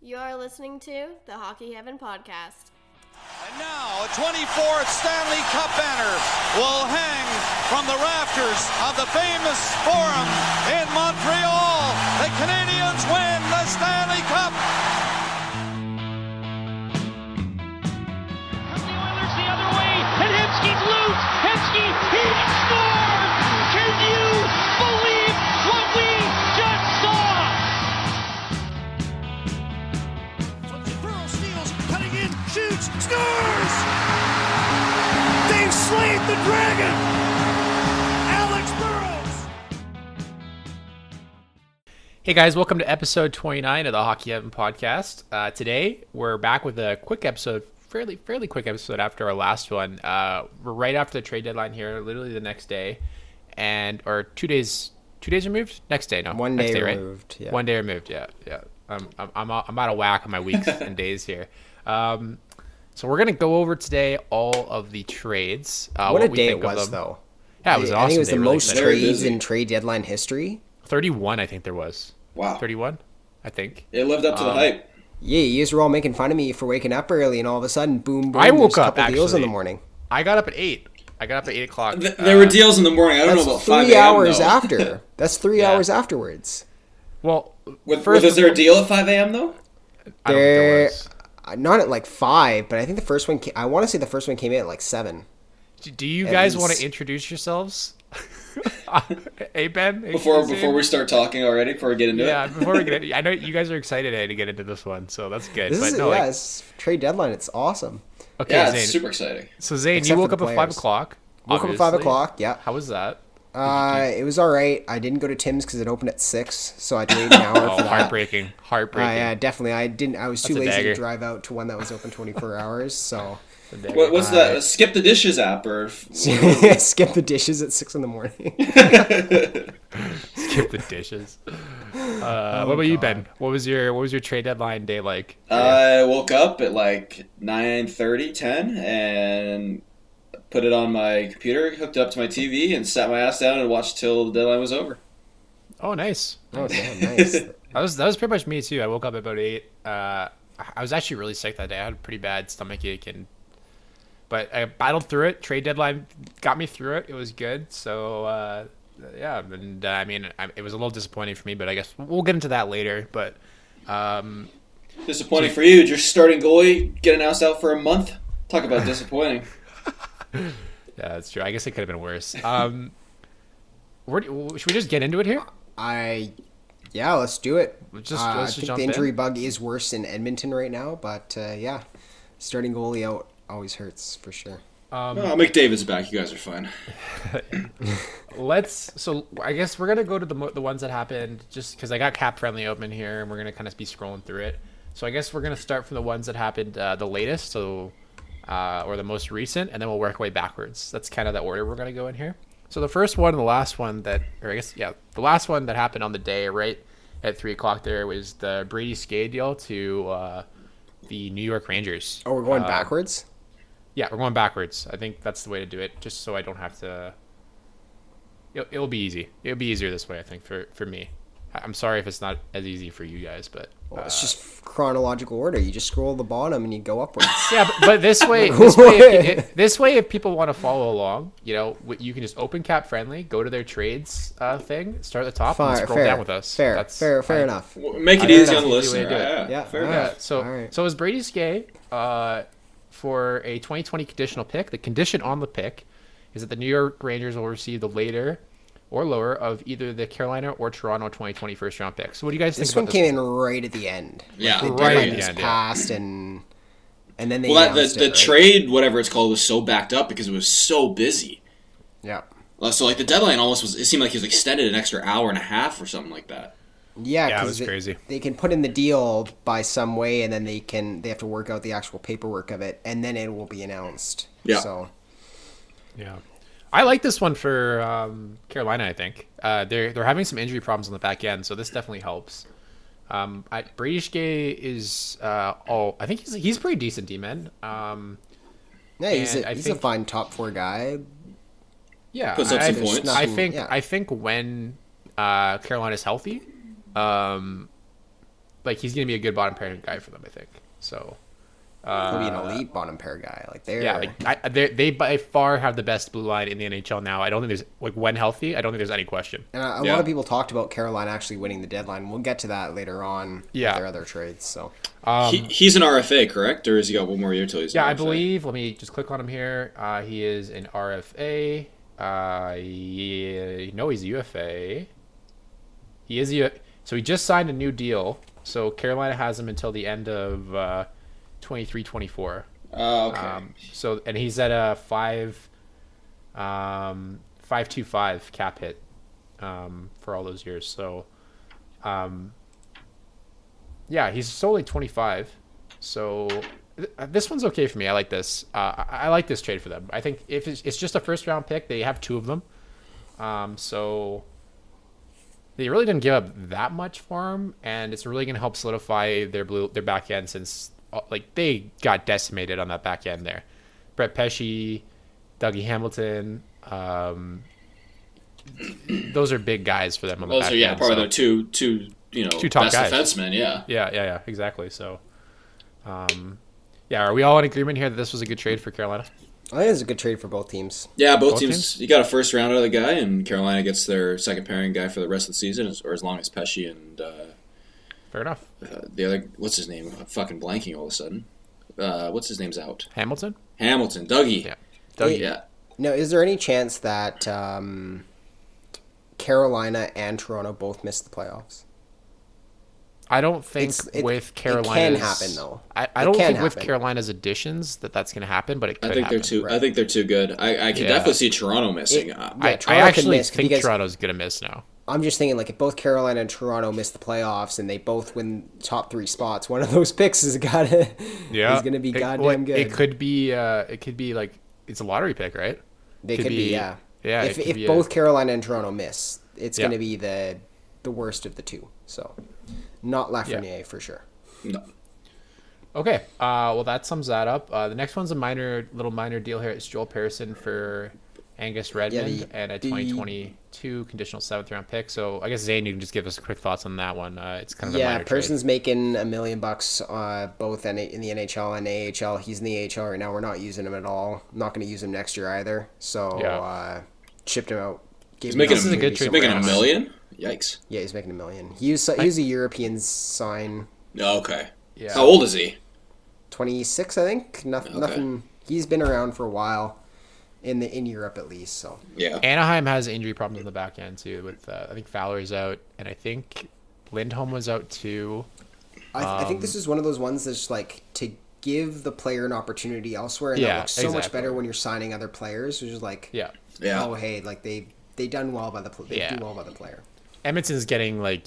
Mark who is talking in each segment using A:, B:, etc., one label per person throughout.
A: You're listening to the Hockey Heaven Podcast.
B: And now, a 24th Stanley Cup banner will hang from the rafters of the famous Forum in Montreal. The Canadians win the Stanley Cup.
C: The Oilers the other way, and Hemsky's loose. Hemsky, he scores! Can you believe what we just saw?
D: Burrow steals, cutting in, shoots, scores! They've slayed the dragon! Alex Burrows!
E: Hey guys, welcome to episode 29 of the Hockey Heaven podcast. Uh, today we're back with a quick episode, fairly fairly quick episode after our last one. Uh, we're right after the trade deadline here, literally the next day, and or two days two days removed. Next day, no,
F: One
E: next
F: day
E: right?
F: removed, yeah.
E: One day removed. Yeah, yeah. I'm I'm I'm, out- I'm out of whack on my weeks and days here. Um, so we're gonna go over today all of the trades. Uh,
F: what a
E: we
F: day
E: think
F: it
E: of
F: was,
E: them.
F: though.
E: Yeah, it was an
F: I
E: awesome.
F: think it was
E: day,
F: the
E: really
F: most
E: exciting.
F: trades in trade deadline history.
E: 31, I think there was. Wow. 31, I think.
G: It lived up to the hype.
F: Yeah, you guys were all making fun of me for waking up early, and all of a sudden, boom, boom,
E: I woke
F: there's a
E: up,
F: couple deals in the
E: actually.
F: morning.
E: I got up at eight. I got up at eight o'clock.
G: Th- there were deals in the morning. I don't know
F: That's
G: about five
F: three
G: a.m.
F: hours
G: though.
F: after. That's three
E: Yeah.
F: hours afterwards.
E: Well,
G: With,
E: first
G: was
E: of
G: there
E: all-
G: a deal at five a.m. though?
E: I don't think there
F: There-
E: was.
F: Uh, Not at like five, but I think the first one. Came, I want to say the first one came in at like seven.
E: Do- Do you
F: at
E: guys want
F: least-
E: to introduce yourselves? hey Ben. Hey,
G: Before
E: Christine?
G: before we start talking already, before we get into
E: Yeah,
G: it.
E: before we get. I know you guys are excited eh, to get into this one, so that's good.
F: This
E: but
F: is
E: no,
F: yeah,
E: like,
F: it's trade deadline. It's awesome.
E: okay,
G: Yeah,
E: Zane.
G: it's super exciting.
E: So Zane, you
F: Except for
E: woke
F: the
E: up at five
F: players.
E: o'clock.
F: Woke up at five
E: obviously.
F: o'clock. Yeah.
E: How was that?
F: Uh, it was all right. I didn't go to Tim's because it opened at six, so I had to wait an hour
E: Oh,
F: for that.
E: heartbreaking. Heartbreaking.
F: I uh, definitely. I didn't. I was too
E: That's a
F: lazy
E: dagger.
F: to drive out to one that was open 24 hours. So
G: What, what's that? skip the dishes app or
F: skip the dishes at six in the morning.
E: Skip the dishes. Uh, what about you,
F: Oh,
E: Ben? What was your What was your trade deadline day like?
G: I woke up at like 9, 10 and put it on my computer, hooked it up to my TV, and sat my ass down and watched till the deadline was over.
E: oh, nice.
F: Oh damn, nice.
E: That was that was pretty much me too. I woke up about eight. Uh, I was actually really sick that day. I had a pretty bad stomach ache, and but I battled through it. Trade deadline got me through it. It was good. So uh, yeah, and uh, I mean, I, it was a little disappointing for me, but I guess we'll get into that later. But um,
G: Disappointing for you. Your starting goalie get announced out for a month. Talk about disappointing.
E: yeah, that's true. I guess it could have been worse. Um, where do, should we just get into it here?
F: I yeah, let's do it.
E: Let's just-
F: Uh,
E: let's just
F: I think
E: jump
F: the injury
E: in.
F: bug is worse in Edmonton right now, but uh, yeah, starting goalie out always hurts for sure.
G: oh, McDavid's back. You guys are fine.
E: let's so i guess we're gonna go to the mo- the ones that happened just because i got cap friendly open here and we're gonna kind of be scrolling through it so i guess we're gonna start from the ones that happened uh, the latest so uh, or the most recent and then we'll work our way backwards that's kind of the order we're gonna go in here so the first one and the last one that or i guess yeah the last one that happened on the day right at three o'clock there was the brady skate deal to uh, the new york rangers
F: Oh, we're going backwards.
E: yeah, we're going backwards. I think that's the way to do it, just so I don't have to. It'll, it'll be easy. It'll be easier this way, I think, for for me. I- I'm sorry if it's not as easy for you guys, but
F: Well, it's
E: uh,
F: just chronological order. You just scroll the bottom and you go upwards.
E: yeah, but, but this way, this way, if, if- this way, if people want to follow along, you know, w- you can just open cap friendly, go to their trades uh, thing, start at the top, and
F: Fair,
E: scroll
F: fair,
E: down with us.
F: Fair,
E: That's
F: fair,
E: fine.
F: fair enough.
G: Make it
E: think
G: easy
E: that's
G: on the
E: the easy way
G: listener.
E: to do it.
G: Yeah,
F: Yeah,
G: fair
F: all
G: enough.
F: right.
E: Yeah. So
F: All right.
E: so is Brady Skay uh, for a 2020 conditional pick. The condition on the pick is that the New York Rangers will receive the later or lower of either the Carolina or Toronto 2020 first round pick. So what do you guys think
F: This
E: about
F: one
E: this
F: came in right at the end.
G: Yeah,
F: the
G: right
F: deadline
E: at the
F: just
E: end, yeah.
F: passed, and and then they
G: Well, that,
F: announced it,
G: the, the
F: right?
G: trade, whatever it's called, was so backed up because it was so busy.
F: Yeah,
G: Uh, So like the deadline almost was. It seemed like it was extended an extra hour and a half or something like that.
F: yeah,
E: Yeah, it
F: 'cause
E: was crazy.
F: They can put in the deal by some way, and then they can they have to work out the actual paperwork of it, and then it will be announced.
G: Yeah.
F: So
E: Yeah. I like this one for um, Carolina. I think uh, they're they're having some injury problems on the back end, so this definitely helps. Um, I, Brady Skay is uh, all. I think he's he's a pretty decent D man. Um,
F: yeah, he's
E: And
F: a,
E: I
F: he's
E: think-
F: a fine top four guy.
E: Yeah,
G: Puts up
E: I,
G: some points.
E: I
F: Nothing-
E: think
F: yeah.
E: I think when uh, Carolina's healthy, um, like he's gonna be a good bottom pair guy for them. I think so.
F: He'll be an elite bottom pair guy. Like they're
E: Uh, Yeah, like I, they they by far have the best blue line in the NHL now. I don't think there's like when healthy. I don't think there's any question.
F: and a, a
G: Yeah.
F: lot of people talked about Carolina actually winning the deadline. We'll get to that later on. with
E: Yeah.
F: their other trades. So
G: he, he's an RFA, correct? Or has he got one more year till he's? an
E: Um, Yeah, I
G: RFA?
E: believe. Let me just click on him here. Uh, he is an RFA. Uh, yeah, no, he's a UFA. He is a, U- so he just signed a new deal. So Carolina has him until the end of uh, 23 24.
G: Oh, okay.
E: Um, so and he's at a five, um, five two five cap hit, um, for all those years. So, um, yeah, he's solely twenty five. So th- uh, this one's okay for me. I like this. Uh, I, I like this trade for them. I think if it's, it's just a first round pick, they have two of them. Um, so they really didn't give up that much for him, and it's really going to help solidify their blue their back end since uh, like they got decimated on that back end there. Brett Pesci, Dougie Hamilton, um, those are big guys for them on the
G: Those
E: back
G: are Oh, yeah,
E: end,
G: probably
E: so-
G: the two two you know
E: Two top
G: best
E: guys.
G: defensemen. Yeah.
E: yeah, yeah, yeah, exactly. So, um, yeah, are we all in agreement here that this was a good trade for Carolina?
F: I think it's a good trade for both teams.
G: Yeah, both,
E: Both
G: teams,
E: teams?
G: You got a first round out of the guy, and Carolina gets their second pairing guy for the rest of the season, as- or as long as Pesci and uh,
E: Fair enough.
G: uh, the other what's his name? I'm fucking blanking all of a sudden. Uh, what's his name's out?
E: Hamilton,
G: Hamilton, Dougie.
E: Yeah. Dougie.
G: Yeah.
F: Now, is there any chance that um, Carolina and Toronto both miss the playoffs?
E: I don't think
F: It's- it-
E: with
F: it can
E: Carolina's
F: happen, though.
E: I, I
F: It
E: don't
F: can
E: think with
F: happen.
E: Carolina's additions that that's going to happen, but it could
G: I think
E: happen.
G: they're too. I think they're too good. I, I could
E: Yeah.
G: definitely see Toronto missing.
F: It-
G: Uh,
F: yeah,
E: I, I
F: Toronto can
E: actually
F: miss,
E: think
F: because-
E: Toronto's going to miss now.
F: I'm just thinking, like, if both Carolina and Toronto miss the playoffs and they both win top three spots, one of those picks is gotta is gonna be
E: It-
F: goddamn
E: well,
F: good.
E: It could be. Uh, it could be like it's a lottery pick, right?
F: they
E: could
F: could, be,
E: be-
F: yeah,
E: yeah, it
F: If,
E: could
F: if
E: be a-
F: both Carolina and Toronto miss, it's
E: Yeah.
F: gonna be the the worst of the two. So, not Lafreniere for sure.
G: no.
E: Okay. Uh, well, that sums that up. Uh, the next one's a minor, little minor deal here. It's Joel Pearson for Angus Redmond
F: the-
E: and a
F: the-
E: 2022 conditional seventh round pick. So I guess Zane, you can just give us quick thoughts on that one. Uh, it's kind of a
F: Yeah,
E: minor
F: person's making a million bucks uh, both in, in the NHL and AHL. He's in the AHL right now. We're not using him at all. I'm not going to use him next year either. So
E: Yeah.
F: uh, chipped him out. Gave
G: He's
F: him
G: making
E: This
G: a,
E: is a good
G: he's
E: trade
G: Making
E: for
G: a
E: us.
G: million. Yikes.
F: Yeah, he's making a million. He was he was a European sign.
G: Okay.
E: Yeah.
G: How old is he?
F: Twenty six, I think. Nothing.
G: Okay.
F: Nothing. He's been around for a while, in the in Europe at least. So
G: Yeah.
E: trade. Anaheim has injury problems in the back end too. With uh, I think Fowler's out, and I think Lindholm was out too.
F: I, I think
E: Um,
F: this is one of those ones that's like to give the player an opportunity elsewhere, and
E: Yeah,
F: that looks so much
E: exactly.
F: better when you're signing other players, which is like
E: Yeah.
G: yeah.
F: oh hey, like they they done well by the pl- they
E: Yeah.
F: do well by the player.
E: Edmonton's getting like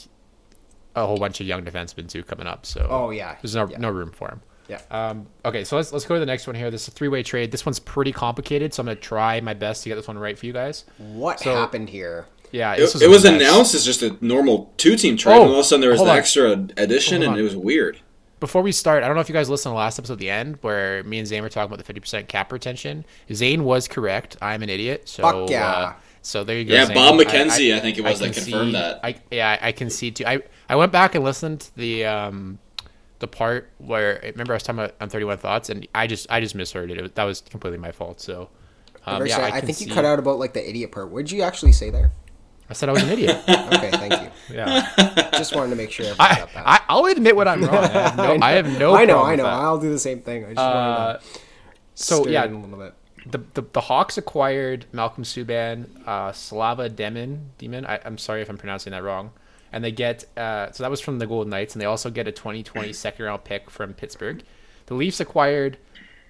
E: a whole bunch of young defensemen too coming up. So
F: Oh, yeah.
E: there's no
F: Yeah.
E: no room for him.
F: Yeah.
E: Um, okay, so let's let's go to the next one here. This is a three way trade. This one's pretty complicated, so I'm gonna try my best to get this one right for you guys.
F: what
E: so-
F: happened here?
E: Yeah,
G: It, it was
E: a mess.
G: announced as just a normal two-team trade,
E: Oh,
G: and all of a sudden there was
E: hold
G: an
E: on.
G: extra addition,
E: Hold
G: and
E: on.
G: it was weird.
E: Before we start, I don't know if you guys listened to the last episode at the end where me and Zane were talking about the 50% cap retention. Zane was correct. I'm an idiot. So
F: Fuck yeah.
E: uh, so there you go.
G: Yeah,
E: Zane.
G: Bob McKenzie, I think it was, that
E: can
G: confirmed
E: see-
G: that.
E: I yeah, I I can see too. I I went back and listened to the um the part where remember I was talking about on 31 thoughts and I just I just misheard it. it was, that was completely my fault. So um,
F: First,
E: yeah,
F: I,
E: I,
F: I
E: can
F: think you
E: see-
F: cut out about like the idiot part. What did you actually say there?
E: I said I was an idiot.
F: Okay, thank you.
E: yeah.
F: Just wanted to make sure. I,
E: I,
F: got that.
E: I I'll admit when I'm wrong. I have no, I have no
F: I know,
E: problem
F: I
E: with
F: know.
E: that.
F: I'll do the same thing. I just
E: Uh,
F: wanted to
E: so
F: stir it
E: yeah,
F: in a little bit.
E: the, the the Hawks acquired Malcolm Subban, uh, Slava Demin. Demon. I, I'm sorry if I'm pronouncing that wrong. And they get uh, so that was from the Golden Knights, and they also get a 2020 second round pick from Pittsburgh. The Leafs acquired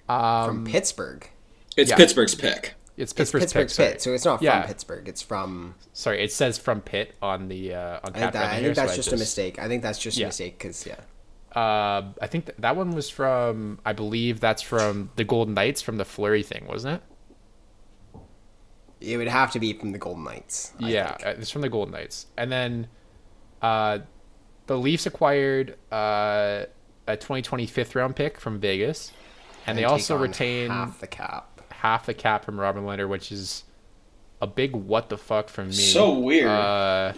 F: From Pittsburgh.
G: It's
E: yeah.
G: Pittsburgh's pick.
E: it's
F: It's
E: Pittsburgh's
F: Pittsburgh
E: pick. Sorry.
F: Pitt, so it's not
E: Yeah.
F: from Pittsburgh. It's from.
E: sorry, it says from Pitt on the uh, on
F: I think,
E: cap
F: that, I
E: right
F: think
E: here, so
F: that's just, a mistake. I think that's just
E: Yeah.
F: a mistake because yeah,
E: Uh, I think th- that one was from I believe that's from the Golden Knights from the Flurry thing, wasn't it?
F: it would have to be from the Golden Knights. I
E: yeah,
F: think.
E: uh, it's from the Golden Knights. And then uh, the Leafs acquired uh, a 2020 fifth round pick from Vegas, and, they
F: take
E: also
F: on
E: retain half.
F: half the cap.
E: the cap from Robin Leonard, which is a big what the fuck from me.
G: So weird.
E: Uh,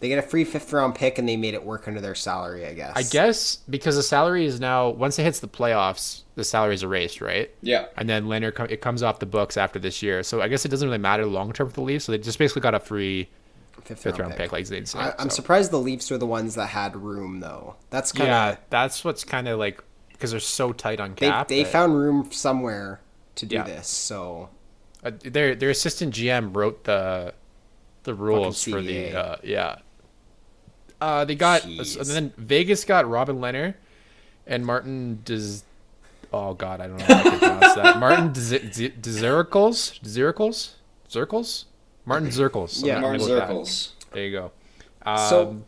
F: They get a free fifth round pick and they made it work under their salary, I guess.
E: I guess because the salary is now once it hits the playoffs, the salary is erased, right?
G: Yeah.
E: And then Leonard com- it comes off the books after this year, so I guess it doesn't really matter long term for the Leafs. So they just basically got a free fifth round pick, like Zane said.
F: I, I'm
E: so.
F: surprised the Leafs were the ones that had room though. That's kind of
E: Yeah, that's what's kind of like because they're so tight on
F: they
E: cap. Uh,
F: they
E: that-
F: found room somewhere to do
E: Yeah.
F: this. So
E: uh, their their assistant GM wrote the the rules for the
F: CBA.
E: uh, yeah. Uh, they got
F: Jeez.
E: and then Vegas got Robin Leonard and Martin does. Oh God, I don't know how to pronounce that. Martin Dzirkles, Dzirkles, Zirkles, Martin Zirkles. I'm
F: Yeah.
E: not
G: Martin
E: good with that.
G: Zirkles.
E: There you go.
F: so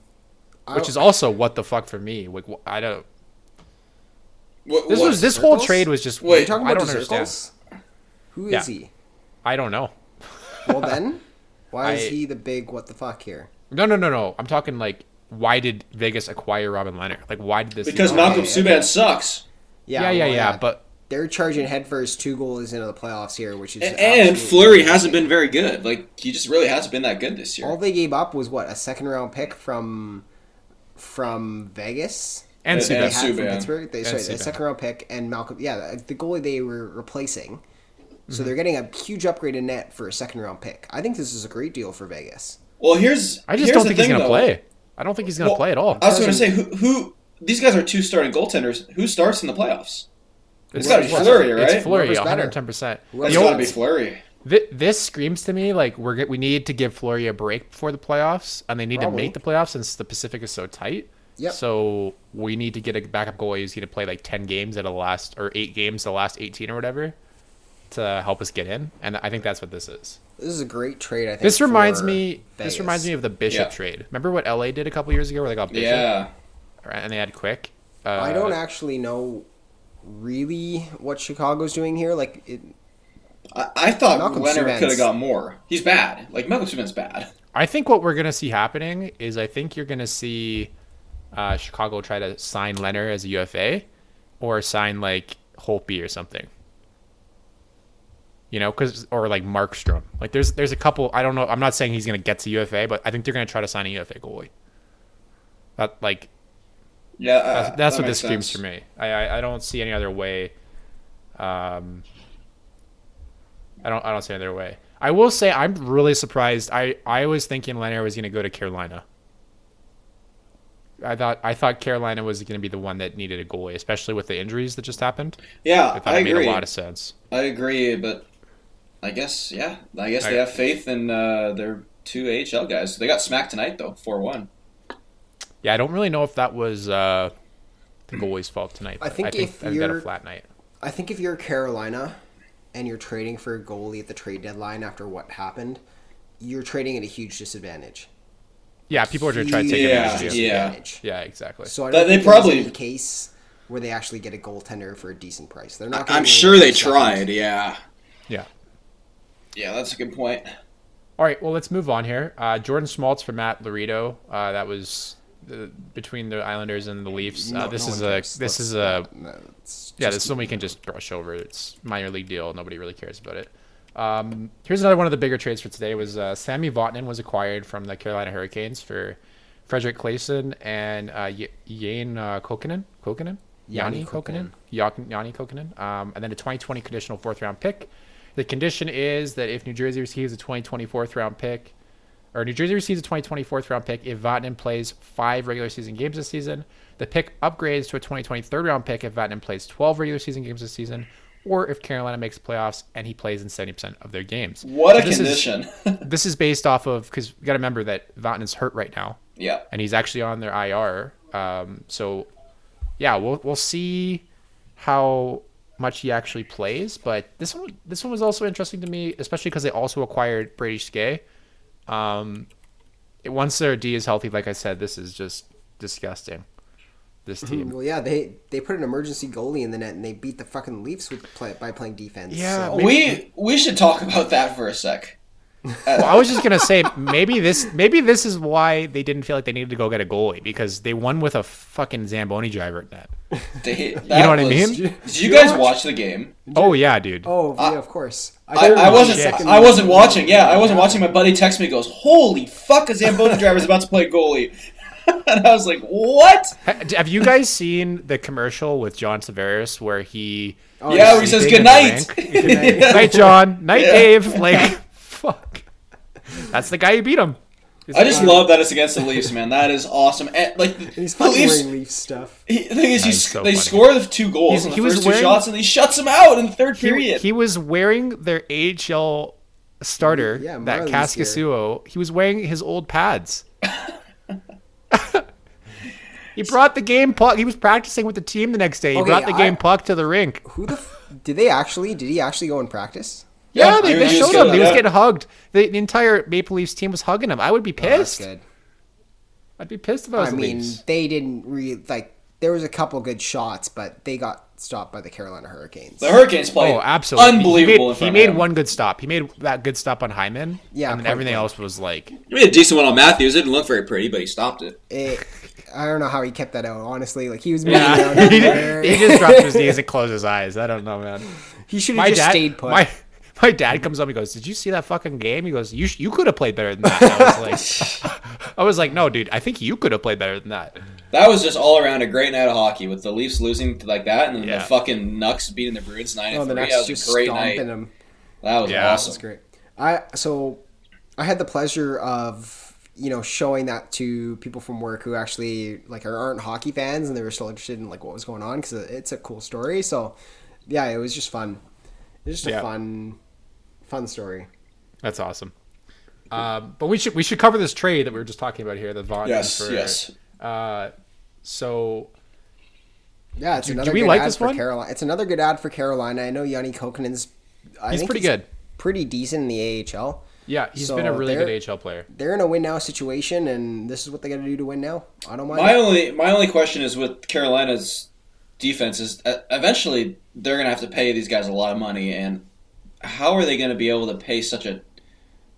E: Um, which
F: I-
E: is also what the fuck for me. Like wh- I don't.
G: What,
E: This
G: what?
E: was this whole
F: Zirkles?
E: trade was just.
G: Wait,
F: Are you talking
E: I
F: about
E: don't
F: Zirkles?
E: understand.
F: Who
E: Yeah.
F: is he?
E: I don't know.
F: Well then, why
E: I-
F: is he the big what the fuck here?
E: No, no, no, no. I'm talking like, why did Vegas acquire Robin Leonard? Like, why did this?
G: because
F: Okay,
G: Malcolm
F: okay.
G: Subban sucks.
E: yeah, yeah,
F: well,
E: yeah, But
F: they're charging headfirst two goals into the playoffs here, which is
G: And,
F: absolutely
G: and Flurry
F: crazy.
G: hasn't been very good. Like he just really hasn't been that good this year.
F: All they gave up was what a second round pick from from Vegas.
E: and
G: Yeah,
E: Subban.
F: they had from
G: Subban.
F: Pittsburgh. They, sorry, the
E: Subban.
F: second round pick and Malcolm. Yeah, the- the goalie they were replacing.
E: Mm-hmm.
F: So they're getting a huge upgrade in net for a second round pick. I think this is a great deal for Vegas.
G: well, here's
E: I just
G: here's
E: don't
G: the
E: think he's
G: thing,
E: gonna
G: though.
E: play. I don't think he's gonna
G: Well,
E: play at all.
G: I was going to say who who these guys are two starting goaltenders. Who starts in the playoffs?
E: it's
G: gotta be Fleury, right?
E: It's Flurry,
F: Whoever's better.
E: 110. percent
F: Whoever's
G: It's
F: Yo-
G: got to be Flurry.
E: This screams to me like we're get- we need to give Flurry a break before the playoffs, and they need
F: Probably.
E: to make the playoffs since the Pacific is so tight.
F: Yep.
E: So we need to get a backup goalie who's going to play like ten games out of the last or eight games the last eighteen or whatever to help us get in, and I think that's what this is.
F: This is a great trade. I think
E: This reminds
F: for
E: me. This
F: Vegas.
E: reminds me of the Bishop
G: Yeah.
E: trade. Remember what LA did a couple years ago, where they got Bishop
G: Yeah.
E: right, and they had Quick. Uh,
F: I don't actually know really what Chicago's doing here. Like, it,
G: I, I thought
F: Malcolm
G: Leonard
F: Subban's-
G: could have got more. He's bad. Like Malcolm Subban's bad.
E: I think what we're gonna see happening is I think you're gonna see uh, Chicago try to sign Leonard as a UFA, or sign like Holtby or something. You know, cause or like Markstrom. Like there's there's a couple. I don't know. I'm not saying he's gonna get to UFA, but I think they're gonna try to sign a UFA goalie. That like
G: Yeah, uh,
E: that's
G: that
E: what this screams
G: makes sense.
E: for me. I, I I don't see any other way. Um, I don't I don't see any other way. I will say I'm really surprised. I I was thinking Leonard was going to go to Carolina. I thought I thought Carolina was going to be the one that needed a goalie, especially with the injuries that just happened. I
G: Yeah,
E: thought
G: I
E: it made
G: agree.
E: a lot of sense.
G: I agree, but I guess yeah, I guess
E: I-
G: they have faith in uh, their two AHL guys. They got smacked tonight though, four one.
E: Yeah, I don't really know if that was uh, the goalie's fault tonight.
F: I
E: but
F: think
E: I think
F: if
E: I think they had a
F: you're-
E: flat night.
F: I think if you're Carolina and you're trading for a goalie at the trade deadline after what happened, you're trading at a huge disadvantage.
E: Yeah, people are going to try to take
F: Huge
E: advantage
G: Yeah,
E: of you.
G: yeah.
F: disadvantage.
E: Yeah, exactly.
F: So I
G: But
F: don't
G: they
F: think there's
G: probably-
F: any case where they actually get a goaltender for a decent price. They're not. gonna
G: I'm
F: be able
G: sure
F: to
G: they
F: do something.
G: tried. Yeah,
E: Yeah.
G: yeah, that's a good point.
E: All right, well, let's move on here. Uh, Jordan Schmaltz for Matt Laredo. Uh, that was the, between the Islanders and the Leafs. Uh,
F: No-
E: this
F: no
E: is
F: one
E: a
F: cares.
E: this
F: Let's-
E: is a
F: No, it's
E: yeah. This
F: just-
E: is one we can just brush over. It's minor league deal. Nobody really cares about it. Um, here's another one of the bigger trades for today was uh, Sammy Vatanen was acquired from the Carolina Hurricanes for Frederick Clayson and uh, Y- Yane uh, Kokkonen. Kokkonen.
F: Yanni
E: Yanni Kokkonen. Yak- Yanni Kokkonen. Um, and then a 2020 conditional fourth round pick. The condition is that if New Jersey receives a 2024th round pick, or New Jersey receives a 2024 round pick if Vatanen plays five regular season games this season. The pick upgrades to a 2023 round pick if Vatanen plays 12 regular season games this season, or if Carolina makes the playoffs and he plays in 70% of their games.
G: What a
E: So this is-
G: condition.
E: this is based off of because you got to remember that Vatanen's hurt right now
G: yeah,
E: and he's actually on their IR. Um, so yeah, we'll we'll see how much he actually plays. But this one this one was also interesting to me, especially because they also acquired Brady Skay. Um, it- once their D is healthy, like I said, this is just disgusting. This team.
F: Well, yeah, they they put an emergency goalie in the net and they beat the fucking Leafs with play, by playing defense.
E: Yeah,
F: so.
G: we we should talk about that for a sec.
E: Well, I was just gonna say maybe this maybe this is why they didn't feel like they needed to go get a goalie because they won with a fucking Zamboni driver at that.
G: They, that
E: know what I
G: was-
E: mean?
G: Did you guys
F: watch-
G: watch the game?
E: Oh yeah, dude.
F: Oh, yeah, of course.
G: I,
F: thought it
G: I
F: was the
G: wasn't.
F: second
G: I wasn't
F: one.
G: watching. Yeah, I wasn't watching. My buddy texts me, goes, "Holy fuck, a Zamboni driver's about to play goalie," and I was like, "What?"
E: Ha- Have you guys seen the commercial with John Severus where he?
F: Oh.
G: yeah, where he says,
E: sleeping
G: "Good
E: in the
G: night."
E: rink? Night, John. Night, Dave. Like, fuck. That's the guy who beat him.
G: I just love that it's against the Leafs, man. That is awesome. And, like the,
F: He's
G: the
F: fucking
G: Leafs.
F: wearing Leaf stuff.
G: He, the thing is, you,
E: That is
G: sc-
E: so
G: they
E: funny.
G: score the two goals
E: He's-
G: in the
E: he was
G: first two
E: wearing-
G: shots, and he shuts them out in the third
E: He,
G: period.
E: he was wearing their AHL starter,
F: Yeah,
E: that
F: Marley's
E: Kaskasuo. He was wearing his old pads. he brought the game puck. He was practicing with the team the next day. He
F: Okay,
E: brought the
F: I-
E: game puck to the rink.
F: Who the? F- did they actually? Did he actually go in practice?
E: Yeah, they,
G: he
E: they
G: was
E: showed
G: good,
E: him. He was
G: yeah.
E: getting hugged. The, the entire Maple Leafs team was hugging him. I would be
F: Oh, That's
E: pissed.
F: good.
E: I'd be pissed if I was
F: I
E: the
F: mean,
E: Leafs.
F: they didn't really like. There was a couple good shots, but they got stopped by the Carolina Hurricanes.
G: the Hurricanes played
E: Oh, absolutely! He
G: unbelievable.
E: made-
G: in
E: He
G: front
E: made,
G: of them.
E: one good stop. He made that good stop on Hyman.
F: Yeah,
E: and then
F: point
E: everything
F: blank.
E: else was like
G: He made a decent one on Matthews. It didn't look very pretty, but he stopped it.
F: It, I don't know how he kept that out. Honestly, like he was moving
E: Yeah.
F: around.
E: he,
F: everywhere.
E: just, he just dropped his knees and closed his eyes. I don't know, man.
F: He should have
E: My
F: just
E: dad,
F: stayed put.
E: my my dad comes up and goes, "Did you see that fucking game?" He goes, "You sh- you could have played better than that." I was like, I was like, "No, dude, I think you could have played better than that."
G: That was just all around a great night of hockey with the Leafs losing like that, and then
E: Yeah.
G: the fucking Nucks beating the Bruins nine
F: oh, the
G: three.
F: next
G: That
F: just
G: was a great night.
F: stomping him.
G: That was
E: Yeah.
F: That's
G: awesome.
F: great. I so I had the pleasure of you know showing that to people from work who actually like are, aren't hockey fans and they were still interested in like what was going on because it's a cool story. So yeah, it was just fun. It's just
E: Yeah.
F: a fun, fun story.
E: That's awesome. Um, but we should we should cover this trade that we were just talking about here. The Vaughn.
G: Yes,
E: for-
G: yes.
E: So
F: Yeah, it's another
E: we
F: good
E: like
F: ad
E: this
F: for
E: one?
F: Carolina. It's another good ad for Carolina. I know Yanni Kokonen's. I
E: He's
F: think
E: pretty good.
F: Pretty decent in the AHL.
E: yeah, he's
F: So
E: been a really
F: they're-
E: good AHL player.
F: They're in a win now situation, and this is what they got to do to win now. I don't mind.
G: My
F: it.
G: only my only question is with Carolina's defense is uh, eventually they're going to have to pay these guys a lot of money, and how are they going to be able to pay such a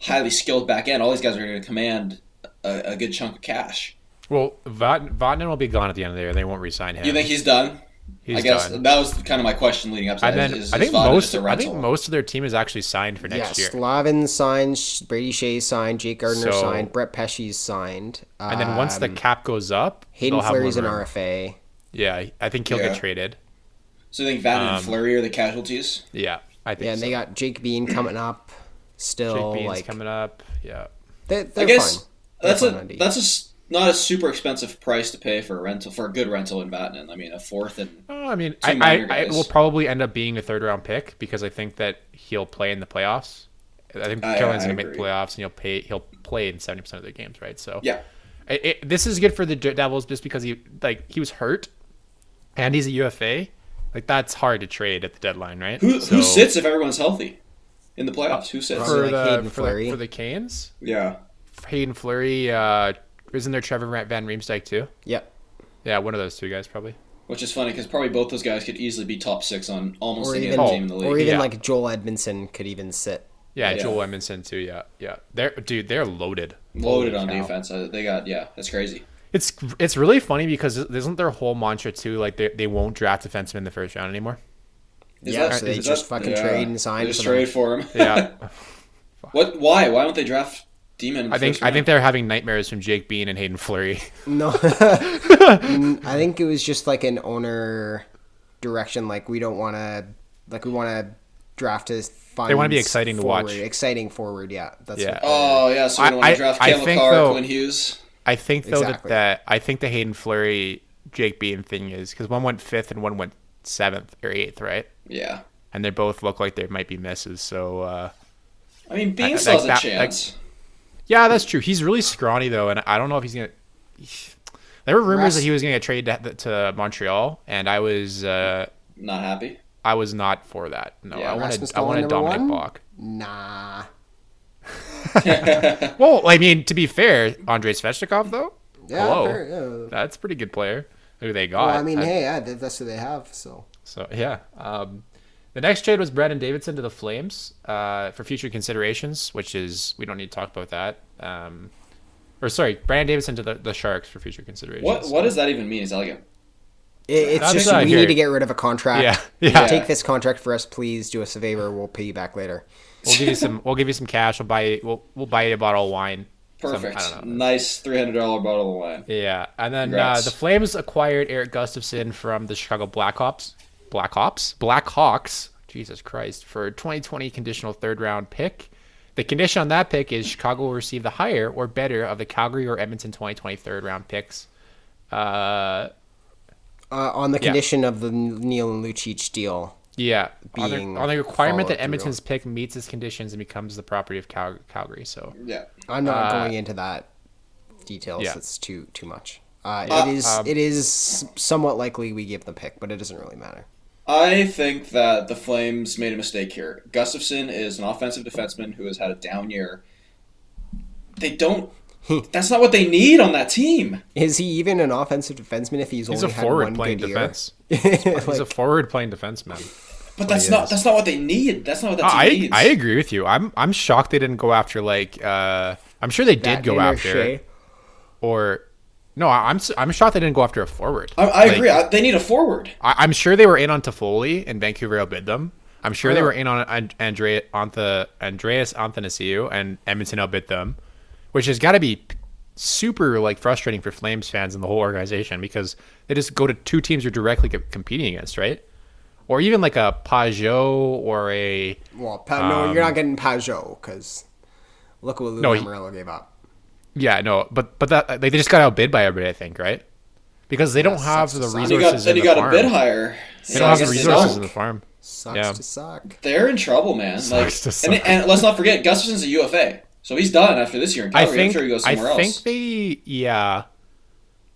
G: highly skilled back end? All these guys are going to command a, a good chunk of cash.
E: Well, Vaughn Vaughn will be gone at the end of the year. They won't re-sign him.
G: You think he's done?
E: He's
G: I guess
E: done.
G: that was kind of my question leading up to that.
E: And then
G: is- is
E: I think
G: Votto
E: most
G: just a
E: I think
G: rental?
E: most of their team is actually signed for
F: Yeah,
E: next year.
F: Slavin signed, Sh- Brady Shea signed, Jake Gardner
E: So-
F: signed, Brett Pesci's signed. Um,
E: And then once the cap goes up,
F: Hayden
E: they'll have
F: Fleury's
E: more
F: an
E: room.
F: RFA.
E: Yeah, I think he'll
G: Yeah.
E: get traded.
G: So you think Vaughn
E: Um,
G: and Flurry are the casualties?
E: Yeah, I think.
F: Yeah, and
E: so.
F: they got Jake Bean coming up. Still,
E: Jake Bean's
F: like
E: coming up. Yeah,
F: They're, they're
G: I guess
F: fine. They're
G: that's
F: fine
G: a
F: on D.
G: that's a s not a super expensive price to pay for a rental for a good rental in Vatanen. I mean, a fourth and
E: oh, I mean,
G: Two
E: I,
G: minor
E: I, I
G: guys.
E: will probably end up being a third round pick because I think that he'll play in the playoffs. I think
G: I-
E: Carolina's
G: I
E: gonna make the
G: agree.
E: playoffs, and he'll pay. He'll play in seventy percent of their games, right? So
G: yeah.
E: it, it- this is good for the D- Devils just because he like he was hurt, and he's a UFA. Like that's hard to trade at the deadline, right?
G: Who
E: So-
G: who sits if everyone's healthy in the playoffs? Who sits?
E: for
F: Like
E: the
F: Hayden
E: for the
F: Fleury.
E: for the Canes?
G: yeah.
E: Hayden Flurry. Uh, isn't there Trevor Van Riemsdyk too?
F: Yep.
E: Yeah, one of those two guys probably.
G: Which is funny because probably both those guys could easily be top six on almost
F: Or
G: any
F: even,
G: other team in the league.
F: Oh, or even
E: Yeah.
F: like Joel Edmondson could even sit.
E: Yeah,
G: Yeah.
E: Joel Edmondson too. Yeah, yeah. They're dude, they're loaded.
G: Loaded on
E: now.
G: defense. Uh, They got yeah. That's crazy.
E: It's it's really funny because isn't their whole mantra too like they, they won't draft defensemen in the first round anymore?
G: Is
F: yeah,
G: that-
F: so they
G: is
F: just
G: that-
F: fucking
G: yeah.
F: trade and sign
G: They just
F: for them.
G: trade for him.
E: Yeah,
G: what? Why? Why don't they draft Demon? in the
E: I think
G: first
E: I think
G: round?
E: they're having nightmares from Jake Bean and Hayden Flurry.
F: No, I think it was just like an owner direction. Like we don't want to, like we want to draft as fun.
E: They wanna be exciting to watch.
F: Exciting forward, yeah. That's
E: Yeah.
F: what-
G: Oh yeah. So we don't
E: I-
G: want to draft
E: I
G: Kale
E: think,
G: McCarr,
E: though-
G: Quinn Hughes.
E: I think though
F: Exactly.
E: that the I think the Hayden Flurry Jake Bean thing is because one went fifth and one went seventh or eighth, right?
G: Yeah.
E: And they both look like they might be misses. So uh,
G: I mean,
E: I-
G: Bean
E: like
G: still has a
E: that-
G: chance.
E: yeah, that's true. He's really scrawny though, and I don't know if he's gonna. There were rumors
F: Rest-
E: that he was going to get traded to, to Montreal, and I was uh,
G: Not happy.
E: I was not for that. No,
G: Yeah,
E: I wanted
F: Rasmus
E: I wanted
F: Dahlin, number
E: Dominic
F: one?
E: Bach.
F: Nah.
E: Well, I mean, to be fair, Andrei Svechnikov though,
F: Yeah,
E: Hello.
F: fair, yeah.
E: that's a pretty good player who they got.
F: Well, I mean,
E: Uh,
F: hey, yeah, that- that's what they have. So
E: so yeah. Um, the next trade was Brandon Davidson to the Flames uh, for future considerations, which is we don't need to talk about that. Um, or sorry, Brandon Davidson to the, the Sharks for future considerations.
G: What What does that even mean? Is that like a
F: It, it's
E: That's
F: just
E: what I
F: we
E: hear.
F: need to get rid of a contract.
E: Yeah, yeah.
F: Take this contract for us, please. Do us a favor. We'll pay you back later.
E: We'll give you some. We'll give you some cash. We'll buy. We'll we'll buy you a bottle of wine. Some-
G: Perfect.
E: I don't know.
G: nice three hundred dollar bottle of wine.
E: Yeah, and then uh,
G: Congrats.
E: the Flames acquired Eric Gustafson from the Chicago Blackhawks. Blackhawks. Blackhawks. Jesus Christ! For 2020 conditional third round pick. The condition on that pick is Chicago will receive the higher or better of the Calgary or Edmonton 2020 third round picks. Uh,
F: Uh, on the condition of the Neil and Lucic deal.
E: yeah. On the,
F: Being
E: on the requirement
F: followed
E: that Edmonton's pick meets its conditions and becomes the property of Cal- Calgary. So
G: Yeah.
F: I'm not going into that details.
E: Uh, yeah. um,
F: It's too too much. Uh, it is it is somewhat likely we give the pick, but it doesn't really matter.
G: I think that the Flames made a mistake here. Gustafson is an offensive defenseman who has had a down year. They don't. That's not what they need on that team.
F: Is he even an offensive defenseman if he's,
E: he's a
F: only had
E: forward
F: one
E: playing
F: good year?
E: defense. He's a forward playing defenseman.
G: But that's not.
E: is.
G: That's not what they need. That's not what that team
E: Oh, I
G: needs.
E: I agree with you. I'm I'm shocked they didn't go after like uh I'm sure they did
F: That
E: go
F: name or
E: after
F: Shea?
E: or no I- I'm s- I'm shocked they didn't go after a forward.
G: I, I
E: Like,
G: agree. I, they need a forward.
E: I, I'm sure they were in on Toffoli and Vancouver outbid them. I'm sure
F: Oh.
E: they were in on An- Andre Antha, Andreas Anthonasiou and Edmonton outbid them, which has got to be p- super like frustrating for Flames fans and the whole organization because they just go to two teams you're directly co- competing against, right? Or even like a Pajot or a
F: Well, pa- no, you're not getting Pajot because look what Lou
E: Um, No, he-
F: Lamoriello gave up.
E: Yeah, no, but but that like, they just got outbid by everybody, I think, right? Because they don't have the
F: sucks.
E: resources.
F: You
G: You got,
E: in
G: then you
E: the
G: got
E: farm.
G: a bid higher.
E: They don't have the
G: I guess
E: resources in
G: don't.
E: the farm.
F: Sucks
E: Yeah.
F: to suck.
G: They're in trouble, man. Like,
E: Sucks to
G: and,
E: suck.
G: and let's not forget, Gustafson's a UFA, so he's done after this year in
E: I
G: Calgary.
E: think.
G: I'm sure he goes
E: I
G: somewhere
E: think
G: else.
E: they. Yeah,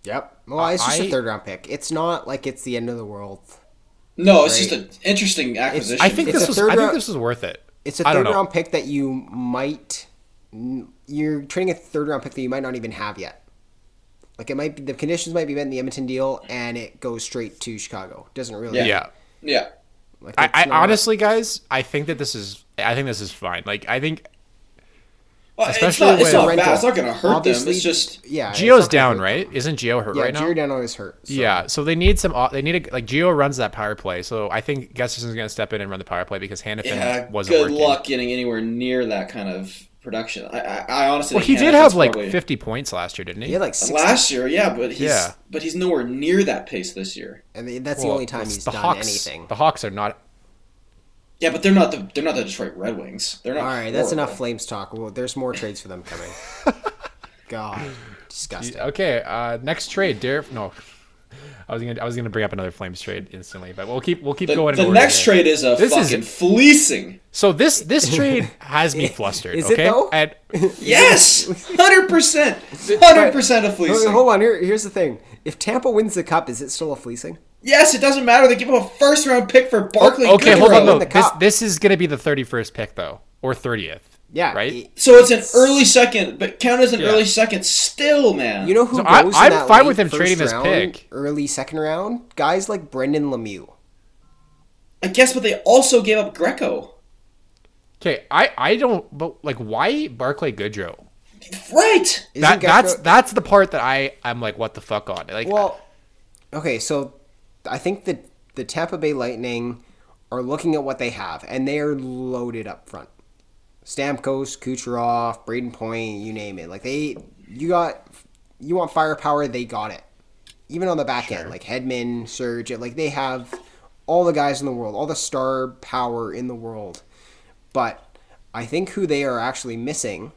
F: Yep. Well, it's just a
E: I-
F: a third round pick. It's not like it's the end of the world.
G: no, it's just an interesting acquisition.
E: I think
F: It's
E: this
F: a
E: was.
F: third
E: I think
F: round-
E: this was worth it.
F: It's a
E: I don't
F: third
E: know.
F: round pick that you might you're trading a third round pick that you might not even have yet. Like it might be the conditions might be met in the Edmonton deal, and it goes straight to Chicago. Doesn't really.
G: Yeah.
E: Yeah,
G: yeah.
F: Like,
E: I,
F: it's
E: I
G: uh,
F: not-
E: honestly, guys, I think that this is. I think this is fine. Like, I think
G: Well,
E: Especially
G: it's not, Oh, it's
E: with-
G: not bad. It's not going to hurt
F: Obviously,
G: them. It's just
F: yeah. it's
E: Geo's
F: not gonna
E: down,
F: hurt
E: right? Isn't Geo hurt
F: Yeah,
E: right now?
F: Geo down always hurts. so-
E: Yeah, so they need some. They need a like. Geo runs that power play, so I think Gustafson's going to step in and run the power play because Hannafin
G: yeah,
E: wasn't
G: good
E: working.
G: luck getting anywhere near that kind of production. I, I, I honestly
E: Well, he
G: think
E: did
G: Hannafin's
E: have like
G: probably-
E: 50 points last year, didn't he?
F: He had like six,
G: last year, yeah, but he's
E: Yeah.
G: but he's nowhere near that pace this year.
F: and that's the
E: Well,
F: only time
E: it's
F: he's
E: the
F: done
E: Hawks,
F: anything.
E: The Hawks are not.
G: Yeah, but they're not the they're not the Detroit Red Wings. They're not.
F: All right, that's
G: horrible.
F: enough Flames talk. Well, there's more trades for them coming. God, disgusting.
E: Okay, uh, next trade, Derek. No, I was gonna I was gonna bring up another Flames trade instantly, but we'll keep we'll keep
G: The,
E: going. in
G: the
E: order
G: next
E: here.
G: trade is a
E: This is-
G: fucking fleecing.
E: So this this trade has me flustered.
F: Is it
E: okay,
F: though?
E: And
G: Yes, hundred percent, hundred percent of
F: Wait,
G: fleecing.
F: wait, hold on. Here, here's the thing. If Tampa wins the cup, is it still a fleecing?
G: Yes, it doesn't matter. They give up a first round pick for Barkley.
E: Oh, okay, hold on
F: Win
E: though.
F: the
E: This
F: cup.
E: this is gonna be the 31st pick though, or 30th.
F: Yeah.
E: Right?
F: it-
G: So it's an early second, but count as an
E: Yeah.
G: early second still, man.
F: you know who
E: So
F: goes
E: I-
F: in
E: I'm
F: that
E: fine
F: late
E: with him
F: first
E: trading this
F: round,
E: pick.
F: Early second round, guys like Brendan Lemieux.
G: I guess, but they also gave up Greco.
E: Okay, I I don't but like why Barclay Goodrow?
G: Right.
F: Isn't
E: That,
F: Gethro-
E: that's that's the part that I I'm like what the fuck on like
F: well. Okay, so I think that the Tampa Bay Lightning are looking at what they have, and they are loaded up front. Stamkos, Kucherov, Braden Point, you name it. Like they, you got, you want firepower, they got it. Even on the back end, like Hedman, Surge, like they have all the guys in the world, all the star power in the world. But I think who they are actually missing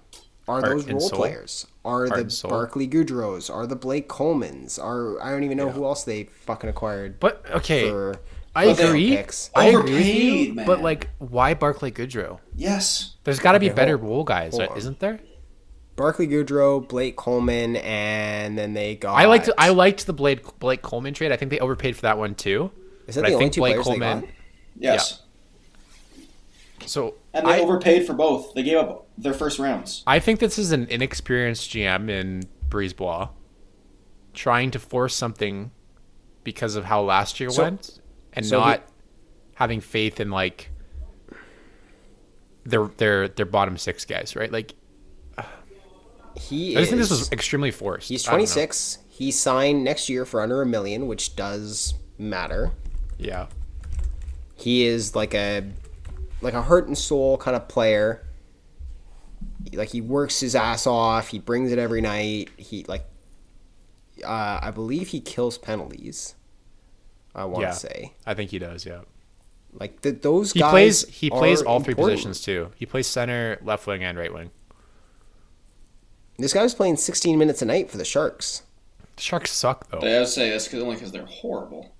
F: are those
E: and
F: role
E: soul?
F: players. Are
E: and
F: the
E: soul?
F: Barkley Goudreaus? Are the Blake Colemans? Are I don't even know who else they fucking acquired.
E: but okay.
F: for
E: I
F: first round
E: agree.
F: picks.
E: I agree with you,
G: Overpaid,
E: but
G: man.
E: like, why Barclay Goodrow?
G: Yes.
E: There's got to be
F: Okay,
E: better
F: hold-
E: rule guys,
F: hold
E: right?
F: on.
E: isn't there?
F: Barkley Goudreau, Blake Coleman, and then they got.
E: I liked I liked the Blade Blake Coleman trade. I think they overpaid for that one too.
F: Is that
E: but
F: the
E: I
F: only
E: think
F: two
E: Blake
F: players
E: Coleman.
F: they got?
G: Yes.
E: So
G: And they
E: I,
G: overpaid for both. They gave up their first rounds.
E: I think this is an inexperienced GM in Brisebois trying to force something because of how last year
F: So-
E: went and
F: so he-
E: not having faith in like their their their bottom six guys, right? Like
F: He.
E: I just think
F: is-
E: this was extremely forced.
F: He's
E: I don't know.
F: 26. He signed next year for under a million, which does matter.
E: Yeah.
F: He is like a like a heart and soul kind of player. Like he works his ass off. He brings it every night. He like uh, I believe he kills penalties. I want to
E: Yeah.
F: say
E: I think he does. Yeah.
F: like th those
E: He
F: guys.
E: plays. He plays
F: are
E: all three
F: important.
E: positions too. He plays center, left wing, and right wing.
F: This guy was playing 16 minutes a night for the Sharks.
E: The Sharks suck though.
G: I would say that's 'cause- only because they're horrible.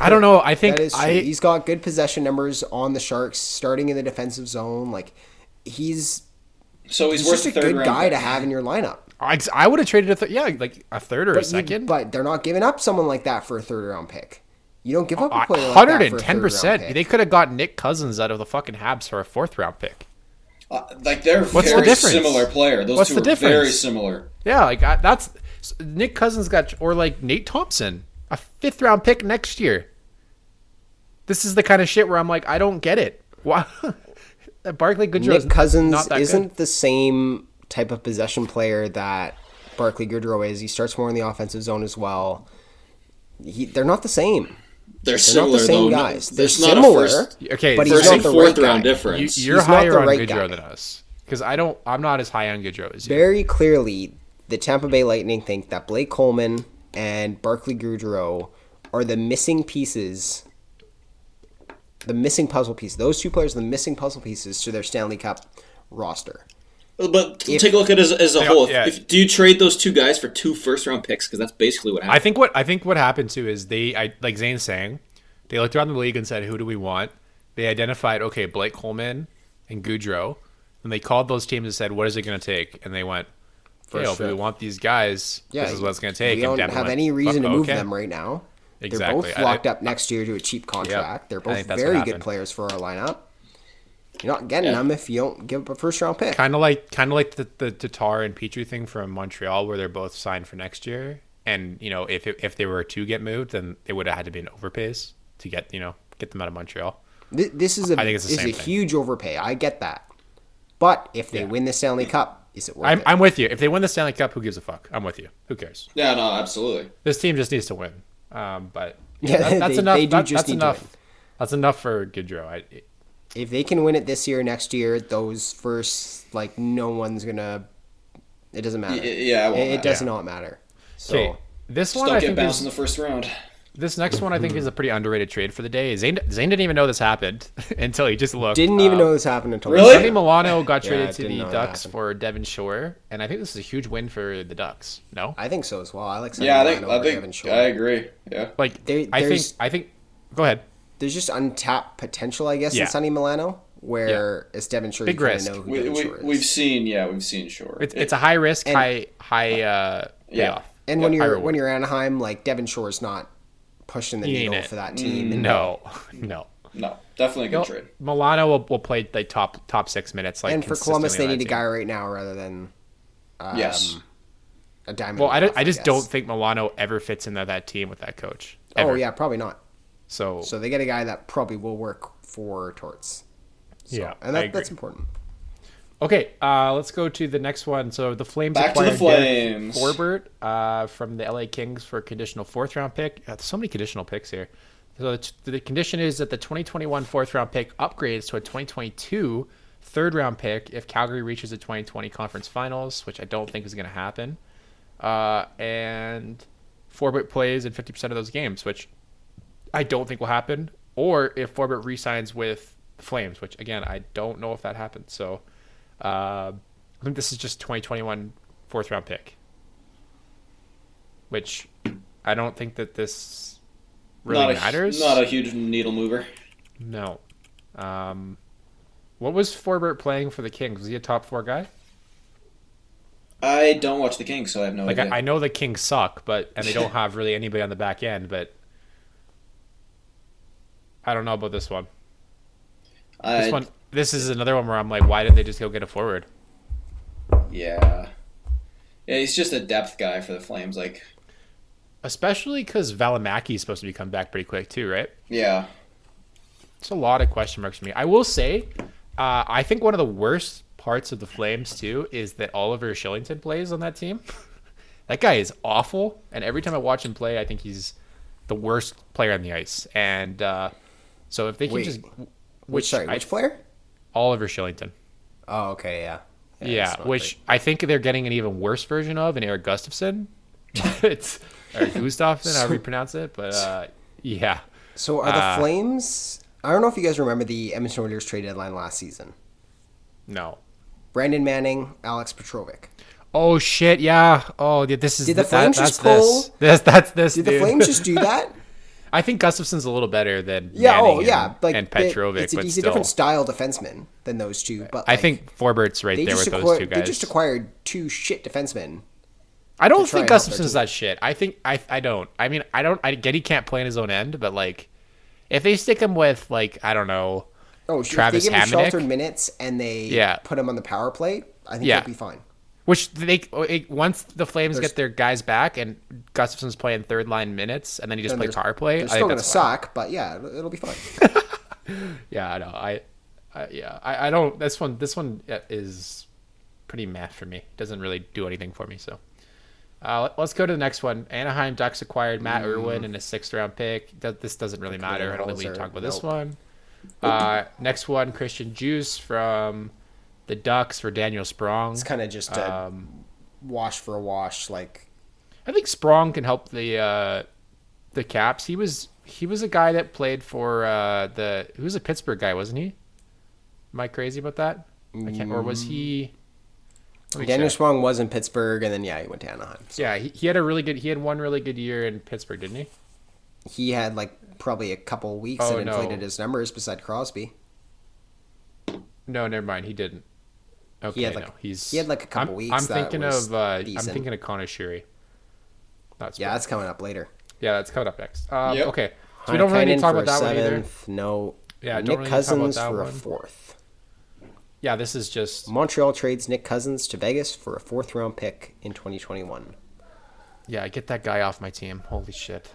E: I don't know. I think
F: That is true.
E: I.
F: he's got good possession numbers on the Sharks, starting in the defensive zone. Like he's,
G: So he's,
F: he's
G: worth
F: just a
G: third
F: good
G: round
F: guy
G: pick.
F: to have in your lineup.
E: I, I would have traded a th- yeah like a third or a
F: But, you-
E: second.
F: but they're not giving up someone like that for a third round pick. You don't give up a player like
E: Hundred
F: that for
E: and
F: a third
E: ten
F: round
E: percent.
F: pick.
E: They could have got Nick Cousins out of the fucking Habs for a fourth round pick.
G: Uh, like they're
E: What's the
G: very
E: difference?
G: similar player. Those
E: What's
G: two
E: the
G: are very
E: difference?
G: similar.
E: Yeah, like I, that's s- Nick Cousins got or like Nate Thompson, a fifth round pick next year. This is the kind of shit where I'm like, I don't get it. Why? Barkley Goodrow is
F: Nick Cousins
E: not that
F: isn't
E: good.
F: the same type of possession player that Barkley Goodrow is. He starts more in the offensive zone as well. He, they're not the same.
H: They're
F: They're
H: similar
F: not the same
H: though. No-
F: guys. They're
H: There's
F: similar.
H: not a first,
E: Okay,
F: but he's
H: first
F: not
H: and
F: the
H: fourth
F: right
H: round
F: guy.
H: difference.
E: You, are
F: He's not
E: higher
F: the
E: on
F: right
E: Goodrow
F: guy.
E: than us because I don't. I'm not as high on Goodrow as you.
F: very clearly the Tampa Bay Lightning think that Blake Coleman and Barkley Goudreau are the missing pieces, the missing puzzle piece. Those two players are the missing puzzle pieces to their Stanley Cup roster.
G: Uh,
H: But t- take a look at it as, as a
E: Yeah,
H: whole.
E: yeah.
H: If, do you trade those two guys for two first round picks? Because that's basically what
E: I
H: happened.
E: think what I think what happened too is they I like Zane's saying, they looked around the league and said, Who do we want? They identified, okay, Blake Coleman and Goudreau, and they called those teams and said, What is it gonna take? And they went, First
F: First
E: we
F: round.
E: want these guys, this is what it's gonna take.
F: We
E: and
F: don't
E: Devin
F: have
E: went,
F: any reason to
E: "Fuck,
F: move
E: okay."
F: them right now.
E: Exactly.
F: They're both
E: I-
F: locked up next year to a cheap contract. They're
E: I
F: both
E: think that's what
F: very good
E: happened.
F: players for our lineup. You're not getting them if you don't give up a first round pick.
E: Kind of like kind of like the, the Tatar and Petrie thing from Montreal where they're both signed for next year. And, you know, if it, if they were to get moved, then they would have had to be an overpays to get, you know, get them out of Montreal.
F: Th- This is a,
E: I think it's the
F: this is
E: same
F: a
E: thing.
F: huge overpay. I get that. But if they
E: Yeah.
F: win the Stanley Cup, is it worth
E: I'm,
F: it?
E: I'm with you. If they win the Stanley Cup, who gives a fuck? I'm with you. Who cares?
G: Yeah, no, absolutely.
E: this team just needs to win. Um, but
F: Yeah,
E: yeah, that- that's
F: they-
E: enough.
F: they do
E: that-
F: just
E: that's
F: need to
E: enough.
F: win.
E: That's enough for Goodrow. I,
F: if they can win it this year, next year, those first like no one's gonna. It doesn't matter.
G: Y- yeah, it
F: it,
G: won't
F: it
G: matter.
F: does not matter. So
E: okay, this
G: Oh. Just
E: one I
G: don't get
E: think
G: bounced
E: is,
G: in the first round.
E: this next one I think is a pretty underrated trade for the day. Zane, Zane didn't even know this happened until he just looked.
F: didn't even know this happened until
G: really?
E: Sonny Milano got
F: Yeah, I
E: traded to
F: didn't
E: the
F: know that
E: Ducks
F: happened.
E: for Devin Shore, and I think this is a huge win for the Ducks. No,
F: I think so as well. I like.
G: Yeah, I
F: Simon
G: think
F: Ryan
G: I
F: over Evan
G: think
F: Shore.
G: I agree. Yeah,
E: like
F: There-
E: I think
F: there's-
E: I think. Go ahead.
F: There's just untapped potential, I guess,
E: Yeah.
F: in Sonny Milano, where it's Devin Shore.
E: Big
F: you kind
E: risk.
F: of know who
G: we,
F: Devin
G: we,
F: Shore is.
G: we've seen. Yeah, we've seen Shore.
E: It's it's a high risk,
F: and-
E: high high uh, payoff.
F: and when
E: Yeah,
F: you're
E: I
F: when you're Anaheim, like Devin Shore is not pushing the
E: He ain't
F: needle
E: it. Mm,
F: for that team. and
E: No, no.
G: no, definitely a good
E: Mil-
G: trade.
E: Milano will, will play like top top six minutes. Like
F: and for Columbus,
E: consistently
F: they
E: on
F: need
E: that
F: a
E: team.
F: guy right now rather than
E: Um,
G: yes,
F: a diamond.
E: Well, I, don't,
F: rough,
E: I just
F: guess.
E: don't think Milano ever fits into that team with that coach.
F: Oh
E: Ever.
F: yeah, probably not.
E: So,
F: So they get a guy that probably will work for Torts.
E: yeah,
F: And
E: I
F: that,
E: agree.
F: that's important.
E: Okay, uh, let's go to the next one. So the Flames
G: Back to the
E: acquired Derek
G: Flames.
E: Forbert uh, from the LA Kings for a conditional fourth round pick. Uh, so many conditional picks here. So the, the condition is that the 2021 fourth round pick upgrades to a 2022 third round pick if Calgary reaches the 2020 conference finals, which I don't think is going to happen. Uh, and Forbert plays in 50% of those games, which I don't think will happen. Or if Forbert re-signs with the Flames, which again I don't know if that happens. So uh, I think this is just 2021 fourth round pick, which I don't think that this really
G: not a
E: matters.
G: not a huge needle mover.
E: No. Um, what was Forbert playing for the Kings? Was he a top four guy?
G: I don't watch the Kings, so I have no
E: Like
G: idea.
E: I, I know the Kings suck, but and they don't have really anybody on the back end, but I don't know about this one.
G: I,
E: This one, this is another one where I'm like, why did they just go get a forward?
G: yeah, yeah. He's just a depth guy for the Flames. Like,
E: Especially because Valimaki is supposed to be coming back pretty quick too, right?
G: yeah,
E: It's a lot of question marks for me. I will say, uh, I think one of the worst parts of the Flames too is that Oliver Shillington plays on that team. that guy is awful, and every time I watch him play, I think he's the worst player on the ice, and uh, so if they can
F: Wait.
E: just
F: Which sorry,
E: I-
F: which player?
E: Oliver Shillington,
F: Oh, okay, yeah.
E: yeah,
F: it's not
E: which I think they're getting an even worse version of in Eric Gustafson. it's or Gustafson, however you pronounce it, but uh, yeah,
F: great. So are the
E: Uh,
F: Flames? I don't know if you guys remember the Edmonton Oilers trade deadline last season.
E: no.
F: Brandon Manning, Alex Petrovic.
E: Oh shit! Yeah. Oh, yeah, this is
F: Did the
E: th-
F: Flames
E: that's
F: just go-
E: this. this. That's this.
F: Did the
E: dude.
F: Flames just do that?
E: I think Gustafson's a little better than
F: Yeah,
E: Manning
F: oh yeah,
E: and,
F: like
E: and
F: they-
E: Petrovic,
F: It's a,
E: but
F: he's
E: still,
F: a different style defenseman than those two. But
E: I
F: like,
E: think Forbert's right
F: they
E: there
F: just
E: with those
F: acquired,
E: two guys.
F: they just acquired two shit defensemen.
E: I don't think
F: to try and help their
E: Gustafson's
F: team.
E: that shit. I think I I don't. I mean, I don't. I get he can't play in his own end, but like, if they stick him with like I don't know,
F: Oh, sh-
E: Travis
F: if they give him
E: Hamonic?
F: sheltered minutes and they
E: Yeah.
F: put him on the power play. I think
E: Yeah.
F: they'll be fine.
E: which they it- once the Flames
F: There's-
E: get their guys back and Gustafson's playing third line minutes and then he just
F: Then
E: plays
F: there's-
E: power play. I
F: They're
E: think
F: still gonna
E: that's fine.
F: suck, but yeah, it'll, it'll be fine.
E: Yeah, I know. I, I yeah, I, I don't. This one, this one uh, is pretty meh for me. Doesn't really do anything for me. So, uh, let- let's go to the next one. Anaheim Ducks acquired Matt Irwin in a sixth round pick. Do- This doesn't really matter. I don't think we
F: Hall's
E: can
F: are-
E: talk about this
F: nope.
E: one. Uh, next one, Christian Juice from the Ducks for Daniel Sprong.
F: It's kind of just a
E: Um,
F: wash for a wash. Like
E: I think Sprong can help the uh, the Caps. He was he was a guy that played for uh, the he was a Pittsburgh guy, wasn't he? Am I crazy about that? I can't. Or was
F: Mm.
E: he? let me
F: Daniel
E: check.
F: Sprong was in Pittsburgh, and then yeah, he went to Anaheim. So
E: Yeah, he, he had a really good. He had one really good year in Pittsburgh, didn't he?
F: he had like probably a couple weeks
E: Oh,
F: that
E: no.
F: inflated his numbers. Beside Crosby,
E: No, never mind. He didn't. Okay,
F: had, like-
E: no, he's
F: he had, like, a couple
E: I'm,
F: weeks
E: I'm
F: that
E: thinking
F: was
E: of. Uh, I'm
F: decent.
E: thinking of Connor Sherry. That's
F: yeah,
E: yeah,
F: that's coming up later.
E: yeah, that's coming up next. Um,
G: Yep.
E: Okay, so we don't really need to
F: Heinikainen
E: talk
F: for
E: about that
F: a
E: one either.
F: seventh, No.
E: Yeah, don't really need to talk
F: Nick
E: about
F: Cousins
E: that
F: for a
E: one.
F: fourth.
E: Yeah, this is just
F: Montreal trades Nick Cousins to Vegas for a fourth round pick in 2021.
E: yeah. Get that guy off my team. Holy shit.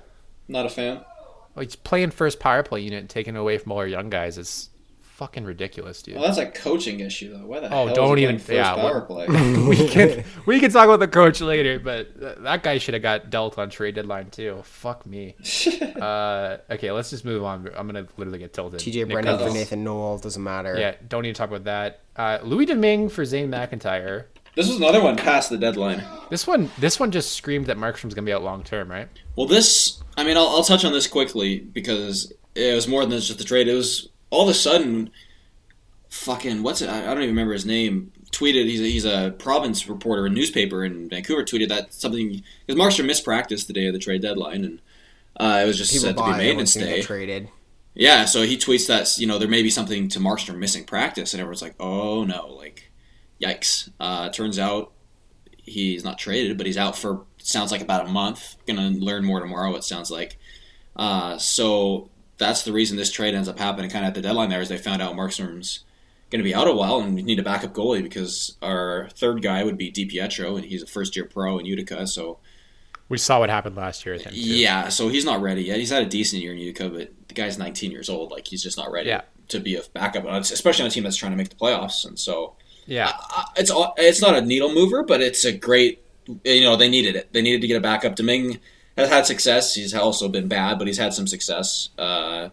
G: Not a fan.
E: Like he's playing first power play unit and taking away from all our young guys is fucking ridiculous, dude.
G: Well, that's a coaching issue, though. Why the
E: Oh,
G: hell is
E: don't
G: he
E: even-
G: playing
E: yeah,
G: first power
E: what-
G: play?
E: we can we can talk about the coach later, but th- that guy should have got dealt on trade deadline too. Fuck me. uh, okay, let's just move on. I'm gonna literally get tilted.
F: TJ
E: Nick
F: Brennan for
E: Cousins.
F: Nathan Noel doesn't matter.
E: Yeah, don't need to talk about that. Uh, Louis Domingue for Zane McIntyre.
G: this was another one past the deadline.
E: This one, this one just screamed that Markstrom's gonna be out long term, right?
G: Well, this, I mean, I'll, I'll touch on this quickly because it was more than just the trade. It was all of a sudden, fucking, what's it? I, I don't even remember his name. Tweeted, he's a, he's a province reporter, a newspaper in Vancouver, tweeted that something, because Markstrom mispracticed the day of the trade deadline, and uh, it was just
F: People
G: said to
F: buy
G: be
F: everyone
G: maintenance
F: thinks
G: day.
F: they traded.
G: Yeah, so he tweets that you know there may be something to Markstrom missing practice, and everyone's like, "Oh no!" Like, yikes! Uh, turns out he's not traded, but he's out for sounds like about a month. Gonna learn more tomorrow. It sounds like. Uh, so that's the reason this trade ends up happening kind of at the deadline. There is they found out Markstrom's gonna be out a while, and we need a backup goalie because our third guy would be DiPietro, and he's a first year pro in Utica, so.
E: We saw what happened last year with him. too.
G: Yeah, so he's not ready yet. He's had a decent year in Utica, but the guy's 19 years old. Like he's just not ready
E: Yeah.
G: to be a backup, and it's- especially on a team that's trying to make the playoffs. And so
E: yeah.
G: uh, it's all, it's not a needle mover, but it's a great. You know, they needed it. They needed to get a backup. Deming has had success. He's also been bad, but he's had some success. Uh,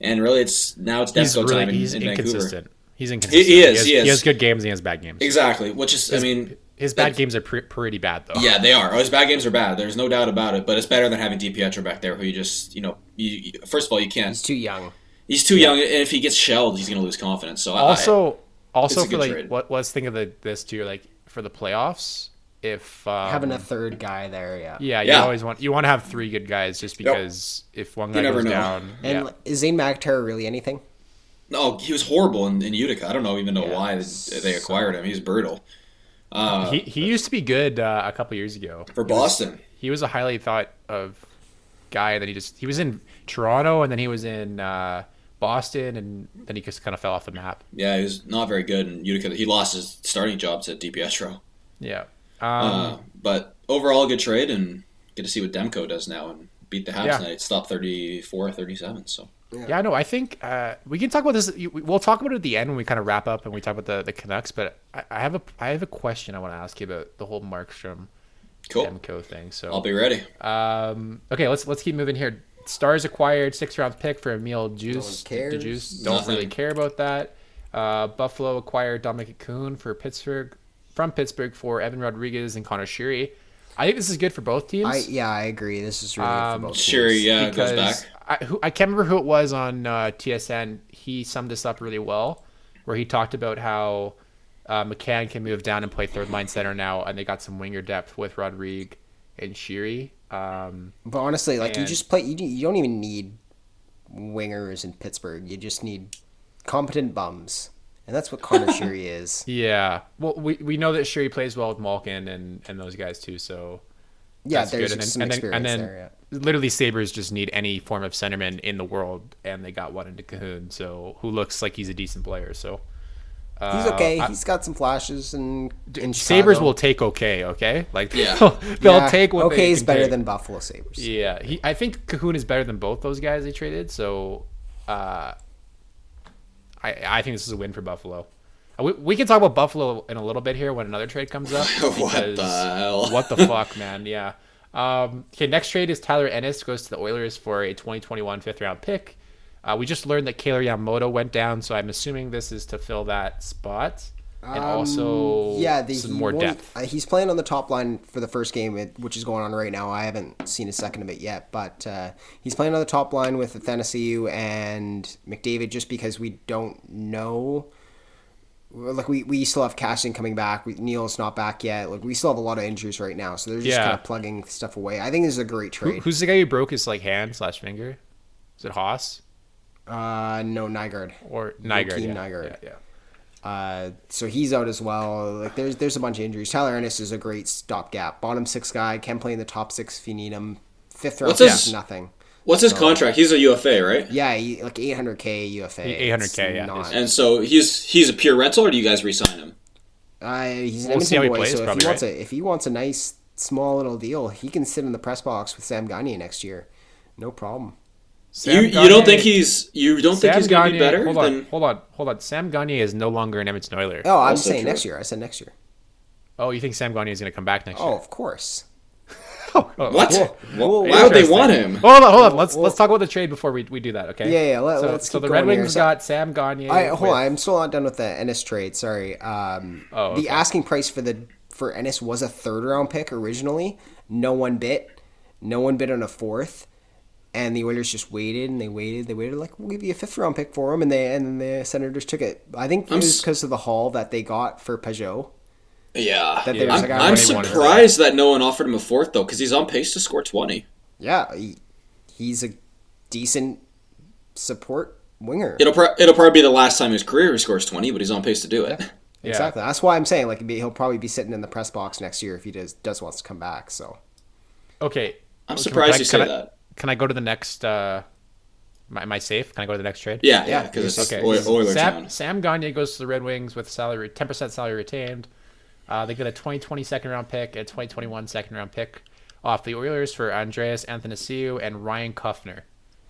G: and really, it's now it's
E: He's
G: Defco
E: really
G: time in,
E: he's
G: in Vancouver.
E: inconsistent. He's inconsistent.
G: is,
E: has,
G: he is.
E: has good games. and He has bad games.
G: Exactly, which is I mean.
E: His bad games are pre- pretty bad though.
G: Yeah, they are. Oh, his bad games are bad. There's no doubt about it. But it's better than having DiPietro back there, who you just, you know, you, you- first of all, you can't
F: He's too young.
G: He's too young, and if he gets shelled, he's going to lose confidence. So I-
E: also
G: It's
E: also
G: a
E: for
G: good
E: like
G: trade.
E: what let's think of the, this too like for the playoffs if um,
F: Having a third guy there, yeah.
E: yeah you
G: Yeah.
E: always want you want to have three good guys just because if one guy
G: never
E: goes
G: know.
E: down
F: And
E: yeah.
F: like, is Zane McIntyre really anything?
G: no, Oh, he was horrible in, in Utica. I don't know even know why they, they acquired him. He's brutal Uh,
E: he he used to be good uh, a couple years ago
G: for Boston.
E: he was a highly thought of guy and then he just he was in Toronto and then he was in uh, Boston and then he just kind of fell off the map
G: Yeah, he was not very good in Utica. He lost his starting job to DiPietro.
E: yeah
G: Uh, but overall, good trade, and get to see what Demko does now and beat the Habs
E: Yeah.
G: tonight. Stop 34 37. So
E: Yeah, no, I think uh, we can talk about this. you- We'll talk about it at the end when we kind of wrap up and we talk about the, the Canucks. But I, I have a I have a question I want to ask you about the whole Markstrom
G: cool.
E: Demko Uh, thing. So
G: Oh. I'll be ready.
E: um, okay, let's let's keep moving here. Stars acquired six round pick for Emil Juice.
F: Don't care.
E: The Juice don't
H: Nothing.
E: really care about that. Uh, Buffalo acquired Dominic Kuhn for Pittsburgh from Pittsburgh for Evan Rodriguez and Connor Sheary. I think this is good for both teams.
F: I yeah, I agree. This is really
E: Um,
F: good for both
H: Sure,
F: teams.
G: uh,
H: yeah, it goes
E: because
H: back.
E: I, who, I can't remember who it was on uh, TSN. He summed this up really well, where he talked about how uh, McCann can move down and play third line center now, and they got some winger depth with Rodrigue and Shiri. Um,
F: But honestly, like you
E: And-
F: just play. You, you don't even need wingers in Pittsburgh. You just need competent bums, and that's what Connor Sheary is.
E: yeah, well, we, we know that Shiri plays well with Malkin and, and those guys too, so
F: Yeah,
E: that's
F: there's
E: good.
F: some
E: And then,
F: experience
E: and then, and
F: there. Yeah.
E: then literally Sabres just need any form of centerman in the world, and they got one into Cahoon, so who looks like he's a decent player. So
F: He's okay.
E: uh, I-
F: He's got some flashes and in
E: Sabres
F: Chicago.
E: will take okay, okay? Like
H: Yeah.
E: they'll, they'll
F: Yeah,
E: take what
F: okay
E: they
F: is
E: can
F: better
E: take.
F: than Buffalo Sabres.
E: Yeah, he, I think Cahoon is better than both those guys they traded, so uh, I I think this is a win for Buffalo. Uh, We, we can talk about Buffalo in a little bit here when another trade comes up.
H: What the hell?
E: What the fuck, man? Yeah. Um, okay, next trade is Tyler Ennis goes to the Oilers for a 2021 fifth round pick. Uh, we just learned that Kaylor Yamamoto went down, so I'm assuming this is to fill that spot and also
F: Um, Yeah, the,
E: some
F: he
E: more
F: won't-
E: depth.
F: Uh, he's playing on the top line for the first game, it- which is going on right now. I haven't seen a second of it yet, but uh, he's playing on the top line with Athanasiu and McDavid just because we don't know. Like we, we still have Cashin coming back. We, Neil's not back yet. Like we still have a lot of injuries right now, so they're just
E: Yeah.
F: kind of plugging stuff away. I think this is a great
E: Who,
F: trade.
E: who's the guy who broke his like hand slash finger? Is it Haas
F: uh, no, Nygaard.
E: or Nygaard?
F: Joakim
E: Yeah,
F: Nygaard.
E: yeah, yeah.
F: Uh, so he's out as well. Like there's there's a bunch of injuries. Tyler Ennis is a great stopgap, bottom six guy, can play in the top six if you need him. Fifth round
H: What's his-
F: is nothing.
H: What's his contract? He's a UFA, right?
F: Yeah, he, like 800k UFA.
E: 800K,
F: It's
E: yeah,
F: not-
H: And so he's he's a pure rental, or do you guys re-sign him?
F: uh, he's an
E: We'll see how
F: Edmonton
E: he
F: boy,
E: plays,
F: so if
E: probably,
F: he wants
E: right?
F: a if he wants a nice small little deal, he can sit in the press box with Sam Gagne next year, no problem.
E: Sam
H: you you don't
E: Gagne-
H: think he's you don't think
E: Sam
H: he's going to be
E: Gagne-
H: better
E: Hold on,
H: than
E: hold on, hold on. Sam Gagne is no longer an Edmonton Oiler. Oh,
F: Oh, I'm
H: Also
F: saying
H: true.
F: next year. I said next year.
E: you think Sam Gagne is going to come back next
F: Oh,
E: year?
F: of course.
E: Oh,
H: what?
E: cool.
F: Whoa,
H: Why would they
E: Interesting.
H: want him?
E: Hold on, hold on. Let's let's talk about the trade before we, we do that. Okay.
F: Yeah, yeah, let-
E: so,
F: let's
E: so
F: keep
E: the Red
F: going here.
E: Wings
F: So-
E: got Sam Gagne.
F: I, hold
E: with-
F: on, I'm still not done with the Ennis trade. Sorry. Um,
E: Oh, okay.
F: The asking price for the for Ennis was a third round pick originally. No one bid. No one bid on a fourth. And the Oilers just waited and they waited. They waited like we'll give you a fifth round pick for him, and they and then the Senators took it. I think it
H: I'm
F: was
H: s-
F: because of the haul that they got for Peugeot.
H: Yeah,
F: That they were
H: I'm,
F: like, I
H: I'm
F: already
E: wanted to-
H: surprised that no one offered him a fourth though, because he's on pace to score twenty.
F: Yeah, he, he's a decent support winger.
H: It'll pro- it'll probably be the last time in his career he scores twenty, but he's on pace to do it.
E: Yeah.
F: Exactly. That's why I'm saying like he'll probably be sitting in the press box next year if he does does wants to come back. So.
E: Okay.
H: I'm
E: Can-
H: surprised
E: can
H: you
E: I-
H: say
E: can I-
H: that.
E: Can I go to the next? Uh, am I- am I safe? Can I go to the next trade?
H: Yeah, yeah,
F: Yeah,
H: because it's
E: Okay.
H: Oil- Oiler
E: Sam,
H: town.
E: Sam Gagne goes to the Red Wings with salary ten percent salary retained. Uh, they get a 2020 second round pick and 2021 second round pick off the Oilers for Andreas Anthonisiu and Ryan Kuffner.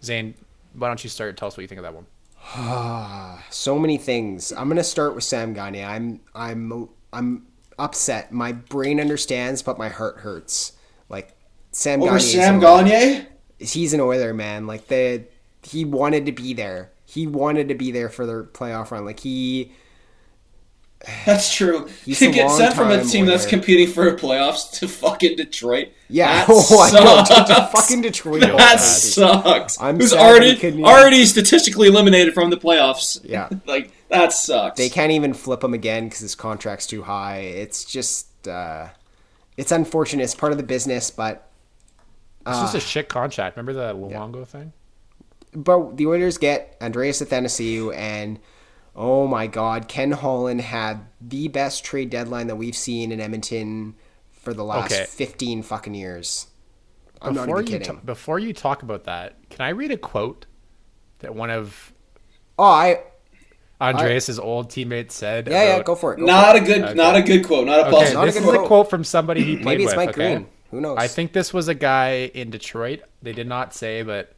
E: Zane, why don't you start? Tell us what you think of that one.
F: so many things. I'm gonna start with Sam Gagne. I'm I'm I'm upset. My brain understands, but my heart hurts. Like Sam
G: Over
F: Gagne. is
G: Sam
F: an-
G: Gagne?
F: He's an Oiler man. Like the he wanted to be there. He wanted to be there for the playoff run. Like he
G: That's true.
F: He's
G: to
F: a
G: get sent from a
F: long-time
G: team that's
F: winner.
G: competing for playoffs to fucking Detroit.
F: yeah.
G: That
F: Oh, I know,
G: sucks.
F: to- to fucking Detroit.
E: That
G: That sucks.
F: I'm
G: Who's
F: sad that
G: already
F: he couldn't even-
G: already statistically eliminated from the playoffs?
F: Yeah.
G: like that sucks.
F: They can't even flip him again because his contract's too high. It's just uh, it's unfortunate. It's part of the business, but
E: This is
F: Ah.
E: a shit contract. Remember the Luongo thing?
F: but the Oilers get Andreas Athanasiou and oh my God, Ken Holland had the best trade deadline that we've seen in Edmonton for the last
E: Okay.
F: fifteen fucking years. I'm
E: Before
F: not even
E: you
F: kidding.
E: ta- before you talk about that, can I read a quote that one of
F: oh, I
E: Andreas's old teammates said?
F: yeah yeah
E: about-
F: go for it. Go
G: not a good, not a good quote. Not a
E: Okay,
G: positive.
F: not a
E: this
F: good
E: is a
F: quote.
E: quote from somebody he
F: for it.
E: played
F: Maybe it's
E: with,
F: Mike
E: okay?
F: Green. Who knows?
E: I think this was a guy in Detroit. They did not say, but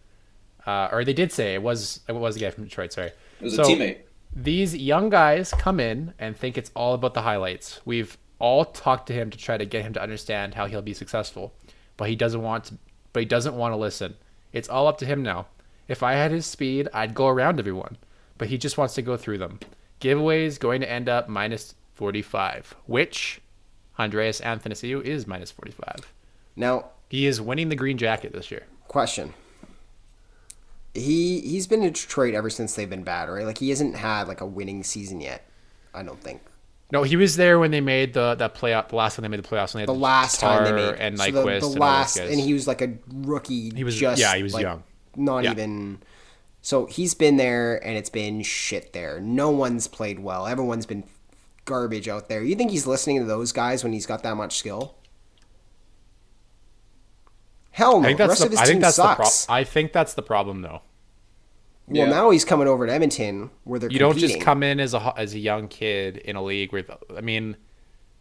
E: uh, or they did say it was it was a guy from Detroit. Sorry,
G: It was
E: So,
G: a teammate.
E: These young guys come in and think it's all about the highlights. We've all talked to him to try to get him to understand how he'll be successful, but he doesn't want to. But he doesn't want to listen. It's all up to him now. If I had his speed, I'd go around everyone, but he just wants to go through them. Giveaways going to end up minus 45, which Andreas Athanasiou is minus 45.
F: Now,
E: He is winning the green jacket this year.
F: question. He he's been in Detroit ever since they've been bad, right? Like he hasn't had like a winning season yet. I don't think.
E: No, he was there when they made the that playoff. The last time they made the playoffs, when they had
F: The last time they
E: Tatar
F: made
E: and
F: so
E: Nyquist
F: the- the,
E: and
F: last,
E: all those guys.
F: and he was like a rookie. He
E: was-
F: just
E: yeah, he was
F: like,
E: young.
F: Not
E: Yeah.
F: even. So he's been there, and it's been shit there. No one's played well. Everyone's been garbage out there. You think he's listening to those guys when he's got that much skill? Hell no.
E: I think
F: the
E: that's
F: rest
E: the,
F: of his
E: I
F: team
E: think that's the
F: sucks.
E: problem. I think that's the problem though.
F: well,
G: Yeah.
F: now he's coming over to Edmonton where they're
E: You don't
F: competing.
E: just come in as a ho- as a young kid in a league where the, I mean,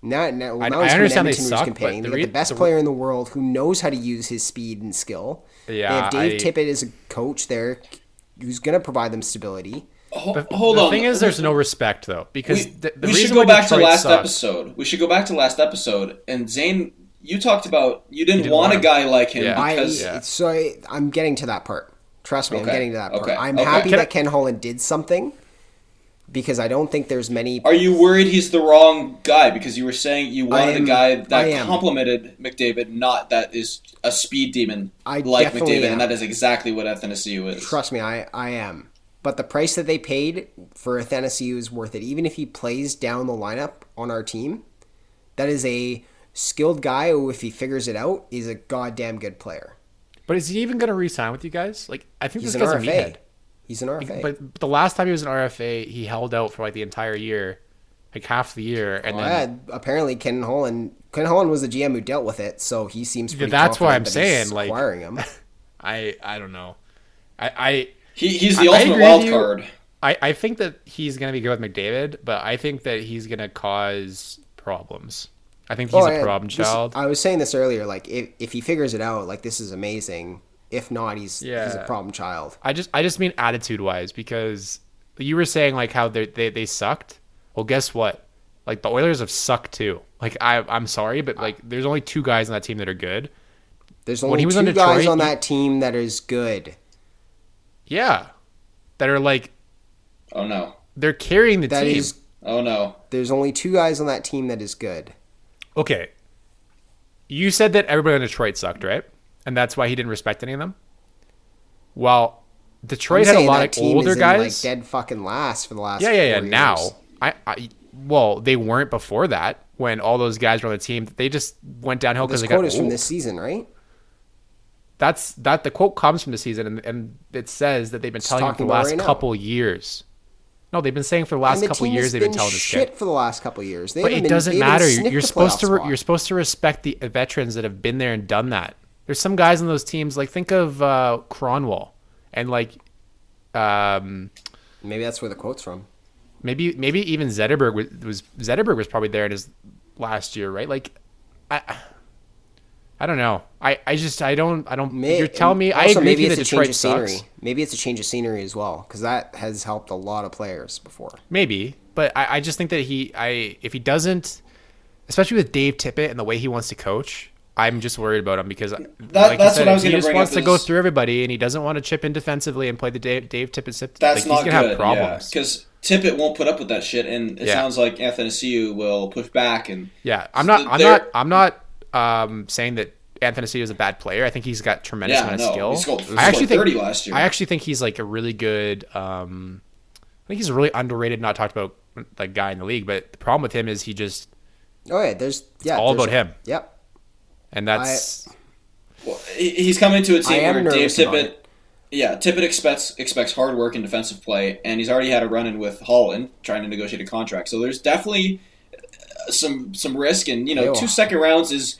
F: Now, now, now
E: I-
F: he's
E: I
F: from
E: understand they
F: Edmonton who's
E: suck, but
F: competing.
E: the
F: They got
E: re-
F: the best
E: the re-
F: player in the world who knows how to use his speed and skill.
E: Yeah,
F: they have Dave
E: I-
F: Tippett as a coach there, who's going to provide them stability.
G: Ho-
E: the,
G: hold
E: the
G: on.
E: thing is, there's no respect though
G: we,
E: because the, the
G: we
E: reason
G: should go
E: why
G: back to
E: Detroit
G: last
E: sucks-
G: episode. We should go back to last episode. And Zane, you talked about you didn't,
E: didn't
G: want,
E: want
G: a
E: him.
G: guy like him
E: Yeah.
F: I
G: because
E: Yeah.
F: so I, I'm getting to that part. Trust me, I'm
G: Okay.
F: getting to that part.
G: Okay.
F: I'm
G: Okay.
F: happy
E: Can I-
F: that Ken Holland did something because I don't think there's many.
G: are you worried he's the wrong guy? Because you were saying you wanted
F: am.
G: a guy
F: I
G: that
F: am.
G: complemented McDavid, not that is a speed demon
F: I
G: like
F: definitely
G: McDavid,
F: am.
G: and that is exactly what Athanasiu is.
F: Trust me, I I am. But the price that they paid for Athanasiu is worth it. Even if he plays down the lineup on our team, that is a skilled guy who, if he figures it out, is a goddamn good player.
E: But is he even going to re-sign with you guys? Like, I think
F: He's
E: this
F: an
E: guy's a
F: RFA.
E: meathead.
F: He's an RFA.
E: But, but the last time he was an RFA, he held out for like the entire year, like half the year, and
F: Well,
E: then
F: yeah, apparently Ken Holland. Ken Holland was the GM who dealt with it, so he seems. Pretty
E: that's what
F: confident
E: I'm
F: that
E: saying,
F: he's
E: like-
F: acquiring him.
E: I I don't know. I
G: He, he's
E: I-
G: the
E: I
G: ultimate
E: agree with
G: wild
E: you.
G: card.
E: I I, I think that he's going to be good with McDavid, but I think that he's going to cause problems. I think he's
F: Oh,
E: a
F: yeah,
E: problem
F: this-
E: child.
F: I was saying this earlier. Like, if, if he figures it out, like this is amazing. If not, he's he's a
E: Yeah.
F: problem child.
E: I just I just mean attitude wise because you were saying like how they they they sucked. Well, guess what? Like the Oilers have sucked too. Like I I'm sorry, but like there's only two guys on that team that are good.
F: There's
E: When
F: only
E: he was
F: two
E: on
F: guys
E: Detroit,
F: on
E: he-
F: that team that is good.
E: Yeah, that are like
G: Oh no!
E: they're carrying the
F: That
E: team.
F: is,
G: Oh no!
F: there's only two guys on that team that is good.
E: Okay. You said that everybody in Detroit sucked, right? And that's why he didn't respect any of them. Well,
F: I'm
E: Detroit had a
F: saying
E: lot
F: that
E: of
F: team
E: older
F: is in,
E: guys.
F: like dead fucking last for the last.
E: yeah, yeah, yeah.
F: four
E: Now,
F: years.
E: I, I, well, they weren't before that when all those guys were on the team. They just went downhill because
F: this
E: they got
F: quote
E: old.
F: is from this season, right?
E: That's that. The quote comes from the season, and, and it says that they've been telling him for
F: talking
E: the
F: about
E: last
F: right now.
E: couple years. No, they've been saying for the last
F: and the
E: couple
F: team
E: years
F: has
E: they've
F: been
E: been telling this kid.
F: shit for the last couple of years. They
E: But
F: haven't
E: it
F: been-
E: doesn't
F: they haven't
E: matter.
F: sniffed
E: You're, you're
F: the
E: supposed
F: playoff
E: to re-
F: spot.
E: you're supposed to respect the veterans that have been there and done that. There's some guys on those teams like think of uh, Cronwall and like um,
F: Maybe that's where the quote's from.
E: maybe maybe even Zetterberg was, was Zetterberg was probably there in his last year, right? Like I I don't know. I, I just I don't I don't.
F: May- um,
E: you're telling me I agree
F: also
E: with
F: maybe
E: you that
F: it's a change
E: Detroit
F: of
E: sucks.
F: scenery. Maybe it's a change of scenery as well, because that has helped a lot of players before.
E: Maybe, but I, I just think that he, I if he doesn't, especially with Dave Tippett and the way he wants to coach, I'm just worried about him because like you
G: that's
E: said,
G: what I was
E: he
G: gonna
E: just
G: bring
E: wants
G: up
E: to go
G: is-
E: through everybody and he doesn't want to chip in defensively and play the Dave, Dave Tippett. sip-
G: That's
E: like,
G: not
E: he's
G: good.
E: gonna have problems. Yeah,
G: because Tippett won't put up with that shit, and it
E: Yeah.
G: sounds like Athanasiu will push back. And
E: I'm not, I'm
G: They're-
E: not, I'm not um, saying that Anthony C is a bad player. I think he's got tremendous
G: Yeah,
E: amount
G: no,
E: of skill.
G: he scored- he
E: I actually
G: scored
E: think
G: 30 last year.
E: I actually think he's like a really good. Um, I think he's a really underrated, not talked about like guy in the league. But the problem with him is he just,
F: Oh yeah, there's yeah,
E: all
F: there's-
E: about him.
F: Yep.
E: and that's
G: well, he- he's coming into a
F: I
G: team
F: am
G: where Dave
F: nervous about
G: Tippett, yeah, Tippett expects expects hard work and defensive play, and he's already had a run in with Holland trying to negotiate a contract. So there's definitely uh, some some risk, and you know,
F: Ew.
G: two second rounds is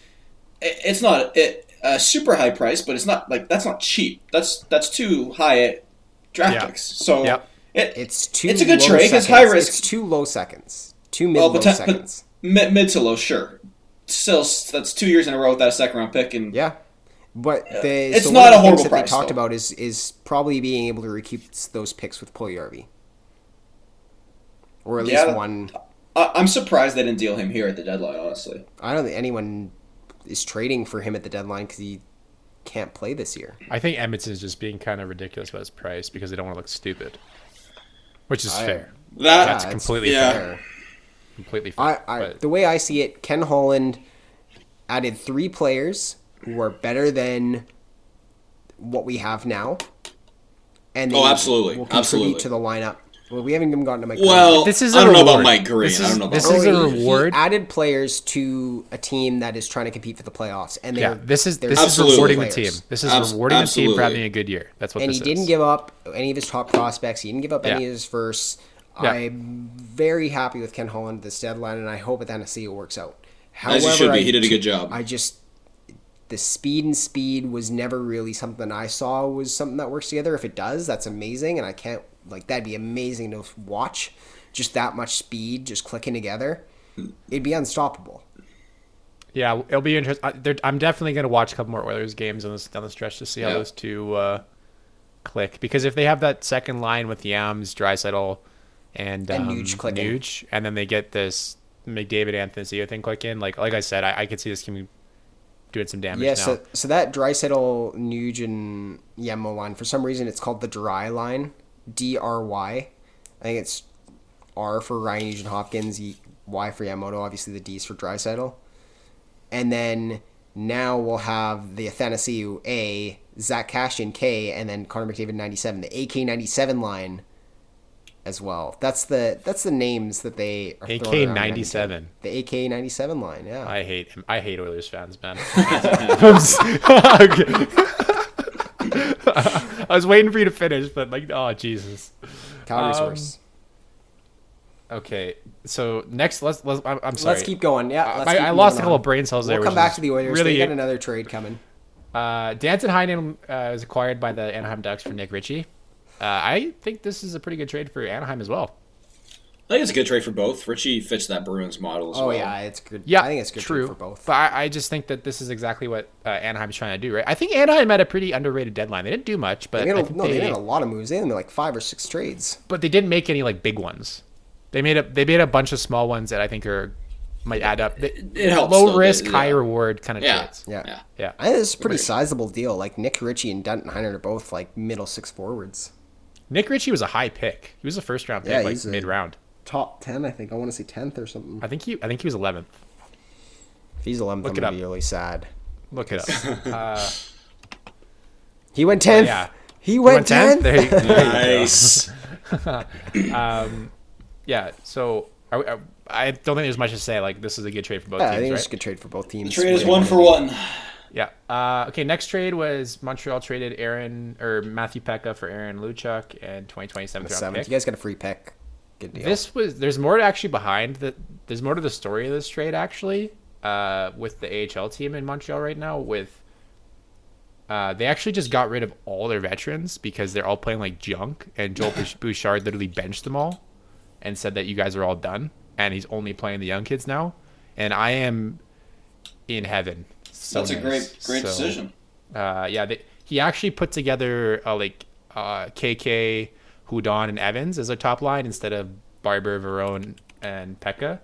G: it, it's not it, a super high price, but it's not like that's not cheap. That's that's too high at draft
E: Yeah.
G: picks. So
E: Yeah.
G: it,
F: It's too.
G: It's a good
F: low
G: trade, it's
F: Seconds.
G: high risk.
F: It's too low seconds. Too mid
G: Well,
F: low
G: but, te-
F: seconds.
G: but mid, mid to low, sure. Still, s- that's two years in a row without a second round pick, and
F: yeah. But the,
G: It's
F: so
G: not
F: one
G: a
F: of the
G: horrible
F: things that
G: price,
F: they talked
G: though.
F: about is is probably being able to recoup those picks with Puliarvi. Or at least
G: Yeah.
F: one.
G: I, I'm surprised they didn't deal him here at the deadline. Honestly,
F: I don't think anyone is trading for him at the deadline because he can't play this year.
E: I think Emmetson's just being kind of ridiculous about his price because they don't want to look stupid, which is fair.
H: That
E: That's
F: it's
E: completely
H: yeah.
E: fair. Completely fair.
F: I, I
E: but
F: the way I see it, Ken Holland added three players who are better than what we have now, and
H: Oh,
F: they
H: absolutely.
F: will contribute
H: Absolutely.
F: to the lineup. Well, we haven't even gotten to Mike.
H: well,
E: This is
H: I
E: a
H: don't know about
E: reward.
H: Mike Green.
E: This
H: I
E: is-
H: don't know. About
E: this
H: Mike
E: is
H: Green.
E: a
F: He-
E: reward.
F: He added players to a team that is trying to compete for the playoffs, and they
E: yeah, this is this
H: Absolutely.
E: is rewarding the team.
F: players.
E: This is
H: Abs-
E: rewarding the team for
H: absolutely.
E: having a good year. That's what
F: and
E: this
F: he didn't
E: is.
F: give up any of his top prospects. He didn't give up any
E: Yeah.
F: of his firsts.
E: Yeah.
F: I'm very happy with Ken Holland this deadline, and I hope with Hennessy it works out. However,
H: As you should be.
F: I
H: He did a
F: do-
H: good job.
F: I just the speed and speed was never really something I saw was something that works together. If it does, that's amazing, and I can't like that'd be amazing to watch. Just that much speed, just clicking together, it'd be unstoppable.
E: Yeah, it'll be interesting. I'm definitely going to watch a couple more Oilers games on this down the stretch to see how
H: Yeah.
E: those two uh, click. Because if they have that second line with Yams, Drysaddle, and,
F: And
E: um,
F: Nuge clicking.
E: Nuge, and then they get this McDavid Anthony thing click in, like like I said, I, I could see this team doing some damage
F: Yeah,
E: now.
F: so, so that dry settle Nugent Yemo line, for some reason it's called the dry line. D R Y. I think it's R for Ryan Nugent Hopkins, E- Y for Yamoto, obviously the D's for dry settle. And then now we'll have the Athanasiu A, Zach Cashin K, and then Connor McDavid ninety seven, the AK ninety seven line as well. That's the that's the names that they are throwing around now.
E: AK97.
F: The AK ninety seven line, yeah.
E: I hate him. I hate Oilers fans, man. I'm s- Okay. I was waiting for you to finish, but like, oh Jesus.
F: Calgary's
E: Um,
F: worse.
E: Okay, so next, let's let's. I'm, I'm sorry.
F: Let's keep going. Yeah, let's
E: I-
F: keep
E: I lost
F: moving
E: a couple
F: on.
E: brain cells there,
F: We'll come
E: which
F: back
E: is
F: to the Oilers.
E: really-
F: they got another trade coming.
E: Uh, Danton Heinen uh, was acquired by the Anaheim Ducks for Nick Ritchie. Uh, I think this is a pretty good trade for Anaheim as well.
H: I think it's a good trade for both. Richie fits that Bruins model as
F: Oh
H: well.
F: yeah, it's good.
E: Yeah,
F: I think it's good
E: true
F: for both.
E: But I, I just think that this is exactly what uh, Anaheim's trying to do, right? I think Anaheim had a pretty underrated deadline. They didn't do much, but
F: they
E: I
F: made a,
E: think
F: no, they,
E: they-
F: made a lot of moves. They made like five or six trades.
E: but they didn't make any like big ones. They made a they made a bunch of small ones that I think are might add up. They-
H: It helps
E: Low
H: though,
E: risk,
H: yeah.
E: high reward kind of
H: Yeah.
E: trades.
F: Yeah.
H: Yeah.
E: Yeah.
F: I think this is a pretty sizable deal. Like Nick Ritchie and Denton Heiner are both like middle six forwards.
E: Nick Ritchie was a high pick. He was a first round pick,
F: Yeah,
E: like
F: he's a-
E: mid round.
F: Top ten, I think. I want to say tenth or something.
E: I think he I think he was eleventh.
F: If he's eleventh, I'm
E: Look it
F: gonna
E: up.
F: be really sad.
E: Look it up.
F: He went tenth.
E: Yeah.
F: He went
E: He went 10th?
F: tenth.
E: There you- there you go.
H: Nice.
E: Yeah. So I, I, I don't think there's much to say. Like this is a good trade for both
F: Yeah, I
E: teams,
F: think
E: right?
F: it's a good trade for both teams.
G: Trade is
F: Really
G: one
F: wanted
G: for one.
E: Yeah. Uh, okay. Next trade was Montreal traded Aaron or Matthew Pekka for Aaron Luchuk and 2027
F: the
E: round
F: seventh.
E: pick.
F: You guys got a free pick. Good deal.
E: This was there's more actually behind the there's more to the story of this trade actually uh, with the AHL team in Montreal right now with uh, they actually just got rid of all their veterans because they're all playing like junk and Joel Bouch- Bouchard literally benched them all and said that you guys are all done and he's only playing the young kids now and I am in heaven. So
G: That's a great,
E: nice.
G: great
E: So-
G: decision.
E: uh, yeah, they, he actually put together uh, like uh, KK, Houdon, and Evans as a top line instead of Barber, Verone, and Pekka.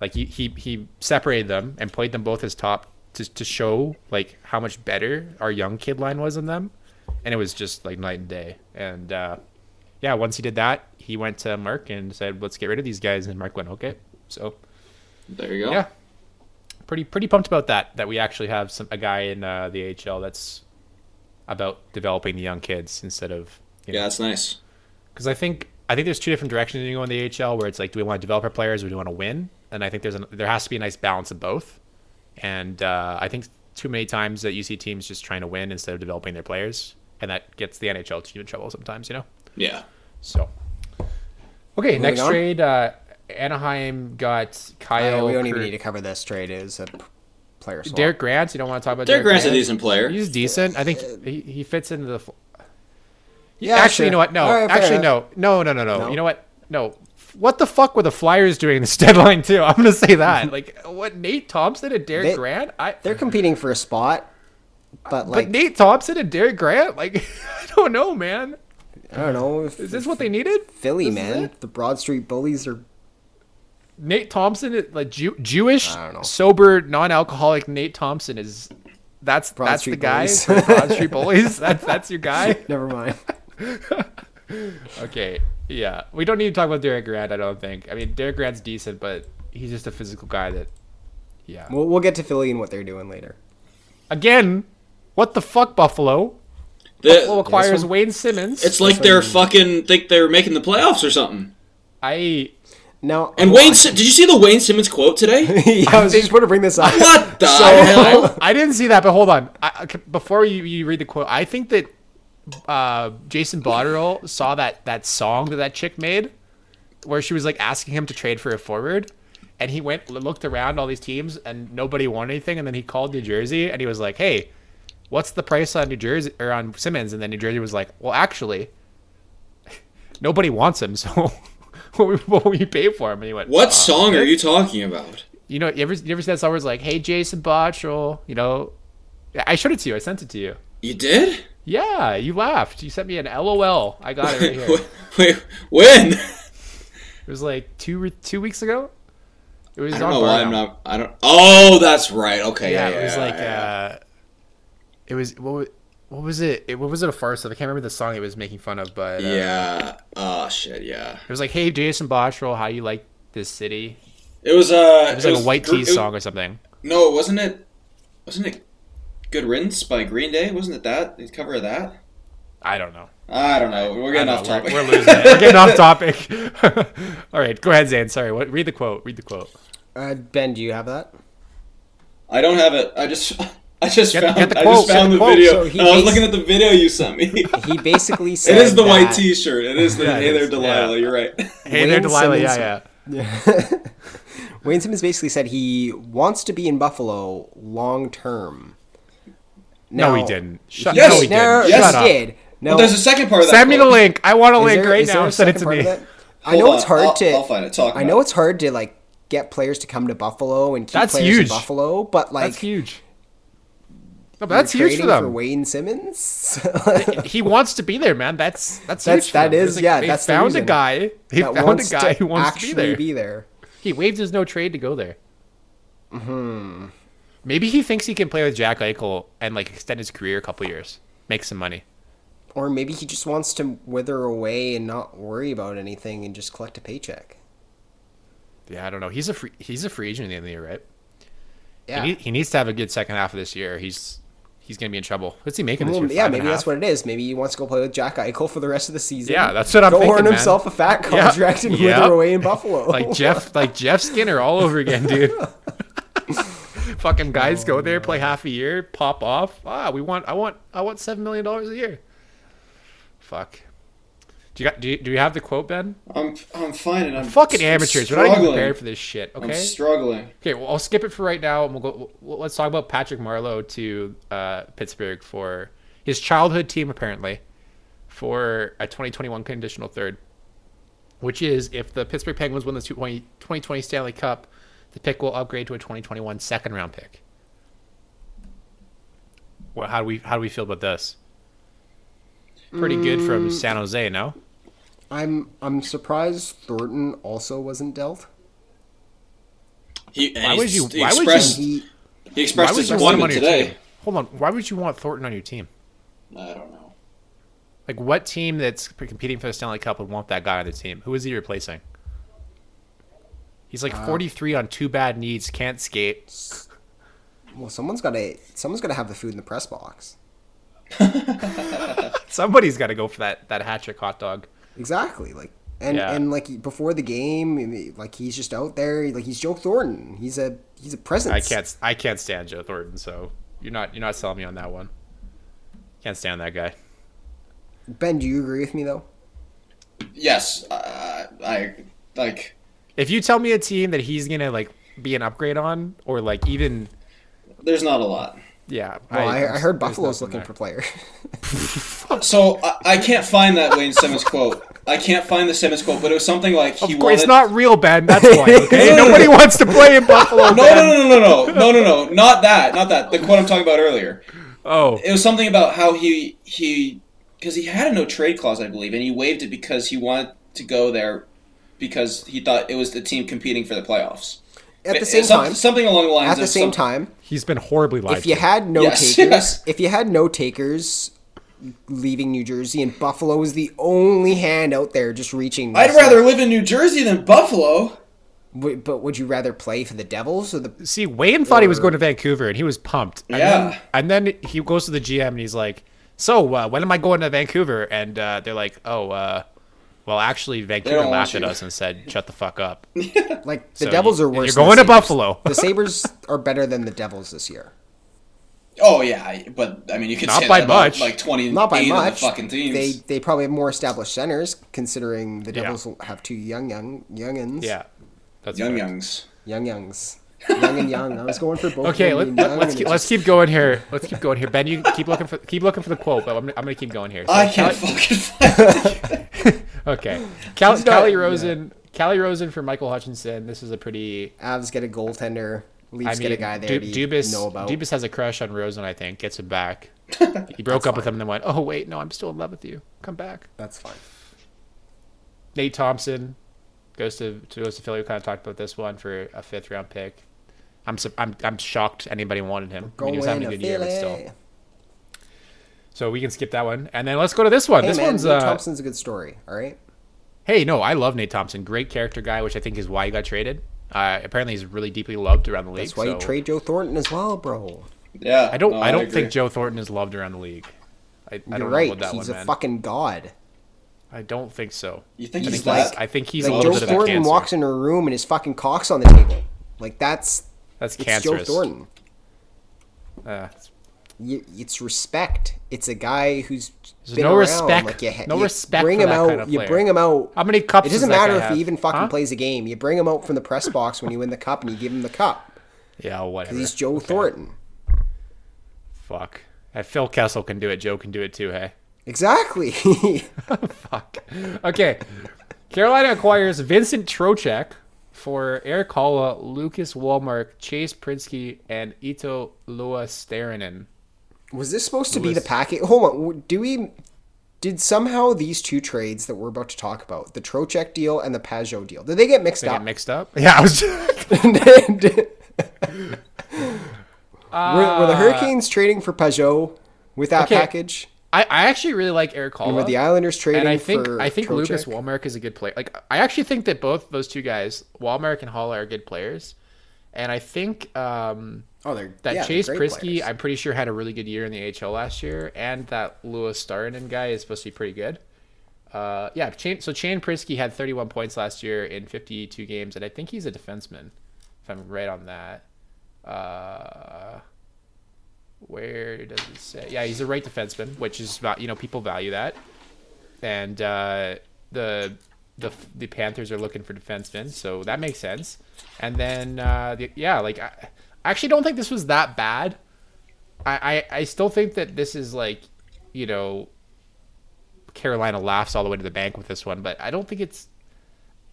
E: Like he, he he separated them and played them both as top to to show like how much better our young kid line was than them, and it was just like night and day. And uh, yeah, once he did that, he went to Mark and said, "Let's get rid of these guys," and Mark went, "Okay." So
H: There you go.
E: yeah, pretty pretty pumped about that. That we actually have some a guy in uh, the AHL that's about developing the young kids instead of
H: Yeah,
E: you know
H: that's nice.
E: because I think I think there's two different directions you can go in the AHL where it's like do we want to develop our players or do we want to win? And I think there's an, there has to be a nice balance of both. And uh, I think too many times that you see teams just trying to win instead of developing their players, and that gets the NHL team in trouble sometimes. You know.
H: Yeah.
E: So, okay, next
F: on.
E: trade. Uh, Anaheim got Kyle.
F: Uh, we don't even
E: Kurt-
F: need to cover this trade. It was a p- player swap.
E: Derek Grant. You don't want to talk about
H: Derek Grant's a
E: Grant?
H: decent player.
E: He's decent. I think he, he fits into the. fl-
F: Yeah,
E: actually,
F: sure.
E: you know what? No,
F: All right, fair
E: actually, no.
F: enough.
E: no, no, no, no,
F: No?
E: You know what? No. What the fuck were the Flyers doing this deadline too? I'm gonna say that. Like, what Nate Thompson and Derek
F: They-
E: Grant? I
F: They're competing for a spot, but
E: but
F: like
E: Nate Thompson and Derek Grant? Like, I don't know, man.
F: I don't know. If
E: Is this what they needed?
F: Philly
E: this is
F: man,
E: it?
F: the Broad Street Bullies are.
E: Nate Thompson, like Jew- Jewish,
F: I don't know.
E: sober, non-alcoholic Nate Thompson is That's
F: Broad
E: that's
F: Street
E: the guy.
F: Bullies.
E: for Broad Street Bullies. That's that's your guy.
F: Never mind.
E: Okay. Yeah. We don't need to talk about Derek Grant, I don't think. I mean, Derek Grant's decent, but he's just a physical guy that yeah.
F: We'll, we'll get to Philly and what they're doing later.
E: Again, what the fuck Buffalo? Buffalo
G: The,
E: acquires Wayne Simmons.
G: it's like they're fucking think they're making the playoffs or something.
E: I
F: Now,
G: And Wayne, Si- did you see the Wayne Simmons quote today?
F: yeah, I was just going to bring this up.
G: What the hell?
E: I, I didn't see that, but hold on. I, I- before you, you read the quote, I think that uh, Jason Botterill saw that that song that that chick made, where she was like asking him to trade for a forward, and he went looked around all these teams and nobody wanted anything, and then he called New Jersey and he was like, "Hey, what's the price on New Jersey or on Simmons?" And then New Jersey was like, "Well, actually, nobody wants him, so." What we, what we pay for him, and he went.
G: What song are you talking about?
E: You know, you ever you ever see that song where it's like, "Hey, Jason Bottrell," you know? I showed it to you. I sent it to you.
G: You did?
E: Yeah, you laughed. You sent me an LOL. I got it right here. it
G: Wait, when?
E: was like two or- two weeks ago. It was
G: I don't
E: on
G: know why I'm
E: Barnum.
G: not. I don't. Oh, that's right. Okay.
E: Yeah,
G: Yeah,
E: it was
G: yeah,
E: like
G: yeah.
E: uh, it was what was, what was it? it? What was it a farce of? I can't remember the song it was making fun of, but uh,
G: Yeah. Oh shit. Yeah.
E: it was like, "Hey, Jason Bottrell, how you like this city?"
G: It was uh.
E: It was like a white
G: Gr-
E: tea
G: it-
E: song or something.
G: No, wasn't it? Wasn't it Good Riddance by Green Day? Wasn't it that? The cover of that?
E: I don't know.
G: I don't know. We're getting off
E: We're,
G: topic.
E: we're losing. it. We're getting off topic. All right, go ahead, Zane. Sorry. What? Read the quote. Read the quote.
F: Uh, ben, do you have that?
G: I don't have it. I just. I just
E: Get-
G: found.
E: get the
G: I
E: quote,
G: just
E: get
G: found
E: the
G: the,
E: quote.
G: video.
F: So he
G: and I
F: bas-
G: was looking at the video you sent me. it
F: He basically said
G: is the white
F: that-
G: T-shirt. It is the
E: Yeah, it
G: Hey There
E: is.
G: Delilah.
E: Yeah.
G: You're right.
E: Hey there,
F: Wayne
E: Delilah. Yeah,
F: Simmons-
E: yeah.
F: Wayne Simmons basically said he wants to be in Buffalo long term.
E: No,
F: Now-
E: he didn't. Shut,
G: Yes,
E: no, he
F: No,
E: didn't.
G: yes,
E: Shut
F: he
E: up.
F: did. No,
G: But there's a second part of that.
E: Send me the
G: quote.
E: link. I want a
F: Is
E: link
F: there-
E: right
F: is there
E: now.
F: a
E: Send it
F: second
E: to
F: part
E: me.
F: of that? I
G: Hold
F: know
G: on,
F: it's hard
G: I'll-
F: to.
G: I'll find it. Talk
F: I
G: about
F: know
G: it.
F: it's hard to like get players to come to Buffalo and keep
E: That's
F: players
E: huge.
F: in Buffalo, but like
E: That's huge. No, but that's
F: you're
E: huge for
F: trading
E: them.
F: Wayne Simmons.
E: he wants to be there, man. That's that's
F: That's-
E: huge. for
F: that
E: them.
F: is-
E: It's
F: yeah,
E: They
F: that's the
E: found a
F: reason.
E: guy. They
F: that
E: found a
F: wants
E: guy
F: to
E: who wants to be
F: actually
E: there.
F: be there.
E: He waived his no trade to go there. Hmm.
F: Mm-hmm.
E: Maybe he thinks he can play with Jack Eichel and like extend his career a couple years, make some money.
F: Or maybe he just wants to wither away and not worry about anything and just collect a paycheck.
E: Yeah, I don't know. He's a free he's a free agent at the end of the year, right?
F: Yeah.
E: He, need- he needs to have a good second half of this year. He's he's gonna be in trouble. What's he making this
F: Well,
E: year?
F: yeah,
E: Five and a
F: maybe that's
E: half?
F: what it is. Maybe he wants to go play with Jack Eichel for the rest of the season.
E: Yeah, that's what I'm
F: go
E: thinking,
F: earn
E: man.
F: himself a fat
E: Yeah.
F: contract and
E: Yeah.
F: wither away in Buffalo.
E: like Jeff, like Jeff Skinner all over again, dude. Fucking guys
F: Oh,
E: go there, play half a year, pop off. Ah, we want, I want, I want seven million dollars a year. Fuck. Do you got? Do you, do you have the quote, Ben?
G: I'm I'm fine and I'm
E: Fucking
G: s-
E: amateurs. We're
G: Struggling.
E: not even prepared for this shit.
G: I'm
E: Okay.
G: struggling.
E: okay. Well, I'll skip it for right now, and we'll go. We'll, let's talk about Patrick Marlowe to uh, Pittsburgh for his childhood team, apparently, for a 2021 conditional third. which is if the Pittsburgh Penguins win the 2020 2020 Stanley Cup, the pick will upgrade to a 2021 second round pick. Well, how do we how do we feel about this? Pretty good from San Jose, no?
F: I'm I'm surprised Thornton also wasn't dealt.
G: He, and
E: Why
G: he
E: would
G: s-
E: you-
G: He
E: why would you-
G: expressed,
F: He
G: He expressed
E: want
G: his
E: him
G: disappointment
E: on your
G: today.
E: team? Hold on, why would you want Thornton on your team?
G: I don't know.
E: Like, what team that's competing for the Stanley Cup would want that guy on the team? Who is he replacing? He's like 43 on two bad knees, can't skate.
F: well, someone's got to someone's got to have the food in the press box.
E: Somebody's got to go for that that hat trick hot dog.
F: Exactly. Like and
E: Yeah.
F: and like before the game, I mean, like he's just out there. Like he's Joe Thornton. He's a he's a presence.
E: I can't I can't stand Joe Thornton, so you're not you're not selling me on that one. Can't stand that guy.
F: Ben, do you agree with me though?
G: Yes, uh, I like.
E: If you tell me a team that he's gonna like be an upgrade on, or like even
G: There's not a lot.
E: yeah,
F: Well, Oh, I, I
E: there's
F: heard Buffalo's
E: nothing
F: looking
E: there.
F: for players.
G: So I, I can't find that Wayne Simmons quote. I can't find the Simmons quote, but it was something like he
E: Of course, it's
G: wanted.
E: not real, Ben. That's why. Okay, nobody wants to play in Buffalo.
G: no, no, no, no, no, no, no, no, not that, not that. The quote I'm talking about earlier.
E: Oh,
G: It was something about how he he because he had a no trade clause, I believe, and he waived it because he wanted to go there because he thought it was the team competing for the playoffs.
F: at the same
H: Some-
F: time,
H: something along the lines
F: at the
H: of
F: same
H: some-
F: time,
E: He's been horribly lied
F: if you
E: to.
F: had no
H: Yes,
F: takers,
H: yes.
F: if you had no takers leaving New Jersey and Buffalo was the only hand out there just reaching.
H: I'd rather live in New Jersey than Buffalo.
F: W- but would you rather play for the Devils or the?
E: See, Wayne thought he was going to Vancouver and he was pumped. And
H: Uh. Yeah.
E: Then, and then he goes to the GM and he's like, "So uh, when am I going to Vancouver?" And uh, they're like, "Oh, uh, well, actually, Vancouver
H: want
E: laughed at
H: you.
E: us and said, shut the fuck up.'
F: Like the
E: So
F: Devils
E: you-
F: are worse.
E: you're
F: than
E: going to
F: Sabres.
E: Buffalo.
F: the Sabers are better than the Devils this year.
H: Oh yeah, I- but I mean you could
E: Not
H: say
E: by
H: that about,
E: much.
H: like twenty
F: Not by
H: eight of the
F: much.
H: fucking teams.
F: They they probably have more established centers considering the
E: Yeah.
F: Devils have two young young youngins.
E: yeah. That's
H: Young
E: correct.
H: youngs.
F: young youngs. Young and young. I was going for both.
E: Okay,
F: young
E: let,
F: and
E: let,
F: young,
E: let's
F: and
E: keep,
F: it
E: let's
F: just-
E: keep going here. Let's keep going here. Ben, you keep looking for keep looking for the quote, but I'm, I'm gonna keep going here. So
H: I can't
E: Callie-
H: fucking find it.
E: okay, Cal,
F: not-
E: Callie
F: yeah.
E: Rosen, Callie Rosen for Michael Hutchinson. This is a pretty.
F: Avs get a goaltender. Leafs
E: I mean,
F: get a guy there
E: Du-
F: to
E: Dubas,
F: know about.
E: Dubas has a crush on Rosen. I think gets him back. He broke up with him and then went, "Oh wait, no, I'm still in love with you. Come back."
F: That's fine.
E: Nate Thompson goes to, to goes to Philly. We kind of talked about this one for a fifth round pick. I'm su- I'm I'm shocked anybody wanted him. I mean, he was having a
F: to
E: good year, but
F: Philly.
E: still. So we can skip that one, and then let's go to this one.
F: Hey
E: this
F: man,
E: one's
F: Nate
E: uh,
F: Thompson's a good story. All right.
E: hey, no, I love Nate Thompson. Great character guy, which I think is why he got traded. Uh, apparently, he's really deeply loved around the league.
F: That's why
E: so
F: you trade Joe Thornton as well, bro.
H: Yeah.
E: I don't
H: no,
E: I don't
H: agree.
E: think Joe Thornton is loved around the league. I, I
F: You're
E: don't know
F: right.
E: about that
F: He's
E: one,
F: a
E: man.
F: fucking god.
E: I don't think so.
H: You think
E: I
H: he's
E: think
H: that?
E: he's, I think he's a
F: Like
E: little
F: Joe
E: bit of a
F: Thornton
E: cancer.
F: walks into a room and his fucking cock's on the table. Like that's
E: That's
F: it's
E: cancerous.
F: Joe Thornton.
E: Uh,
F: You, it's respect. It's a guy who's
E: There's
F: been
E: no
F: around.
E: respect-
F: Like you ha-
E: no
F: you
E: respect
F: Bring
E: for
F: him
E: that
F: out.
E: kind of
F: you
E: player.
F: bring him out.
E: How many cups
F: It doesn't
E: does that
F: matter
E: guy
F: if
E: have?
F: he even fucking
E: Huh?
F: plays a game. You bring him out from the press box when you win the cup, and you give him the cup.
E: yeah, whatever.
F: He's Joe Thornton.
E: Fuck. If Phil Kessel can do it, Joe can do it too, hey?
F: Exactly.
E: Fuck. Okay. Carolina acquires Vincent Trocek for Eric Halla, Lucas Walmark, Chase Prinsky, and Ito Lua Sterinen.
F: Was this supposed to be the package? Hold on. w- Do we? Did somehow these two trades that we're about to talk about, the Trocek deal and the Pajot deal, did they get mixed
E: Get
F: up?
E: mixed up? Yeah, I was just...
F: were, were the Hurricanes trading for Pajot with that
E: Uh, Okay.
F: package?
E: I, I actually really like Eric Halla.
F: Were the Islanders trading
E: and I think
F: for
E: I think
F: Trocheck?
E: Lucas Walmark is a good player. Like I actually think that both those two guys, Walmark and Halla, are good players. And I think um,
F: Oh, they're
E: that
F: yeah, they're
E: Chase
F: great
E: Prisky,
F: players.
E: I'm pretty sure had a really good year in the AHL last year, and that Lewis Starinen guy is supposed to be pretty good. Uh, yeah, Chan, so Chan Prisky had 31 points last year in 52 games, and I think he's a defenseman, if I'm right on that. Uh, where does it say? Yeah, he's a right defenseman, which is about you know people value that, and uh, the the the Panthers are looking for defensemen, so that makes sense. And then uh, the, yeah, like I, I actually don't think this was that bad. I, I I still think that this is like you know Carolina laughs all the way to the bank with this one, but I don't think it's.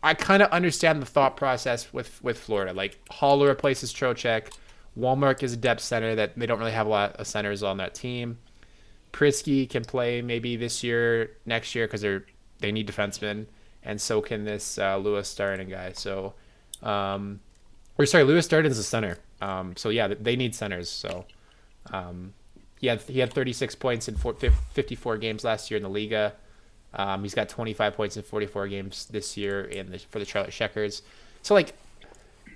E: I kind of understand the thought process with with Florida. Like Holler replaces Trocheck, Walmart is a depth center that they don't really have a lot of centers on that team. Prisky can play maybe this year, next year because they're they need defensemen, and so can this uh, Lewis Darden guy. So, um, or sorry, Lewis Darden's a center. Um, so yeah, they need centers. So um, he had he had 36 points in four, fif- 54 games last year in the Liga. Um, he's got 25 points in 44 games this year in the, for the Charlotte Checkers. So like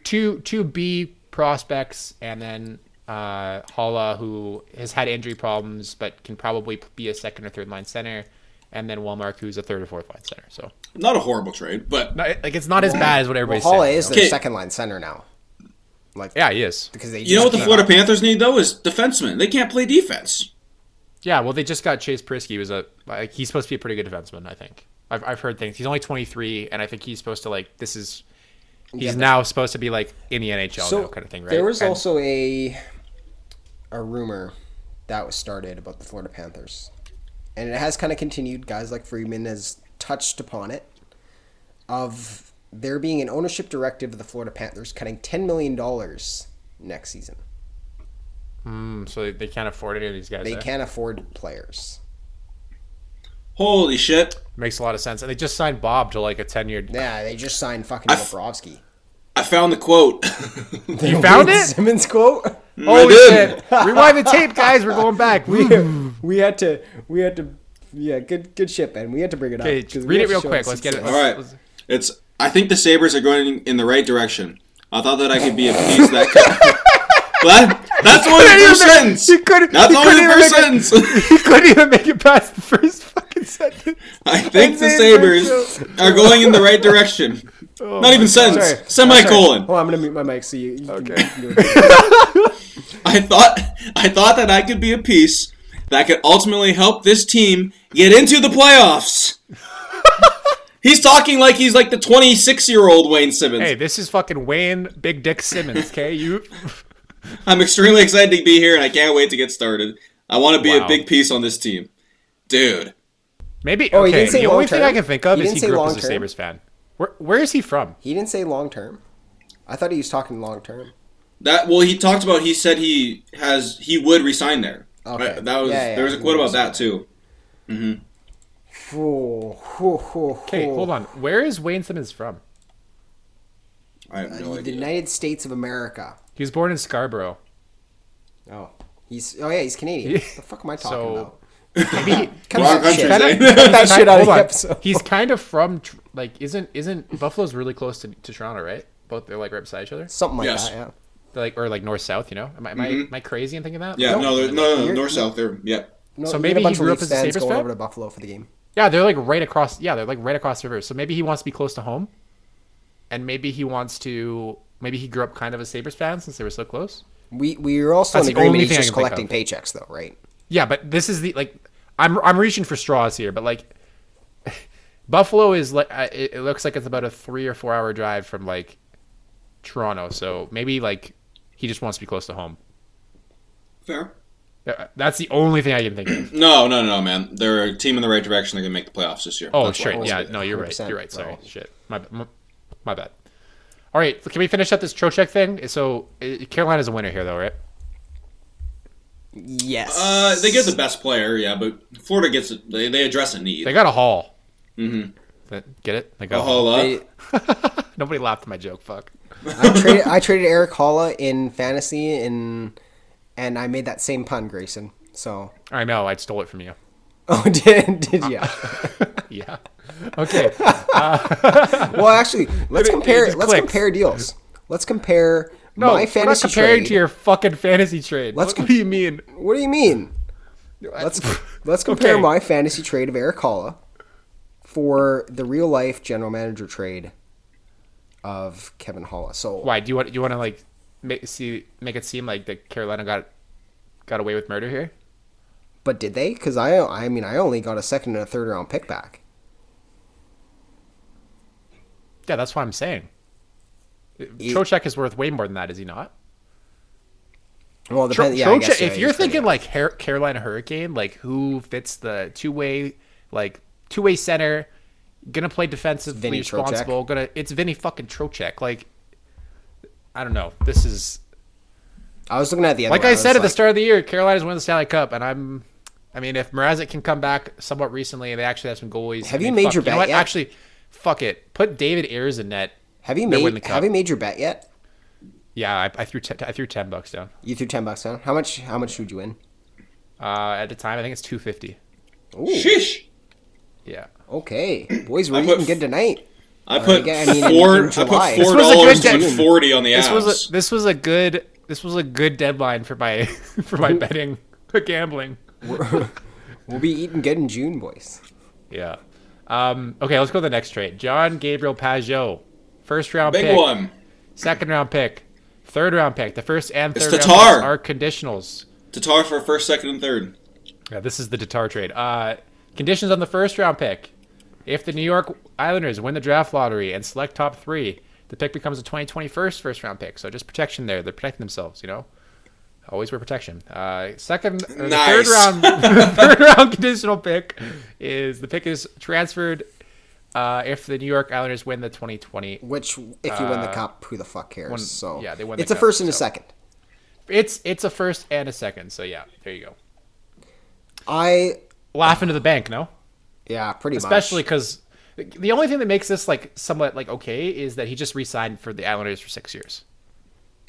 E: two two B prospects and then uh, Halla, who has had injury problems but can probably p- be a second or third line center, and then Walmart, who's a third or fourth line center. So
H: Not a horrible trade, but
E: not, like it's not as bad as what everybody's
F: Hall
E: saying.
F: is
E: you know?
F: their
H: Okay.
F: second line center now. Like
E: yeah, he is.
F: because they
H: you know what the
F: can't-
H: Florida Panthers need though is defensemen. They can't play defense.
E: Yeah, well, they just got Chase Prisky. Was a like, he's supposed to be a pretty good defenseman. I think I've, I've heard things. He's only 23, and I think he's supposed to like this is he's now supposed to be like in the NHL now kind of thing, right?
F: There was
E: And-
F: also a a rumor that was started about the Florida Panthers, and it has kind of continued. Guys like Freeman has touched upon it of there being an ownership directive of the Florida Panthers cutting ten million dollars next season.
E: so they, they can't afford any of these guys.
F: They
E: eh?
F: can't afford players.
H: Holy shit!
E: Makes a lot of sense, and they just signed Bob to like a 10 year.
F: Yeah, they just signed fucking
H: f-
F: Bobrovsky.
H: I
G: I found the quote.
E: You found
F: Wayne
E: it?
F: Simmons quote.
E: Holy
G: did.
E: shit. Rewind the tape, guys. We're going back.
F: We
E: We
F: we had to we had to yeah good good shit Ben. We had to bring it up.
E: okay,
F: 'cause we
E: read
F: had
E: it
F: to
E: real
F: show
E: quick. Let's get it.
F: success.
G: All right. It's. I think the Sabers are going in the right direction. I thought that I could be a piece that. Could, well, that- that's only the first sentence.
E: He couldn't.
G: That's
E: he
G: only
E: couldn't
G: the
E: even
G: first
E: make it-
G: sentence.
E: He couldn't even make it past the first fucking sentence.
G: I think the
E: Isaiah
G: Sabers
E: Mitchell.
G: are going in the right direction. Not even
F: Sorry.
G: sentence. Semicolon.
F: Oh, I'm gonna mute my mic so you. you can-
E: Okay.
F: you can do it.
G: I thought I thought that I could be a piece that could ultimately help this team get into the playoffs. he's talking like he's like the 26 year old Wayne Simmons.
E: Hey, this is fucking Wayne Big Dick Simmons. Okay, you.
G: I'm extremely excited to be here and I can't wait to get started. I want to be
E: Wow.
G: a big piece on this team. Dude,
E: Maybe
F: he
E: okay.
F: didn't say
E: The only
F: long
E: thing
F: term.
E: I can think of
F: He
E: is
F: didn't
E: he
F: say
E: grew up
F: long
E: as a
F: term.
E: Sabres fan. Where where is he from?
F: he didn't say long term. I thought he was talking long term.
G: that well he talked about he said he has he would resign there.
F: Okay.
G: Right? That was
F: Yeah, yeah,
G: there was a
F: he
G: quote
F: would
G: about that too.
E: Okay, hold on. Where is Wayne Simmons from?
G: I have no
F: the
G: idea.
F: United States of America.
E: He was born in Scarborough.
F: Oh, he's oh yeah, he's Canadian. what the fuck am I talking
E: So-
F: about?
E: Maybe
F: Cut
G: Wrong
F: that
G: country,
F: shit.
G: eh?
F: Cut that shit out of
E: Hold
F: the
E: on.
F: episode.
E: He's kind of from Tr- like isn't isn't Buffalo's really close to, to Toronto, right? Both they're like right beside each other,
F: Something like
G: Yes.
F: that. Yeah.
E: They're like or like north south. You know, am I am, I, am I crazy in thinking that?
G: Yeah, no, there- no, no, no,
F: You're-
G: north south there. Yep.
F: No,
E: So
F: you get
E: maybe
F: a bunch
E: he grew
F: of
E: up
F: Leafs
E: as a
F: fans
E: Sabres
F: going
E: fan?
F: over to Buffalo for the game.
E: yeah. They're like right across. Yeah, they're like right across the river. So maybe he wants to be close to home, and maybe he wants to. Maybe he grew up kind of a Sabres fan since they were so close.
F: We we were also
E: That's
F: in
E: the only
F: agreement. He's
E: thing I can
F: just
E: think
F: collecting
E: of.
F: paychecks though, right?
E: Yeah, but this is the like I'm I'm reaching for straws here, but like Buffalo is like I- it, it looks like it's about a three or four hour drive from like Toronto, so maybe like he just wants to be close to home.
G: Fair.
E: Uh, That's the only thing I can think of.
G: No, no, no, man. They're a team in the right direction. They're gonna make the playoffs this year.
E: Oh,
G: That's why.
E: straight. Yeah,
F: was
E: no, you're right.
F: 100%
E: You're right. Sorry,
F: wrong.
E: shit. My b- my, my bad. All right, can we finish up this Trocheck thing? So uh, Carolina's a winner here, though, right?
F: Yes.
G: Uh, they get the best player, yeah, but Florida gets it. They, they address a need.
E: They got a haul. Mm-hmm. Get it? They got
G: a
E: a haul.
G: haul up.
F: They-
E: Nobody laughed at my joke. Fuck.
F: I traded I traded Eric Holla in fantasy and and I made that same pun, Grayson. So
E: I know. I stole it from you.
F: oh did did you?
E: Yeah. Okay.
F: Well, actually, let's
E: It- it
F: compare.
E: just
F: let's
E: clicks.
F: compare deals. Let's compare
E: No,
F: my
E: we're not
F: fantasy
E: comparing
F: trade.
E: to your fucking fantasy trade.
F: Let's
E: what,
F: com-
E: do you mean?
F: what do you mean? Let's let's compare
E: Okay.
F: my fantasy trade of Eric Holla for the real life general manager trade of Kevin Holla. So
E: Why do you want? Do you want to like make see make it seem like that Carolina got got away with murder here?
F: But did they? Because I, I mean, I only got a second and a third round pick back.
E: Yeah, that's what I'm saying. Trocheck is worth way more than that, is he not?
F: Well,
E: Tro-
F: depend- yeah, I
E: Trocheck-
F: guess, yeah,
E: if you're
F: trading
E: thinking
F: him.
E: like Har- Carolina Hurricane, like who fits the two way like two way center, gonna play defensively
F: Vinny Trocheck.
E: responsible, gonna it's Vinny fucking Trocheck. Like I don't know. This is
F: I was looking at the other
E: like
F: one,
E: I
F: was
E: said at the
F: like,
E: start of the year, Carolina's winning the Stanley Cup, and I'm, I mean, if Mrazek can come back somewhat recently, and they actually have some goalies.
F: Have
E: I
F: you
E: mean,
F: made
E: fuck,
F: your
E: know
F: bet
E: what?
F: yet?
E: Actually, fuck it. Put David Ayers in net.
F: Have you
E: They're winning
F: made
E: the
F: Have
E: cup.
F: you made your bet yet?
E: Yeah, I, I threw te- I threw ten bucks down.
F: You threw ten bucks down. How much? How much would you win?
E: Uh, at the time, I think it's two fifty.
G: Sheesh.
E: Yeah,
F: Okay, boys, we're
G: I put
F: eating good tonight.
G: I put
F: again, Uh, I mean, in-
G: four.
F: in July.
G: I put
F: This
G: four
E: was a good
G: dollars
E: game.
G: and forty on the
E: this was
G: abs.
E: a, this was a good this was a good deadline for my for my betting gambling.
F: We'll be eating good in June, boys.
E: Yeah. Um, okay, let's go to the next trade. John Gabriel Pajot, first round
G: big
E: pick.
G: one.
E: second round pick, third round pick. The first and
G: It's
E: third round
G: Tatar.
E: picks are conditionals.
G: Tatar for first, second, and third.
E: Yeah, this is the Tatar trade. Uh, conditions on the first round pick. If the New York Islanders win the draft lottery and select top three, the pick becomes a 2021 first round pick. So just protection there. They're protecting themselves, you know? Always wear protection. Uh, second or the
G: Nice.
E: third round third round conditional pick is the pick is transferred uh, if the New York Islanders win the 2020
F: Which, if you win the cup, who the fuck cares?
E: Uh, won-
F: so
E: yeah, they won the
F: It's a
E: cup,
F: first and a
E: so.
F: second.
E: It's it's a first and a second. So yeah, there you go.
F: I
E: Laugh into the bank, no?
F: yeah, pretty much.
E: Especially because the- the only thing that makes this like somewhat like okay is that he just re-signed for the Islanders for six years.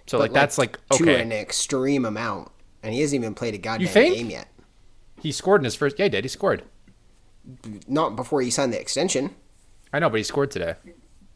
E: So like, that's like
F: to an
E: okay.
F: extreme amount, and he hasn't even played a goddamn
E: think?
F: game yet.
E: He scored in his first. Yeah, he did. He scored.
F: Not before he signed the extension.
E: I know, but he scored today.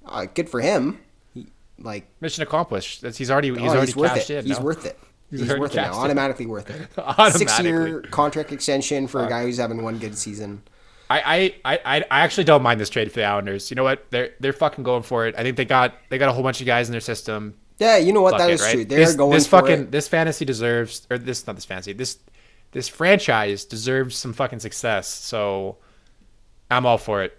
F: Uh, good for him. He- Like
E: Mission accomplished. That's he's already he's
F: oh,
E: already
F: he's worth
E: cashed
F: it.
E: in.
F: he's
E: no?
F: worth it. He's,
E: already
F: worth it now.
E: cashed in.
F: Automatically worth it.
E: Automatically.
F: Six-year contract extension for a guy who's having one good season.
E: I, I, I, I actually don't mind this trade for the Islanders. You know what? They're they're fucking going for it. I think they got they got a whole bunch of guys in their system.
F: Yeah, you know what?
E: Fuck
F: that
E: it,
F: is
E: right?
F: true. They're
E: this,
F: going
E: this
F: for
E: fucking
F: it.
E: this fantasy deserves or this not this fantasy this this franchise deserves some fucking success. So I'm all for it.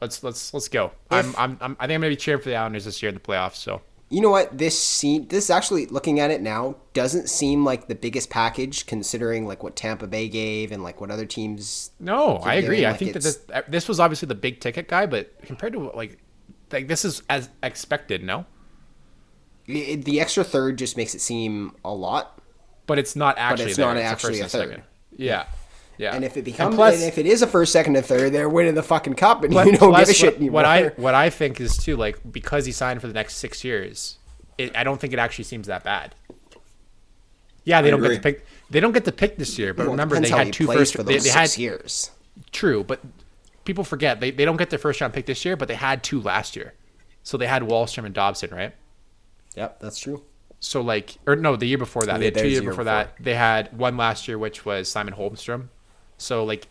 E: Let's let's let's go. I'm, I'm I'm I think I'm gonna be cheering for the Islanders this year in the playoffs. So
F: You know what? This scene, this actually looking at it now doesn't seem like the biggest package considering like what Tampa Bay gave and like what other teams.
E: no, I
F: getting,
E: agree. I
F: like,
E: think that
F: it's-
E: this this was obviously the big ticket guy, but compared to what, like like this is as expected. No.
F: i- the extra third just makes it seem a lot.
E: but it's not actually.
F: it's
E: there.
F: not
E: a
F: actually
E: first
F: a
E: and
F: third.
E: second. Yeah, yeah.
F: And if it becomes,
E: plus-
F: and if it is a first, second, and third, they're winning the fucking cup, and
E: plus-
F: you don't
E: plus
F: give a shit
E: What, what I
F: anymore.
E: what I think is too like because he signed for the next six years, it, I don't think it actually seems that bad. Yeah, they don't get
G: agree.
E: to pick. They don't get to pick this year, but
F: Well, it
E: remember
F: depends
E: they
F: how
E: had
F: he
E: two
F: plays
E: first.
F: for
E: They,
F: those
E: they had
F: six years.
E: true, but people forget they, they don't get their first round pick this year, but they had two last year, so they had Wallstrom and Dobson, right?
F: Yep, that's true.
E: So like, or no, the year before that, they
F: Yeah,
E: had two
F: there's
E: years
F: the year
E: before, that. They had one last year, which was Simon Holmstrom. So like,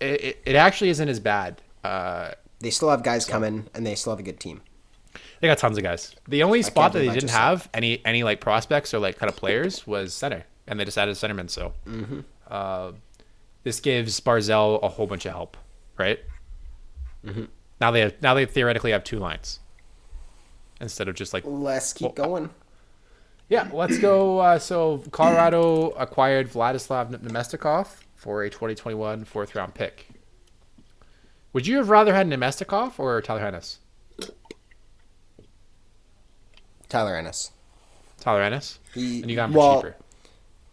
E: it, it, it actually isn't as bad. Uh,
F: They still have guys coming, and they still have a good team.
E: they got tons of guys. The only spot that
F: believe
E: they
F: I
E: didn't
F: just said
E: have any any like prospects or like kind of players was center, and they just added a centerman. So, uh, this gives Barzell a whole bunch of help, right? Now they have now they theoretically have two lines instead of just like
F: Let's keep
E: Well,
F: going.
E: Yeah, let's go. Uh, so Colorado acquired Vladislav Nemestikov for a 2021 fourth round pick. Would you have rather had Nemestikov or Tyler Ennis?
F: Tyler Ennis.
E: Tyler Ennis,
F: He,
E: and you got him
F: well,
E: for cheaper.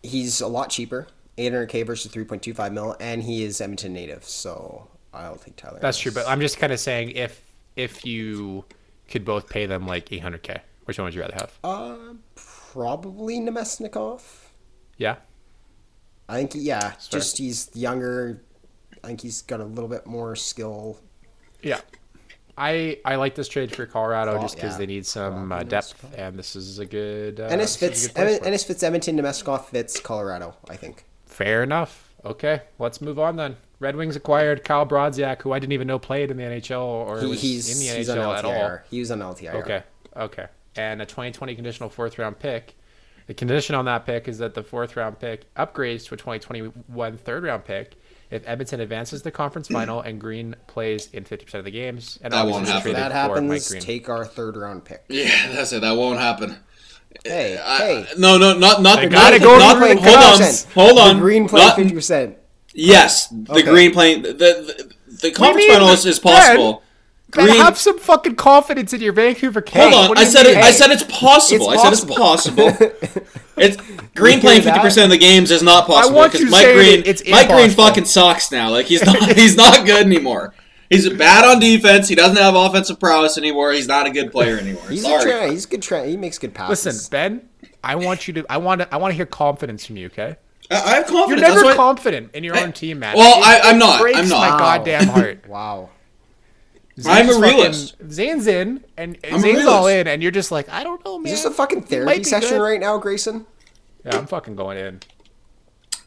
F: He's a lot cheaper, 800k versus 3.25 mil, and he is Edmonton native, so I'll take Tyler.
E: That's
F: Ennis.
E: true, but I'm just kind of saying if if you could both pay them like 800k, which one would you rather have?
F: Uh, probably Nemesnikov.
E: yeah,
F: I think, yeah, just he's younger. I think he's got a little bit more skill.
E: yeah. I I like this trade for Colorado
F: Oh,
E: just because
F: yeah.
E: they need some uh, depth, and this is a good. Uh,
F: Ennis
E: this is
F: fits
E: a good place
F: Em-
E: for it.
F: Ennis fits Edmonton. Nemesnikov fits Colorado. I think.
E: Fair enough. Okay, let's move on then. Red Wings acquired Kyle Brodziak, who I didn't even know played in the NHL or
F: He,
E: was
F: he's
E: in the
F: he's on
E: NHL at all.
F: LTIR. He was on LTIR.
E: Okay, okay. And a 2020 conditional fourth round pick. The condition on that pick is that the fourth round pick upgrades to a 2021 third round pick if Edmonton advances the conference final and Green plays in 50% of the games. And
H: That
E: obviously
H: won't
E: is
H: happen.
F: If
E: traded
F: that
E: for Mike
F: happens,
E: Green.
F: take our third round pick.
H: Yeah, that's it. That won't happen.
F: Hey,
H: I-
F: hey.
H: no, no, not not.
E: They
H: not-
E: gotta go
H: not-
E: to Green
H: Hold on, hold on.
F: The green play
H: Not-
F: fifty percent.
H: Yes, the
F: Okay.
H: green playing the the, the conference
E: mean,
H: finals is
E: Ben,
H: possible.
E: Ben,
H: Green.
E: have some fucking confidence in your Vancouver Canucks.
H: Hold on,
E: What do
H: I
E: you
H: said
E: mean?
H: it, I said it's possible.
F: It's
H: I said it's possible. it's green
F: hear
H: playing
F: that?
H: fifty percent of the games is not possible
E: want
H: because
E: you
H: Mike
E: saying
H: Green,
E: it- it's
H: Mike Green
E: impossible.
H: fucking sucks now. Like he's not he's not good anymore. He's bad on defense. He doesn't have offensive prowess anymore. He's not a good player anymore.
F: He's a
H: Sorry.
F: tra- he's a good tra- he makes good passes.
E: Listen, Ben, I want you to. I want to. I want to hear confidence from you. Okay.
H: I, I have
E: You're
H: confidence.
E: never
H: That's why-
E: confident in your own team, man.
H: well,
E: It
H: I, I'm not.
E: breaks
H: I'm
E: my
H: not.
E: goddamn heart.
F: Wow.
H: I'm a
E: Zane's fucking-
H: realist.
E: Zane's in, and
H: I'm a
E: Zane's all
H: realist.
E: in, and you're just like, I don't know, man.
F: Is this a fucking
E: He might
F: therapy
E: be
F: session
E: good.
F: right now, Grayson?
E: Yeah, I'm fucking going in.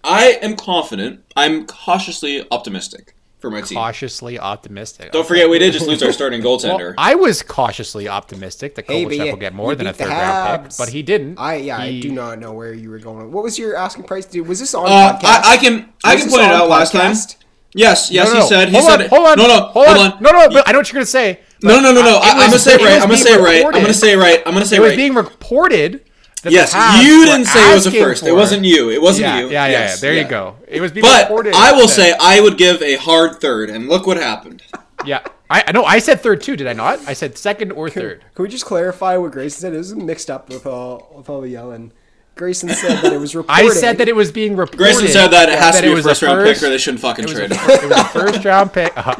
H: I am confident. I'm cautiously optimistic for my team.
E: Cautiously optimistic.
H: Don't forget, we did just lose our starting
E: Well,
H: goaltender.
E: I was cautiously optimistic that
F: Hey,
E: hey,
F: but yeah,
E: will get
F: you
E: more than a
F: beat the
E: third round pick,
F: Habs.
E: but he didn't.
F: I yeah, I
E: He-
F: do not know where you were going. What was your asking price, dude? Was this on
H: Uh,
F: podcast?
H: I, I can I
F: Was
H: can
F: this
H: point it
F: on
H: out last time.
F: podcast?
H: Yes, yes,
E: No, no,
H: he
E: no.
H: said. He
E: hold
H: said
E: on, hold on,
H: No, no,
E: hold on, no, no. But I know what you're gonna say.
H: no, no, no, no.
E: I- it
H: I, am gonna
E: was-
H: say it
E: it
H: right.
E: was
H: I'm gonna say it
E: being
H: right. I'm
E: reported.
H: gonna say it right. I'm gonna say
E: It
H: it
E: was
H: right.
E: being reported. That
H: Yes,
E: the Habs
H: you
E: were
H: didn't say it was the
E: asking
H: first. It
E: for-
H: wasn't you. It wasn't
E: Yeah,
H: you.
E: yeah, yeah, yeah.
H: Yes,
E: There
H: yeah.
E: you go. It was being
H: But
E: reported.
H: I will
E: that-
H: say I would give a hard third, and look what happened.
E: Yeah, I know. I said third too. Did I not? I said second or third.
F: Can we just clarify what Grayson said? It was mixed up with all with all the yelling. Grayson said that it was reported.
E: I said that it was being reported.
H: Grayson said that it has to be a
E: was
H: first round pick,
E: first-
H: or they shouldn't fucking
E: it was,
H: trade
E: a,
H: him.
E: it was a first round pick. Uh,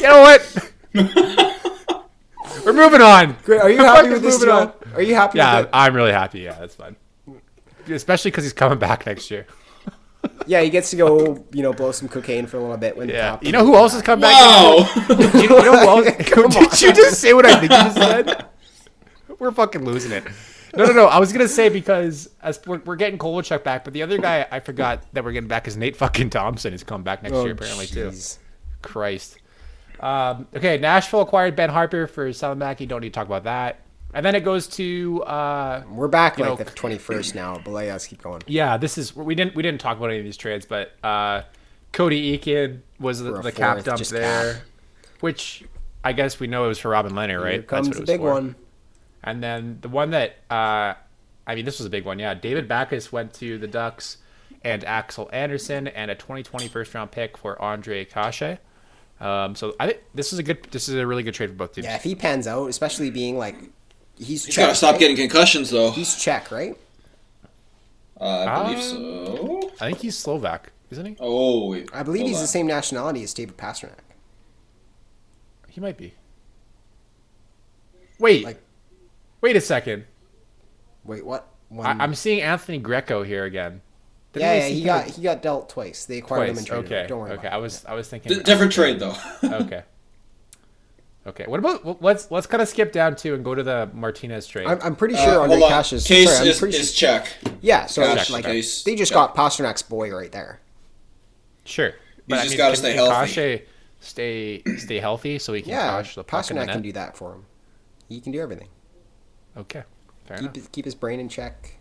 E: You know what? We're moving on.
F: Great. Are you
E: We're
F: happy
E: fucking
F: with this
E: moving on.
F: deal? Are you happy
E: Yeah,
F: with it?
E: I'm really happy. Yeah, that's fun. Especially because he's coming back next year.
F: Yeah, he gets to go, you know, blow some cocaine for a little bit when
E: Yeah.
F: Pop-
E: You know who else has come back?
H: Oh!
G: Wow.
E: You know who else?
F: Come
E: Did you just say what I think you said? We're fucking losing it. No, no, no. I was gonna say because as we're, we're getting Kovalchuk back, but the other guy I forgot that we're getting back is Nate fucking Thompson. He's come back next
F: Oh,
E: year apparently
F: jeez.
E: too. Christ. Um, okay, Nashville acquired Ben Harper for Salamaki. Don't need to talk about that. And then it goes to uh,
F: We're back
E: You
F: like
E: know,
F: the twenty first now, but let us keep going.
E: yeah. This is we didn't we didn't talk about any of these trades, but uh, Cody Eakin was the,
F: For a
E: the cap
F: fourth,
E: dump
F: just
E: there,
F: cap.
E: which I guess we know it was for Robin Leonard, right?
F: Here
E: That's
F: comes
E: what it
F: the
E: was
F: big
E: for.
F: one.
E: And then the one that uh, I mean, this was a big one. Yeah, David Backus went to the Ducks, and Axel Anderson, and a 2020 first round pick for Andre Cache. Um, so I think this is a good, this is a really good trade for both teams.
F: Yeah, if he pans out, especially being like he's
G: He's got to
F: Czech,
G: stop
F: right?
G: getting concussions, though.
F: he's check, right?
I: Uh, I believe
E: Um,
I: so.
E: I think he's Slovak, isn't he?
I: Oh, wait.
F: I believe
I: Hold
F: he's
I: on.
F: the same nationality as David Pasternak.
E: He might be. Wait,
F: Like-
E: wait a second.
F: Wait, what? One...
E: I, I'm seeing Anthony Greco here again. Didn't
F: Um, yeah,
E: I
F: yeah,
E: see
F: he
E: him
F: got he got dealt twice. They acquired him
E: twice.
F: and traded
E: Okay,
F: him. Don't worry.
E: okay.
F: About
E: I was, I was thinking
G: D- different trade, though.
E: okay. Okay. What about well, let's let's kind of skip down to and go to the Martinez trade.
F: it. I'm, I'm pretty
G: Uh,
F: sure Andre
G: hold on.
F: Cash is.
G: Case
F: sorry, I'm
G: is,
F: pretty
G: is
F: sure-
G: check.
F: yeah, so
G: Cash
F: it's like
G: Case
F: they just
G: check.
F: got Pasternak's boy right there.
E: sure.
G: just gotta stay healthy.
E: Kasha stay stay healthy so he can
F: Yeah,
E: Kosh the puck in the
F: Pasternak
E: net.
F: can do that for him. He can do everything.
E: Okay. Fair
F: Keep
E: enough.
F: his, keep his brain in check.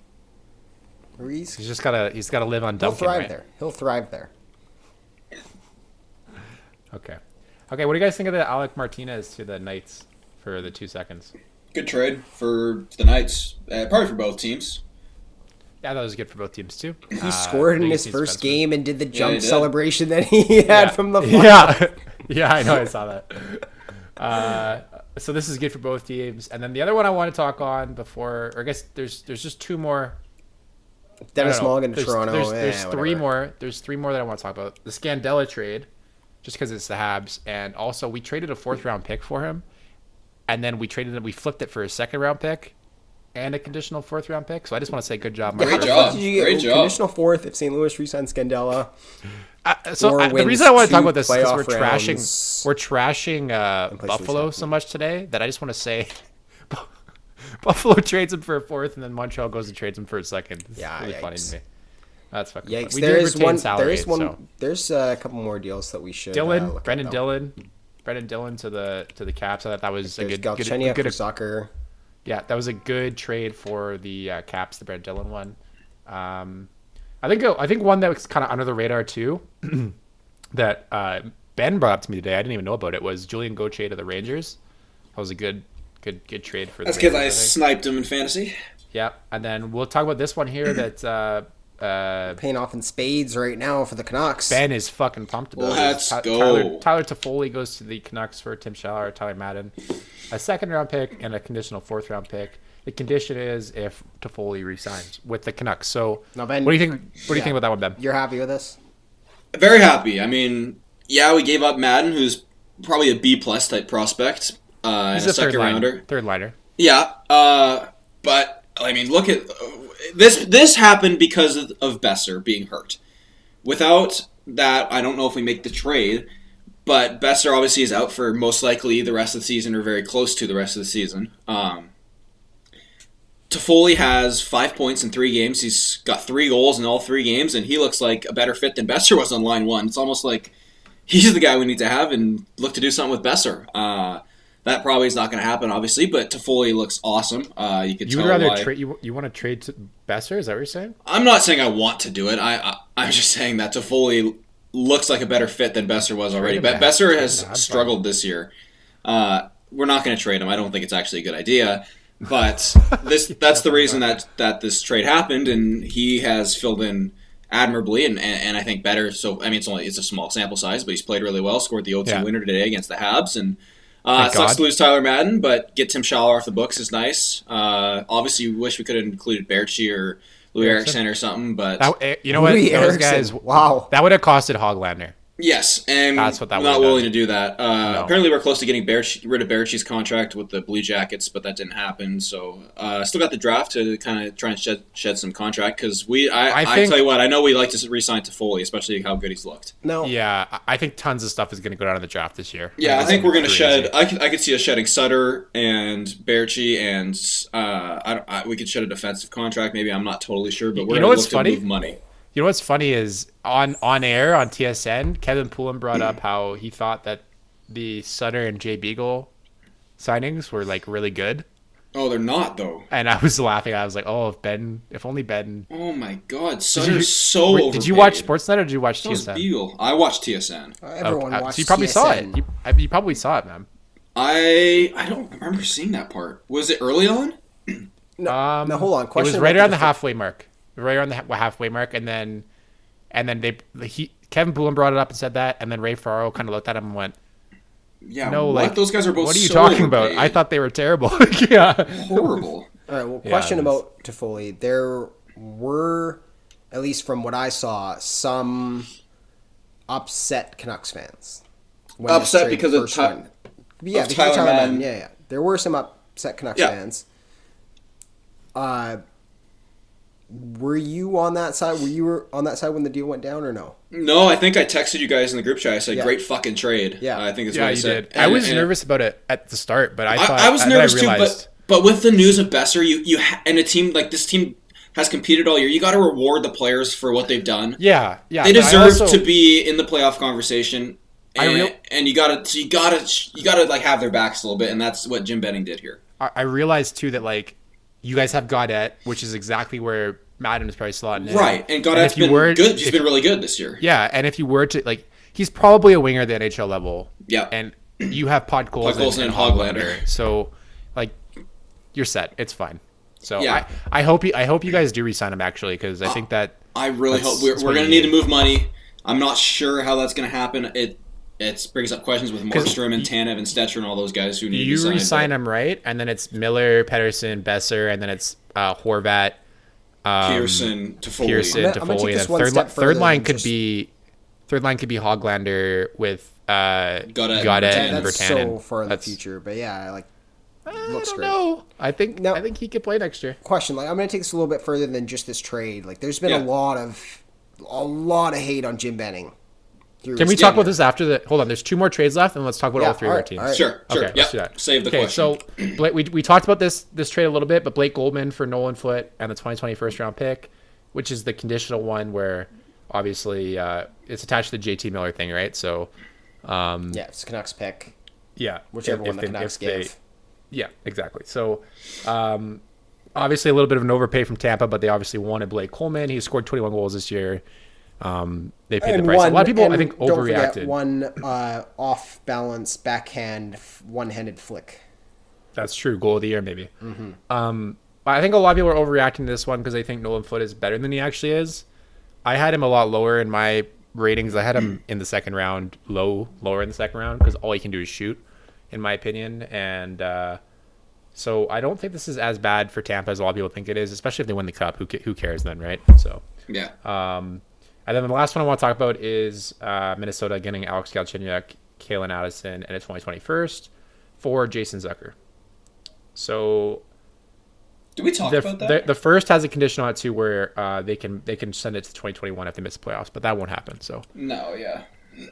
F: Ruiz,
E: He's just gotta he's gotta live on
F: he'll
E: Duncan.
F: thrive
E: right?
F: there. He'll thrive there.
E: Okay. Okay. What do you guys think of the Alec Martinez to the Knights for the two seconds?
G: Good
I: trade for the Knights, uh, probably for both teams.
E: Yeah, that was good for both teams too. Uh, He
F: He scored in his first game and did the jump
I: he did.
F: celebration that he had from the fly.
E: yeah yeah i know i saw that uh, so this is good for both teams and then the other one i want to talk on before or i guess there's there's just two more I don't
F: Dennis
E: know.
F: Mulligan to
E: there's,
F: Toronto.
E: there's,
F: eh,
E: there's three
F: whatever.
E: more there's three more that i want to talk about the scandella trade just because it's the habs and also we traded a fourth round pick for him and then we traded it we flipped it for a second round pick and a conditional fourth round pick so i just want to say good job Mark.
F: How
I: Great
F: the
I: job.
F: fuck Did you get
I: Great job.
F: conditional fourth if St. Louis re-signs Scandella?
E: so
F: or
E: I, the
F: wins
E: reason I want to talk
F: two
E: about this is 'cause we're
F: playoff
E: trashing
F: rounds
E: we're trashing uh,
F: plays three
E: Buffalo
F: seconds.
E: so much today that I just want to say Buffalo trades him for a fourth and then Montreal goes and trades him for a second. It's
F: Yeah,
E: really funny
F: yikes.
E: to me. That's fucking. funny.
F: Yikes!
E: We
F: there
E: did
F: is
E: retain
F: one.
E: salary.
F: there is one.
E: So.
F: There's uh, a couple more deals that we should. uh,
E: Dylan,
F: look at,
E: Brendan
F: though.
E: Dylan, Brendan Dylan to the to the Caps. I thought that was a
F: There's
E: good, good,
F: Galchenyuk
E: good-
F: for soccer.
E: yeah, that was a good trade for the uh, Caps, the Brad Dillon one. Um, I think I think one that was kind of under the radar too, that uh, Ben brought up to me today. I didn't even know about it. Was Julian Gauthier to the Rangers? That was a good, good, good trade for.
G: That's
E: the
G: because
E: Rangers,
G: I
E: think.
G: sniped him in fantasy.
E: yeah, and then we'll talk about this one here that uh, uh,
F: Paying off in spades right now for the Canucks.
E: Ben is fucking pumped about.
G: Let's
E: Ty-
G: go.
E: Tyler, Tyler Toffoli goes to the Canucks for Tim Schaller, Tyler Madden, a second round pick and a conditional fourth round pick. The condition is if Toffoli resigns with the Canucks. So,
F: Now, Ben-
E: what do you think? What do you
F: yeah.
E: think about that one, Ben?
F: You're happy with this?
G: Very happy. I mean, yeah, we gave up Madden, who's probably a B plus type prospect. Uh, and a,
E: third
G: second rounder.
E: liner. Third liner.
G: Yeah, uh, but I mean, look at uh, this. This happened because of, of Besser being hurt. Without that, I don't know if we make the trade. But Besser obviously is out for most likely the rest of the season, or very close to the rest of the season. Um, Toffoli has five points in three games. He's got three goals in all three games, and he looks like a better fit than Besser was on line one. It's almost like he's the guy we need to have and look to do something with Besser. Uh, that probably is not going to happen, obviously, but Toffoli looks awesome. Uh, you can
E: You would
G: tell
E: rather
G: why.
E: trade. You, you want to trade to Besser? Is that what you're saying?
G: I'm not saying I want to do it. I, I I'm just saying that Toffoli looks like a better fit than Besser was already.
E: him
G: But
E: back.
G: Besser
E: Trade
G: has
E: him. I'm fine.
G: struggled this year. Uh, we're not going to trade him. I don't think it's actually a good idea. But this that's the reason that that this trade happened, and he has filled in admirably, and, and, and I think better. So I mean, it's only it's a small sample size, but he's played really well. Scored the OT
E: Yeah.
G: winner today against the Habs, and. Uh,
E: Thank
G: it sucks
E: God.
G: to lose Tyler Madden, but get Tim Schaller off the books is nice. Uh, obviously, we wish we could have included Berchi or Louis Erickson or something, but
E: That, eh, you know what?
F: Louis
E: Those
F: Eriksson.
E: guys.
F: Wow.
E: That would have costed Hoglander.
G: Yes, and
E: That's what that
G: we're not
E: would've
G: willing to
E: done.
G: do that. Uh,
E: No.
G: Apparently, we're close to getting Berch- rid of Berchi's contract with the Blue Jackets, but that didn't happen. So, uh, still got the draft to kind of try and shed, shed some contract because we. I,
E: I
G: I,
E: think-
G: tell you what, I know we like to re-sign Toffoli, especially how good he's looked.
F: No.
E: Yeah, I- I think tons of stuff is going to go down in the draft this year.
G: Yeah, I
E: It's
G: think
E: gonna
G: we're
E: be
G: going to
E: crazy.
G: shed. I could, I could see us shedding Sutter and Berchi, and uh, I, don't- I, we could shed a defensive contract. Maybe I'm not totally sure, but we're
E: know
G: going to
E: what's
G: look
E: funny?
G: to move money.
E: You know what's funny is on on air on TSN, Kevin Poulin brought up how he thought that the Sutter and Jay Beagle signings were like really good,
G: Oh, they're not though.
E: and I was laughing. I was like, "Oh, if Ben, if only Ben."
G: Oh my God,
E: Did
G: Sutter's
E: you-
G: so.
E: wait,
G: overpaid.
E: Did you watch Sportsnet or did you watch
G: That was
E: TSN?
G: Beagle. I watched TSN.
F: Everyone
E: Uh,
F: watched
E: so you probably saw it.
F: TSN.
E: You, I- you probably saw it, man.
G: I I don't remember seeing that part. Was it early on?
E: Um,
F: now, hold on. Question
E: it was right
F: about
E: around the
F: the-
E: halfway mark, right around the ha- halfway mark, and then, and then they the- he Kevin Boulin brought it up and said that, and then Ray Farrow kind of looked at him and went,
G: Yeah.
E: "No,
G: what?
E: like
G: those guys are both.
E: What are you
G: so
E: talking about?
G: overpaid.
E: I thought they were terrible. yeah,
G: horrible.
F: All right. Well,
E: Yeah,
F: question
E: it was-
F: about Toffoli. There were, at least from what I saw, some upset Canucks fans. when this
G: Upset
F: trade
G: because of
F: first
G: Ty-
F: went- yeah,
G: of
F: because of
G: Tyler
F: Tyler Madden.
G: Madden.
F: Yeah, yeah. There were some upset Canucks
G: Yeah.
F: fans. Uh, were you on that side? Were you were on that side when the deal went down, or no?
G: No, I think I texted you guys in the group chat. I said,
F: Yeah.
G: "Great fucking trade."
F: Yeah.
G: I think that's
E: yeah,
G: what I
E: you
G: said.
E: did. I
G: And-
E: was
G: and-
E: nervous about it at the start, but I thought
G: I, I was
E: and then
G: nervous too,
E: realized-
G: but but with the news of Besser, you you ha- and a team like this team has competed all year. You got to reward the players for what they've done.
E: yeah, yeah,
G: they
E: but I
G: deserve
E: also-
G: to be in the playoff conversation.
E: I
G: And,
E: real-
G: and you gotta, so you gotta, you gotta like have their backs a little bit, and that's what Jim Benning did here.
E: I, I realized too that like you guys have Godet, which is exactly where Madden is probably slotting in.
G: Right, and God, has
E: if you
G: been
E: were-
G: good. He's
E: if-
G: been really good this year.
E: Yeah, and if you were to like, he's probably a winger at the NHL level.
G: Yeah.
E: and you have Pod Goals
G: Podgolzin and Hoglander.
E: so like you're set. It's fine. So
G: Yeah.
E: I, I hope you, I hope you guys do resign him actually because I think that
G: I really
E: That's-
G: hope we're,
E: that's
G: we're
E: what
G: going to
E: you
G: need
E: need.
G: to move money. I'm not sure how that's going to happen. It it brings up questions with
E: 'Cause
G: Markstrom and Tanev and Stetcher and all those guys who need to be
E: you
G: signed,
E: resign
G: but
E: him right, and then it's Miller, Pedersen, Besser, and then it's uh, Horvat, um,
G: Pearson, Toffoli.
E: Pearson,
F: I'm gonna- I'm gonna
E: Toffoli.
F: take
E: and
F: this one
E: Third, li-
F: step further
E: third line
F: and
E: could
F: just-
E: be third line could be Hoglander with uh,
G: Godet and
E: Godet
G: Vertanen.
E: and
F: That's so
E: Vertanen.
F: far in
E: That's-
F: the future, but yeah, like
E: I
F: looks
E: don't
F: great.
E: know. I think
F: No.
E: I think he could play next year.
F: question. Like, I'm going to take this a little bit further than just this trade. Like, there's been
G: Yeah.
F: a lot of a lot of hate on Jim Benning. through
E: Can
F: his
E: we talk
F: tenure.
E: about this after the? Hold on, there's two more trades left, and let's talk about
F: Yeah,
E: all three
F: all
E: of our
F: right,
E: teams.
F: all right.
G: Sure, sure.
E: Okay,
G: yeah,
E: let's do that.
G: save the
E: okay,
G: question.
E: so Blake, we, we talked about this this trade a little bit, but Blake Goldman for Nolan Foot and the 2020 first round pick, which is the conditional one where obviously uh, it's attached to the JT Miller thing, right? So
F: Yeah, it's Canucks pick,
E: yeah,
F: whichever
E: if-
F: one
E: if
F: the
E: they-
F: Canucks
E: if they-
F: gave.
E: Yeah, exactly. So, um, obviously a little bit of an overpay from Tampa, but they obviously wanted Blake Coleman. He scored 21 goals this year. Um, they paid the price. a lot of people, I
F: and
E: think,
F: don't forget,
E: overreacted.
F: One uh, off balance backhand, f- one-handed flick.
E: That's true. Goal of the year, maybe. Um, but I think a lot of people are overreacting to this one because they think Nolan Foot is better than he actually is. I had him a lot lower in my ratings. I had him in the second round, low, lower in the second round because all he can do is shoot, in my opinion. And uh, so I don't think this is as bad for Tampa as a lot of people think it is, especially if they win the cup. Who ca- who cares then, right? So.
G: yeah,
E: uh, And then the last one I want to talk about is uh, Minnesota getting Alex Galchenyuk, Kalen Addison, and a 2021st for Jason Zucker. So
G: did we talk
E: the,
G: about that?
E: the, the first has a conditional on it too, where uh, they can they can send it to 2021 if they miss the playoffs, but that won't happen. So
G: no, yeah.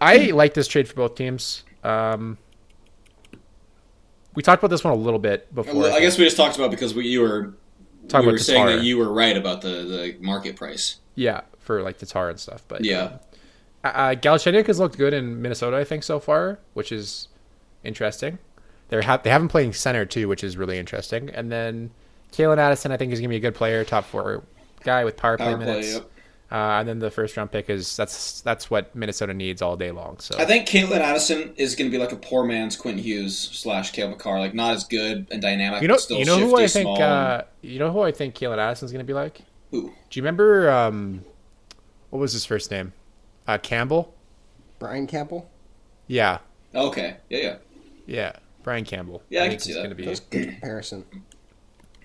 E: I
G: Mm-hmm.
E: like this trade for both teams. Um, we talked about this one a little bit before.
G: I guess we just talked about because we, you were
E: Talking
G: we
E: about
G: were saying
E: Tatar.
G: that you were right about the, the market price.
E: yeah, for like the tar and stuff. But
G: Yeah,
E: Uh, Galchenyuk has looked good in Minnesota, I think, so far, which is interesting. They're ha- they have him playing center too, which is really interesting. And then Kalen Addison, I think, is going to be a good player, top four guy with power play
G: Power play,
E: minutes.
G: yep.
E: Uh, and then the first round pick is that's that's what Minnesota needs all day long. So
G: I think Caitlin Addison is going to be like a poor man's Quentin Hughes slash Kale McCarr, like not as good and dynamic.
E: you know
G: but still
E: you know who
G: shifty,
E: I think
G: small, and-
E: uh, you know who I think Kalen Addison's going to be like. Do
G: who?
E: you remember um, what was his first name? Uh, Campbell.
F: Brian Campbell.
E: Yeah,
G: Okay, yeah, yeah.
E: yeah, Brian Campbell.
G: Yeah, I can
E: think
G: see
E: he's
G: that.
E: gonna be-
F: That's a good comparison.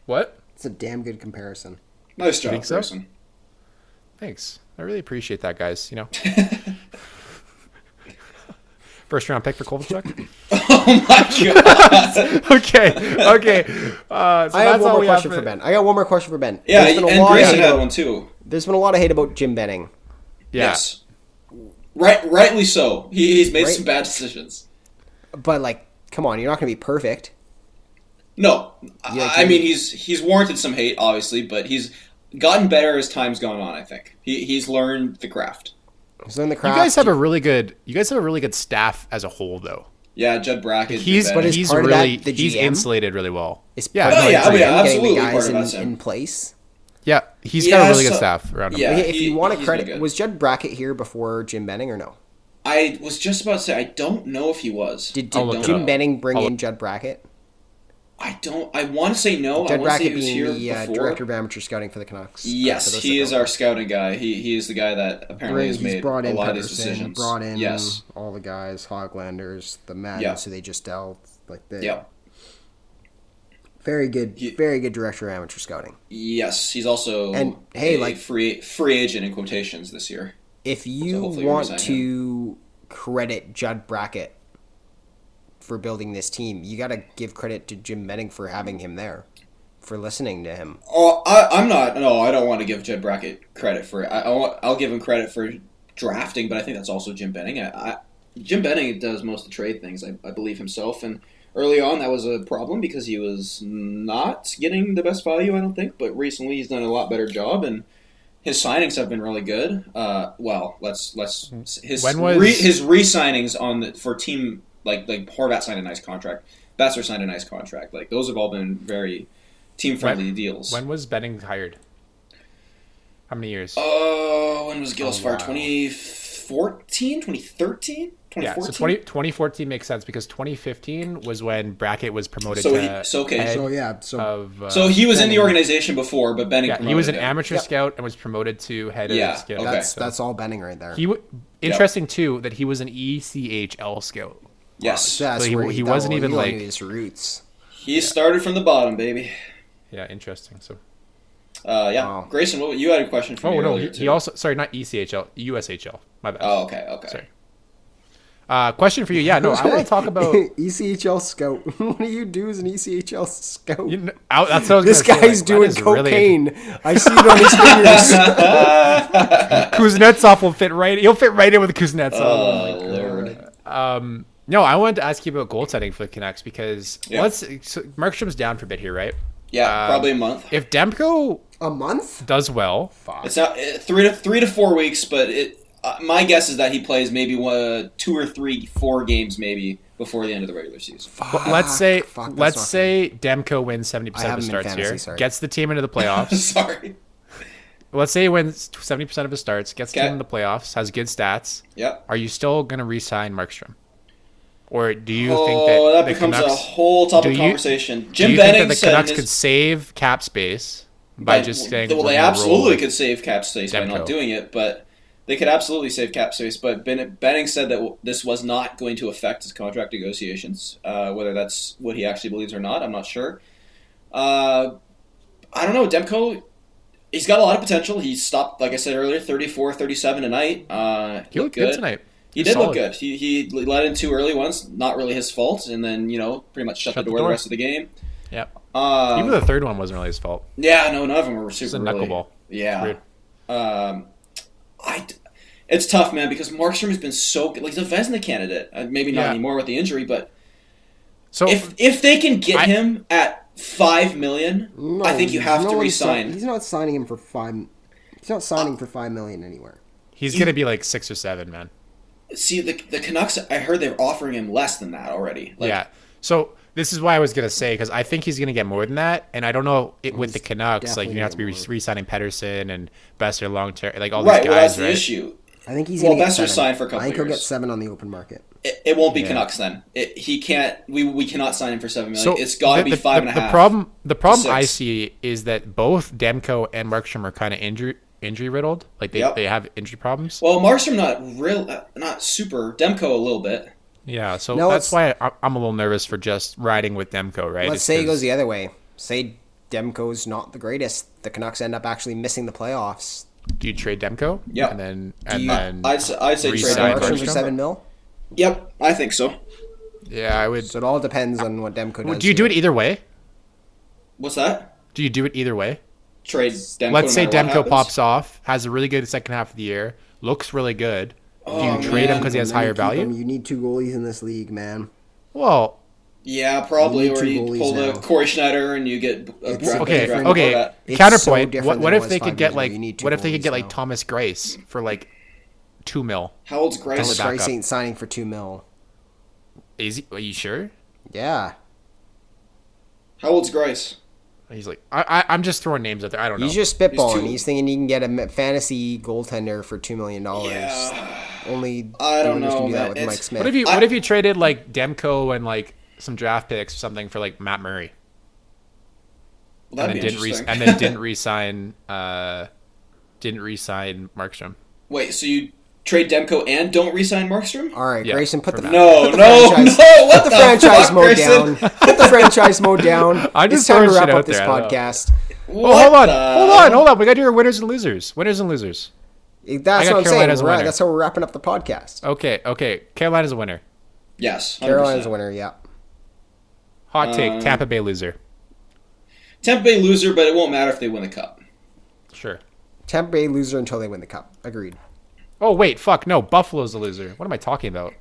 E: what?
F: It's a damn good comparison.
G: Nice job,
E: think so?
G: Grayson.
E: Thanks. I really appreciate that, guys. You know, First round pick for Kovalchuk.
H: Oh my god!
E: okay, okay. Uh, so
F: I
E: that's
F: have one
E: all
F: more
E: we
F: question
E: have
F: for Ben. I got one more question for Ben.
G: Yeah,
F: There's been a
G: and
F: lot of
G: Grayson
F: hate
G: had
F: about-
G: one too.
F: There's been a lot of hate about Jim Benning.
E: Yeah.
G: Yes. Right, rightly so. He, he's made
F: Right.
G: some bad decisions.
F: But like, come on, you're not going to be perfect.
G: No,
F: Yeah,
G: I- I
F: Jimmy.
G: mean he's he's warranted some hate, obviously, but he's gotten better as time's gone on. I think he, he's learned the craft.
F: So in the
E: You
F: craft,
E: guys have a really good. You guys have a really good staff as a whole, though.
G: Yeah, Judd Brackett.
E: He's
G: but
F: is
E: he's
F: part of that
E: really
F: the
E: he's
F: GM?
E: insulated really well.
F: is
E: Yeah,
F: part of
E: no,
F: the
E: yeah, oh,
F: team,
E: yeah,
F: getting
G: absolutely
F: the
G: part of
F: guys
G: that's
F: in,
G: him.
F: in place.
E: Yeah, he's
G: Yeah,
E: got a really
G: so-
E: good staff around him.
G: yeah,
F: Like, if
G: he-
F: you want
G: he's
F: to
G: been
F: credit,
G: good.
F: was Judd Brackett here before Jim Benning or no?
G: I was just about to say I don't know if he was.
F: Did
E: I'll
F: Jim,
E: look it
F: Jim
E: up.
F: Benning bring
E: I'll-
F: in Judd Brackett?
G: I don't. I want to say no. I
F: Judd
G: want to say
F: Brackett
G: he Oh, was here
F: being the uh,
G: before.
F: director of amateur scouting for the Canucks. uh, for
G: Yes,
F: those
G: he
F: that
G: is
F: don't
G: our scouting guy. He he is the guy that apparently
F: Brings-
G: has made
F: he's brought in
G: a lot of
F: Pedersen,
G: these decisions.
F: brought in uh,
G: yes,
F: all the guys, Hoglanders, the Madden,
G: Yeah.
F: who they just dealt. Like they,
G: yeah,
F: very good,
G: He-
F: very good director of amateur scouting.
G: yes. He's also
F: And, hey,
G: a
F: like-
G: free free agent in quotations this year.
F: If you
G: hopefully we
F: want
G: resign him.
F: to credit Judd Brackett for building this team, you got to give credit to Jim Benning for having him there, for listening to him.
G: Oh, I, I'm not. No, I don't want to give Jed Brackett credit for it. I, I want, I'll give him credit for drafting, but I think that's also Jim Benning. I, I, Jim Benning does most of the trade things, I, I believe himself. And early on, that was a problem because he was not getting the best value, I don't think. But recently, he's done a lot better job, and his signings have been really good. Uh, well, let's let's his
E: Mm. When was-
G: re, his re-signings on the, for team like like Horvat signed a nice contract, Besser signed a nice contract. Like those have all been very team friendly deals.
E: When was Benning hired? How many years?
G: Oh, when was Gillis
E: wow.
G: Fire? 2014? 2013?
E: yeah, so
G: 2014?
E: 20, 2014 makes sense because 2015 was when Brackett was promoted
G: So
E: to
G: he- so, okay,
E: head
G: so-
F: yeah, so
E: of. Uh,
G: so he was in the organization before, but Benning
E: yeah, he was an
G: promoted him.
E: amateur scout and was promoted to head
G: Yeah,
E: of scout.
G: okay.
F: that's
E: So
F: that's all Benning right there.
E: he w- interesting too that he was an E ECHL scout.
G: Yes.
F: That's
E: so he-
F: where
E: he wasn't
F: double-
E: even,
F: he only
E: like-
F: knew his roots.
G: He started from the bottom, baby.
E: Yeah, interesting. So
G: Uh, yeah.
F: Wow.
G: Grayson, what, you had a question for
E: oh
G: me
E: no,
G: earlier,
E: he,
G: too.
E: he also sorry not E ECHL USHL. My bad.
G: Oh, okay, okay.
E: Sorry. Uh, question for you? Yeah, no, I want to talk about.
G: E
F: ECHL scout. what do you do as an ECHL scout?
E: You know, I- that's what I was
F: this
E: gonna say,
F: guy's
E: like, that
F: doing
E: is really-
F: cocaine. I see it on his fingers.
E: Kuznetsov will fit right. He'll fit right in with Kuznetsov.
G: Oh, Lord.
E: No, I wanted to ask you about goaltending for the Canucks because
G: Yeah.
E: let's so Markstrom's down for a bit here, right? um,
G: Yeah, probably a month.
E: If Demko
F: a month?
E: does well,
G: It's not uh, three to three to four weeks, but it. Uh, my guess is that he plays maybe one, two or three, four games maybe before the end of the regular season.
E: but let's say
F: Ah, fuck, that's
E: let's
F: not
E: say Demko wins seventy
F: I
E: percent of
F: have
E: his
F: him in
E: starts
F: fantasy,
E: here,
F: sorry.
E: gets the team into the playoffs.
G: Sorry.
E: let's say he wins seventy percent of his starts, gets the
G: Okay.
E: team in the playoffs, has good stats.
G: Yep.
E: Are you still going to re-sign Markstrom, or do you think that,
G: Oh, that,
E: the
G: becomes
E: Canucks,
G: a whole topic
E: do
G: of
E: you-
G: conversation.
E: do
G: Jim
E: you
G: Benning
E: think that the
G: said in
E: Canucks
G: his-
E: could save cap space by
G: But-
E: just saying
G: Well,
E: we're
G: they
E: gonna roll
G: absolutely
E: with-
G: could save cap space by
E: Demko.
G: not doing it, but they could absolutely save cap space. But Ben, Benning said that w- this was not going to affect his contract negotiations. Uh, whether that's what he actually believes or not, I'm not sure. Uh, I don't know. Demko, he's got a lot of potential. He stopped, like I said earlier, 34, 37 tonight. Uh,
E: He looked good tonight.
G: He
E: He's
G: did
E: solid.
G: look good. He, he let in two early ones, not really his fault, and then, you know, pretty much shut, the, door the rest of the game.
E: Yeah.
G: Uh,
E: Even the third one wasn't really his fault.
G: yeah, no, none of them were super.
E: a
G: really-
E: knuckleball.
G: Yeah.
E: Weird.
G: Um, I d it's tough, man, because Markstrom has been so good. Like he's a Vesna candidate. Uh, maybe not
E: Yeah.
G: anymore with the injury, but
E: So
G: if if they can get
E: I-
G: him at five million, I think you have to resign.
F: He's not signing him for five. He's not signing for five million anywhere.
E: he's gonna be like six or seven, man.
G: See the the Canucks. I heard they're offering him less than that already. Like,
E: yeah. So this is why I was gonna say because I think he's gonna get more than that, and I don't know it with the Canucks. Like you
F: definitely
E: have to be
F: gonna
E: re-
F: get more.
E: re-signing Pedersen and Besser long term, like all
G: Right.
E: these
G: well, that's
E: guys,
G: the
E: right?
G: issue.
F: I think he's
G: Well,
F: gonna get
G: Besser
F: seven.
G: signed for a couple
F: I think he'll
G: years.
F: get seven on the open market.
G: It, it won't be
E: Yeah.
G: Canucks then. It, he can't. We we cannot sign him for seven million.
E: So
G: it's got to
E: the-
G: be
E: the-
G: five and a
E: the,
G: half.
E: The problem, the problem I
G: six.
E: see is that both Demko and Markstrom are kind of injury injury riddled. Like they,
G: Yep.
E: they have injury problems.
G: Well, Markstrom not real, uh, not super. Demko a little bit.
E: yeah. So
F: No,
E: that's
F: it's-
E: why I, I'm a little nervous for just riding with Demko, right?
F: Let's
E: It's
F: say it
E: 'cause-
F: goes the other way. Say Demko's not the greatest. The Canucks end up actually missing the playoffs.
E: do you trade Demko?
G: Yeah.
E: And then and
F: you-
E: then
G: I'd, s- I'd say
E: Resign
G: trade
E: Signed
F: Markstrom for
E: Markstrom?
F: seven mil.
G: Yep, I think so.
E: Yeah, I would.
F: So it all depends on what Demko does.
E: do you do
F: here.
E: it either way?
G: What's that?
E: Do you do it either way?
G: Trade Demko.
E: Let's say
G: no matter what
E: Demko
G: happens?
E: pops off, has a really good second half of the year, looks really good. do
F: Oh,
E: you trade him
G: man.
E: because he has
F: You
E: higher
F: keep
E: value?
F: him. You need two goalies in this league, man.
E: Well,
G: Yeah, probably.
F: You need
G: Or
F: two
G: you
F: goalies
G: pull
F: now.
G: a Corey Schneider and you get a
F: It's
E: okay,
F: different.
E: okay.
F: It's so
E: Counterpoint.
F: different
E: what
F: than
E: what
F: it
E: if
F: was
E: they
F: five
E: could get
F: years ago.
E: like
F: You need two
E: what if they could
F: goalies
E: get like
F: now.
E: Thomas Grace for like two mil?
G: How old's Grace?
E: Dial it back.
F: Price
E: up.
F: ain't signing for two mil.
E: Is he? Are you sure?
F: Yeah,
G: How old's Grace?
E: He's like I, I I'm just throwing names out there. I don't know.
F: he's just spitballing.
G: He's
F: He's,
G: too-
F: thinking he can get a m- fantasy goaltender for two million dollars.
G: Yeah.
F: Only
G: I don't
F: owners
G: know,
F: Can do
G: man.
F: that with
G: It's-
F: Mike Smith.
E: what if you
G: I-
E: what if you traded like Demko and like some draft picks or something for like Matt Murray
G: Well,
E: and
G: that'd
E: then
G: be
E: didn't re-
G: interesting.
E: and then didn't re-sign uh didn't re-sign Markstrom.
G: Wait, so you trade Demko and don't re-sign Markstrom?
F: All right,
E: Yeah,
F: Grayson, put
E: for
F: the
E: Matt.
G: No,
F: put the
G: no,
F: franchise-
G: no! What
F: Put the,
G: the
F: franchise
G: fuck,
F: mode
G: Grayson?
F: down. Put the franchise mode down.
E: I'm just
F: it's time to
E: throwing
F: wrap
E: shit
F: up
E: out
F: this
E: there, I don't know.
F: podcast.
E: Well, Oh, hold on, hold on, hold on. We got to do our winners and losers. Winners and losers. I
F: That's
E: got
F: what I'm saying.
E: Carolina as a
F: We're-
E: winner.
F: That's how we're wrapping up the podcast.
E: Okay, okay. Carolina's a winner.
G: Yes, 100%.
F: Carolina's a winner. Yeah.
E: Hot
F: Um,
E: take: Tampa Bay loser.
G: Tampa Bay loser, but it won't matter if they win the cup.
E: Sure.
F: Tampa Bay loser until they win the cup. Agreed.
E: Oh wait, fuck no. Buffalo's a loser. What am I talking about?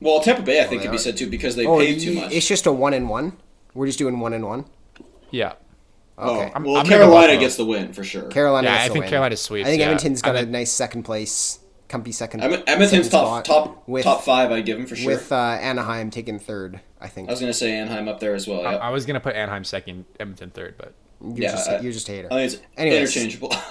G: Well, Tampa Bay, I think,
F: they
G: could be
F: are.
G: said too because they
F: Oh,
G: paid too
F: y-
G: much.
F: it's just a one and one. We're just doing one and one.
E: Yeah.
F: Okay.
G: oh, well,
E: I'm gonna go
G: Carolina
E: Buffalo.
G: gets the win for sure.
F: Carolina.
E: Yeah,
F: gets
E: I
F: the
E: think
F: win.
E: Carolina sweeps,
F: I think
E: yeah.
F: Edmonton's got
E: I
F: a
E: mean-
F: nice second place, comfy second.
G: Em- Edmonton's
F: second
G: top
F: spot
G: top
F: with,
G: top five. I'd give him for sure.
F: with uh, Anaheim taking third. I think
G: I was gonna say Anaheim up there as well.
E: I
G: Yeah,
E: was gonna put Anaheim second, Edmonton third, but
F: you're,
G: yeah,
F: just,
G: I-
F: you're just a hater.
G: I think it's
F: Anyways.
G: interchangeable.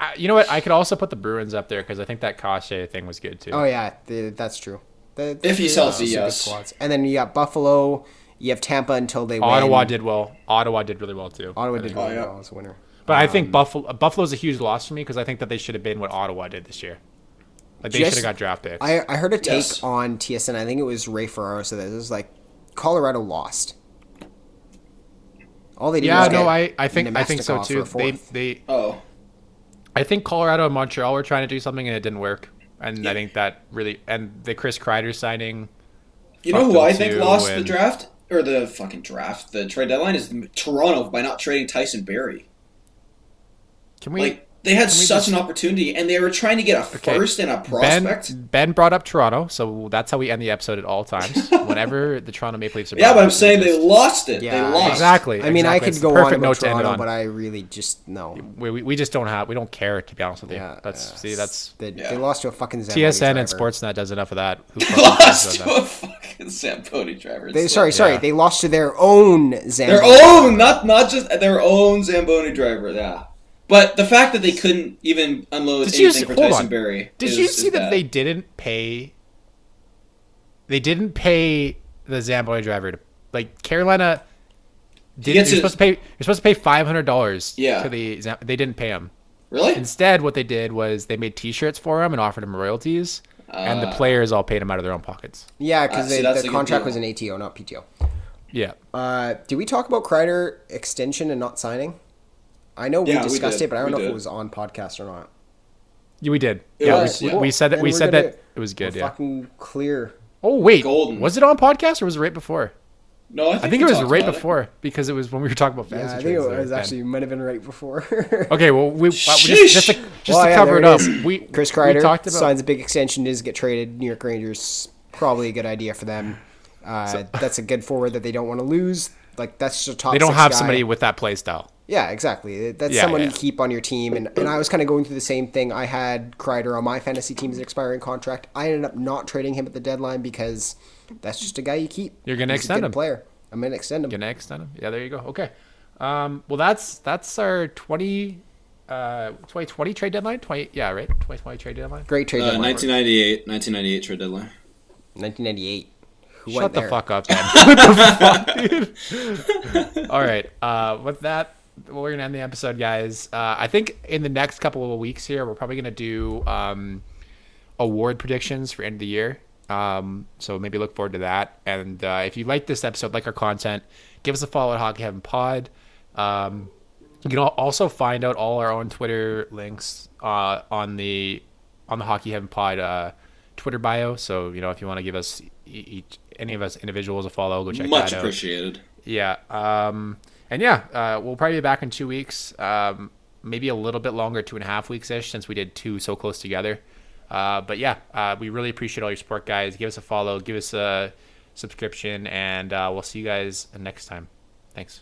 E: I, you know what? I could also put the Bruins up there because I think that Kasha thing was good too.
F: oh yeah, th that's true. The,
G: If he's
F: those
G: healthy,
F: are good
G: yes.
F: squads. And then you got Buffalo. You have Tampa until they win.
E: Ottawa did well. Ottawa did really well too.
F: Ottawa did Um, really
G: Oh, yeah.
F: well as a winner.
E: But I think Buffalo Buffalo's a huge loss for me because I think that they should have been what Ottawa did this year. Like they
F: Just-
E: should have got draft picks.
F: I, I heard a take
G: Yes.
F: on TSN. I think it was Ray Ferraro said that it was like Colorado lost. All they did
E: yeah,
F: was
E: no,
F: get
E: I, I think I think so
F: Nemestikov
E: too.
F: for
E: They
F: fourth.
E: they
G: oh,
E: I think Colorado and Montreal were trying to do something and it didn't work. And I think that really and the Chris Kreider signing.
G: you know
E: Fuck
G: who I
E: them
G: think
E: too,
G: lost the
E: and-
G: draft or the fucking draft, the trade deadline is Toronto by not trading Tyson Berry.
E: Can we
G: Like they had
E: we
G: such
E: just-
G: an opportunity, and they were trying to get a
E: Okay.
G: first and a prospect.
E: Ben, ben brought up Toronto, so that's how we end the episode at all times. Whenever the Toronto Maple Leafs are
G: yeah,
E: brought
G: but I'm
E: up, we
G: saying
E: just-
G: they lost it.
F: Yeah,
G: they lost
E: exactly.
F: I mean,
E: exactly.
F: I could
E: It's the
F: go on
E: perfect
F: about
E: note to end it
F: Toronto,
E: on.
F: but I really just no.
E: we, we we just don't have we don't care to be honest with you.
F: Yeah,
E: that's
F: uh,
E: see that's
F: they,
G: Yeah.
F: they lost to a fucking Zamboni
E: TSN and
F: driver.
E: Sportsnet does enough of that. Who fucking
G: Lost
E: cares
G: to
E: about that?
G: a fucking Zamboni driver. It's
F: They,
G: like-
F: sorry, sorry,
E: Yeah.
F: they lost to their own Zamboni.
G: Their own, not not just their own Zamboni driver. Yeah, but the fact that they couldn't even unload
E: Did you
G: anything
E: see-
G: for
E: hold
G: Tyson
E: on.
G: Berry.
E: Did
G: is-
E: you
G: is
E: see that
G: bad.
E: they didn't pay? They didn't pay the Zamboni driver. To, like Carolina, did, you're
G: gets it-
E: supposed to pay. You're supposed to pay five hundred dollars.
G: Yeah.
E: To the Zam- they didn't pay him.
G: really?
E: Instead, what they did was they made T-shirts for him and offered him royalties, and
G: Ah.
E: the players all paid him out of their own pockets.
F: Yeah,
G: Uh,
F: because
G: see, that's a
F: the
G: good
F: contract
G: deal.
F: was an ATO, not PTO.
E: Yeah.
F: Uh, did we talk about Kreider extension and not signing? I know we
G: Yeah, we
F: discussed
G: did.
F: it, but I don't
G: We
F: know if
G: did.
F: it was on podcast or not.
E: Yeah, we did. yeah,
G: was,
E: we, we-
G: yeah.
E: we said that.
F: Then
E: We
F: we're
E: said
F: gonna-
E: that it was
F: we're
E: good. Yeah.
F: Fucking clear.
E: Oh wait,
G: Golden.
E: was it on podcast or was it right before?
G: no, I think,
E: I think
G: we
E: it was
G: talked
E: right
G: about
E: before because it was when we were talking about
F: Yeah,
E: fantasy
F: I think
E: trades
F: it
E: there,
F: was
E: Ben.
F: actually might have been right before.
E: Okay, well, we, uh, we just, just to,
G: Sheesh.
E: just
F: Well,
E: to
F: yeah,
E: cover
F: there
E: it
F: it
E: up,
F: is.
E: we
F: Chris
E: we
F: Kreider
E: talked about
F: signs a big extension, does get traded. New York Rangers probably a good idea for them. Uh, that's a good forward that they don't want to lose. Like that's just a top.
E: they don't
F: six
E: have
F: guy.
E: somebody with that play style.
F: Yeah, exactly. That's
E: Yeah,
F: someone
E: yeah.
F: you keep on your team. And, and I was kind of going through the same thing. I had Kreider on my fantasy team's expiring contract. I ended up not trading him at the deadline because that's just a guy you keep.
E: You're gonna
F: He's a
E: extend
F: good
E: him.
F: Player. I'm gonna extend him.
E: Your next, item? yeah, there you go. Okay, um, well, that's that's our 20, uh, 2020 trade deadline. Twenty, yeah, right, twenty twenty trade deadline.
F: Great trade.
G: that. Uh,
F: deadline.
G: 1998, 1998 trade deadline.
F: 1998. Who
E: Shut
F: went
E: the
F: there?
E: fuck up, man. what the fuck, dude? All right. Uh, with that, we're gonna end the episode, guys. Uh, I think in the next couple of weeks here, we're probably gonna do um, award predictions for end of the year. Um, so maybe look forward to that. And uh, if you like this episode, like our content, give us a follow at Hockey Heaven Pod. Um, you can al- also find out all our own Twitter links uh, on the on the Hockey Heaven Pod uh, Twitter bio. So you know, if you want to give us e- each any of us individuals a follow, go check
H: Much
E: that out.
H: appreciated.
E: Yeah. Um, and yeah, uh, we'll probably be back in two weeks, um, maybe a little bit longer, two and a half weeks ish, since we did two so close together. Uh, but yeah, uh, we really appreciate all your support, guys. Give us a follow, give us a subscription, and uh, we'll see you guys next time. Thanks.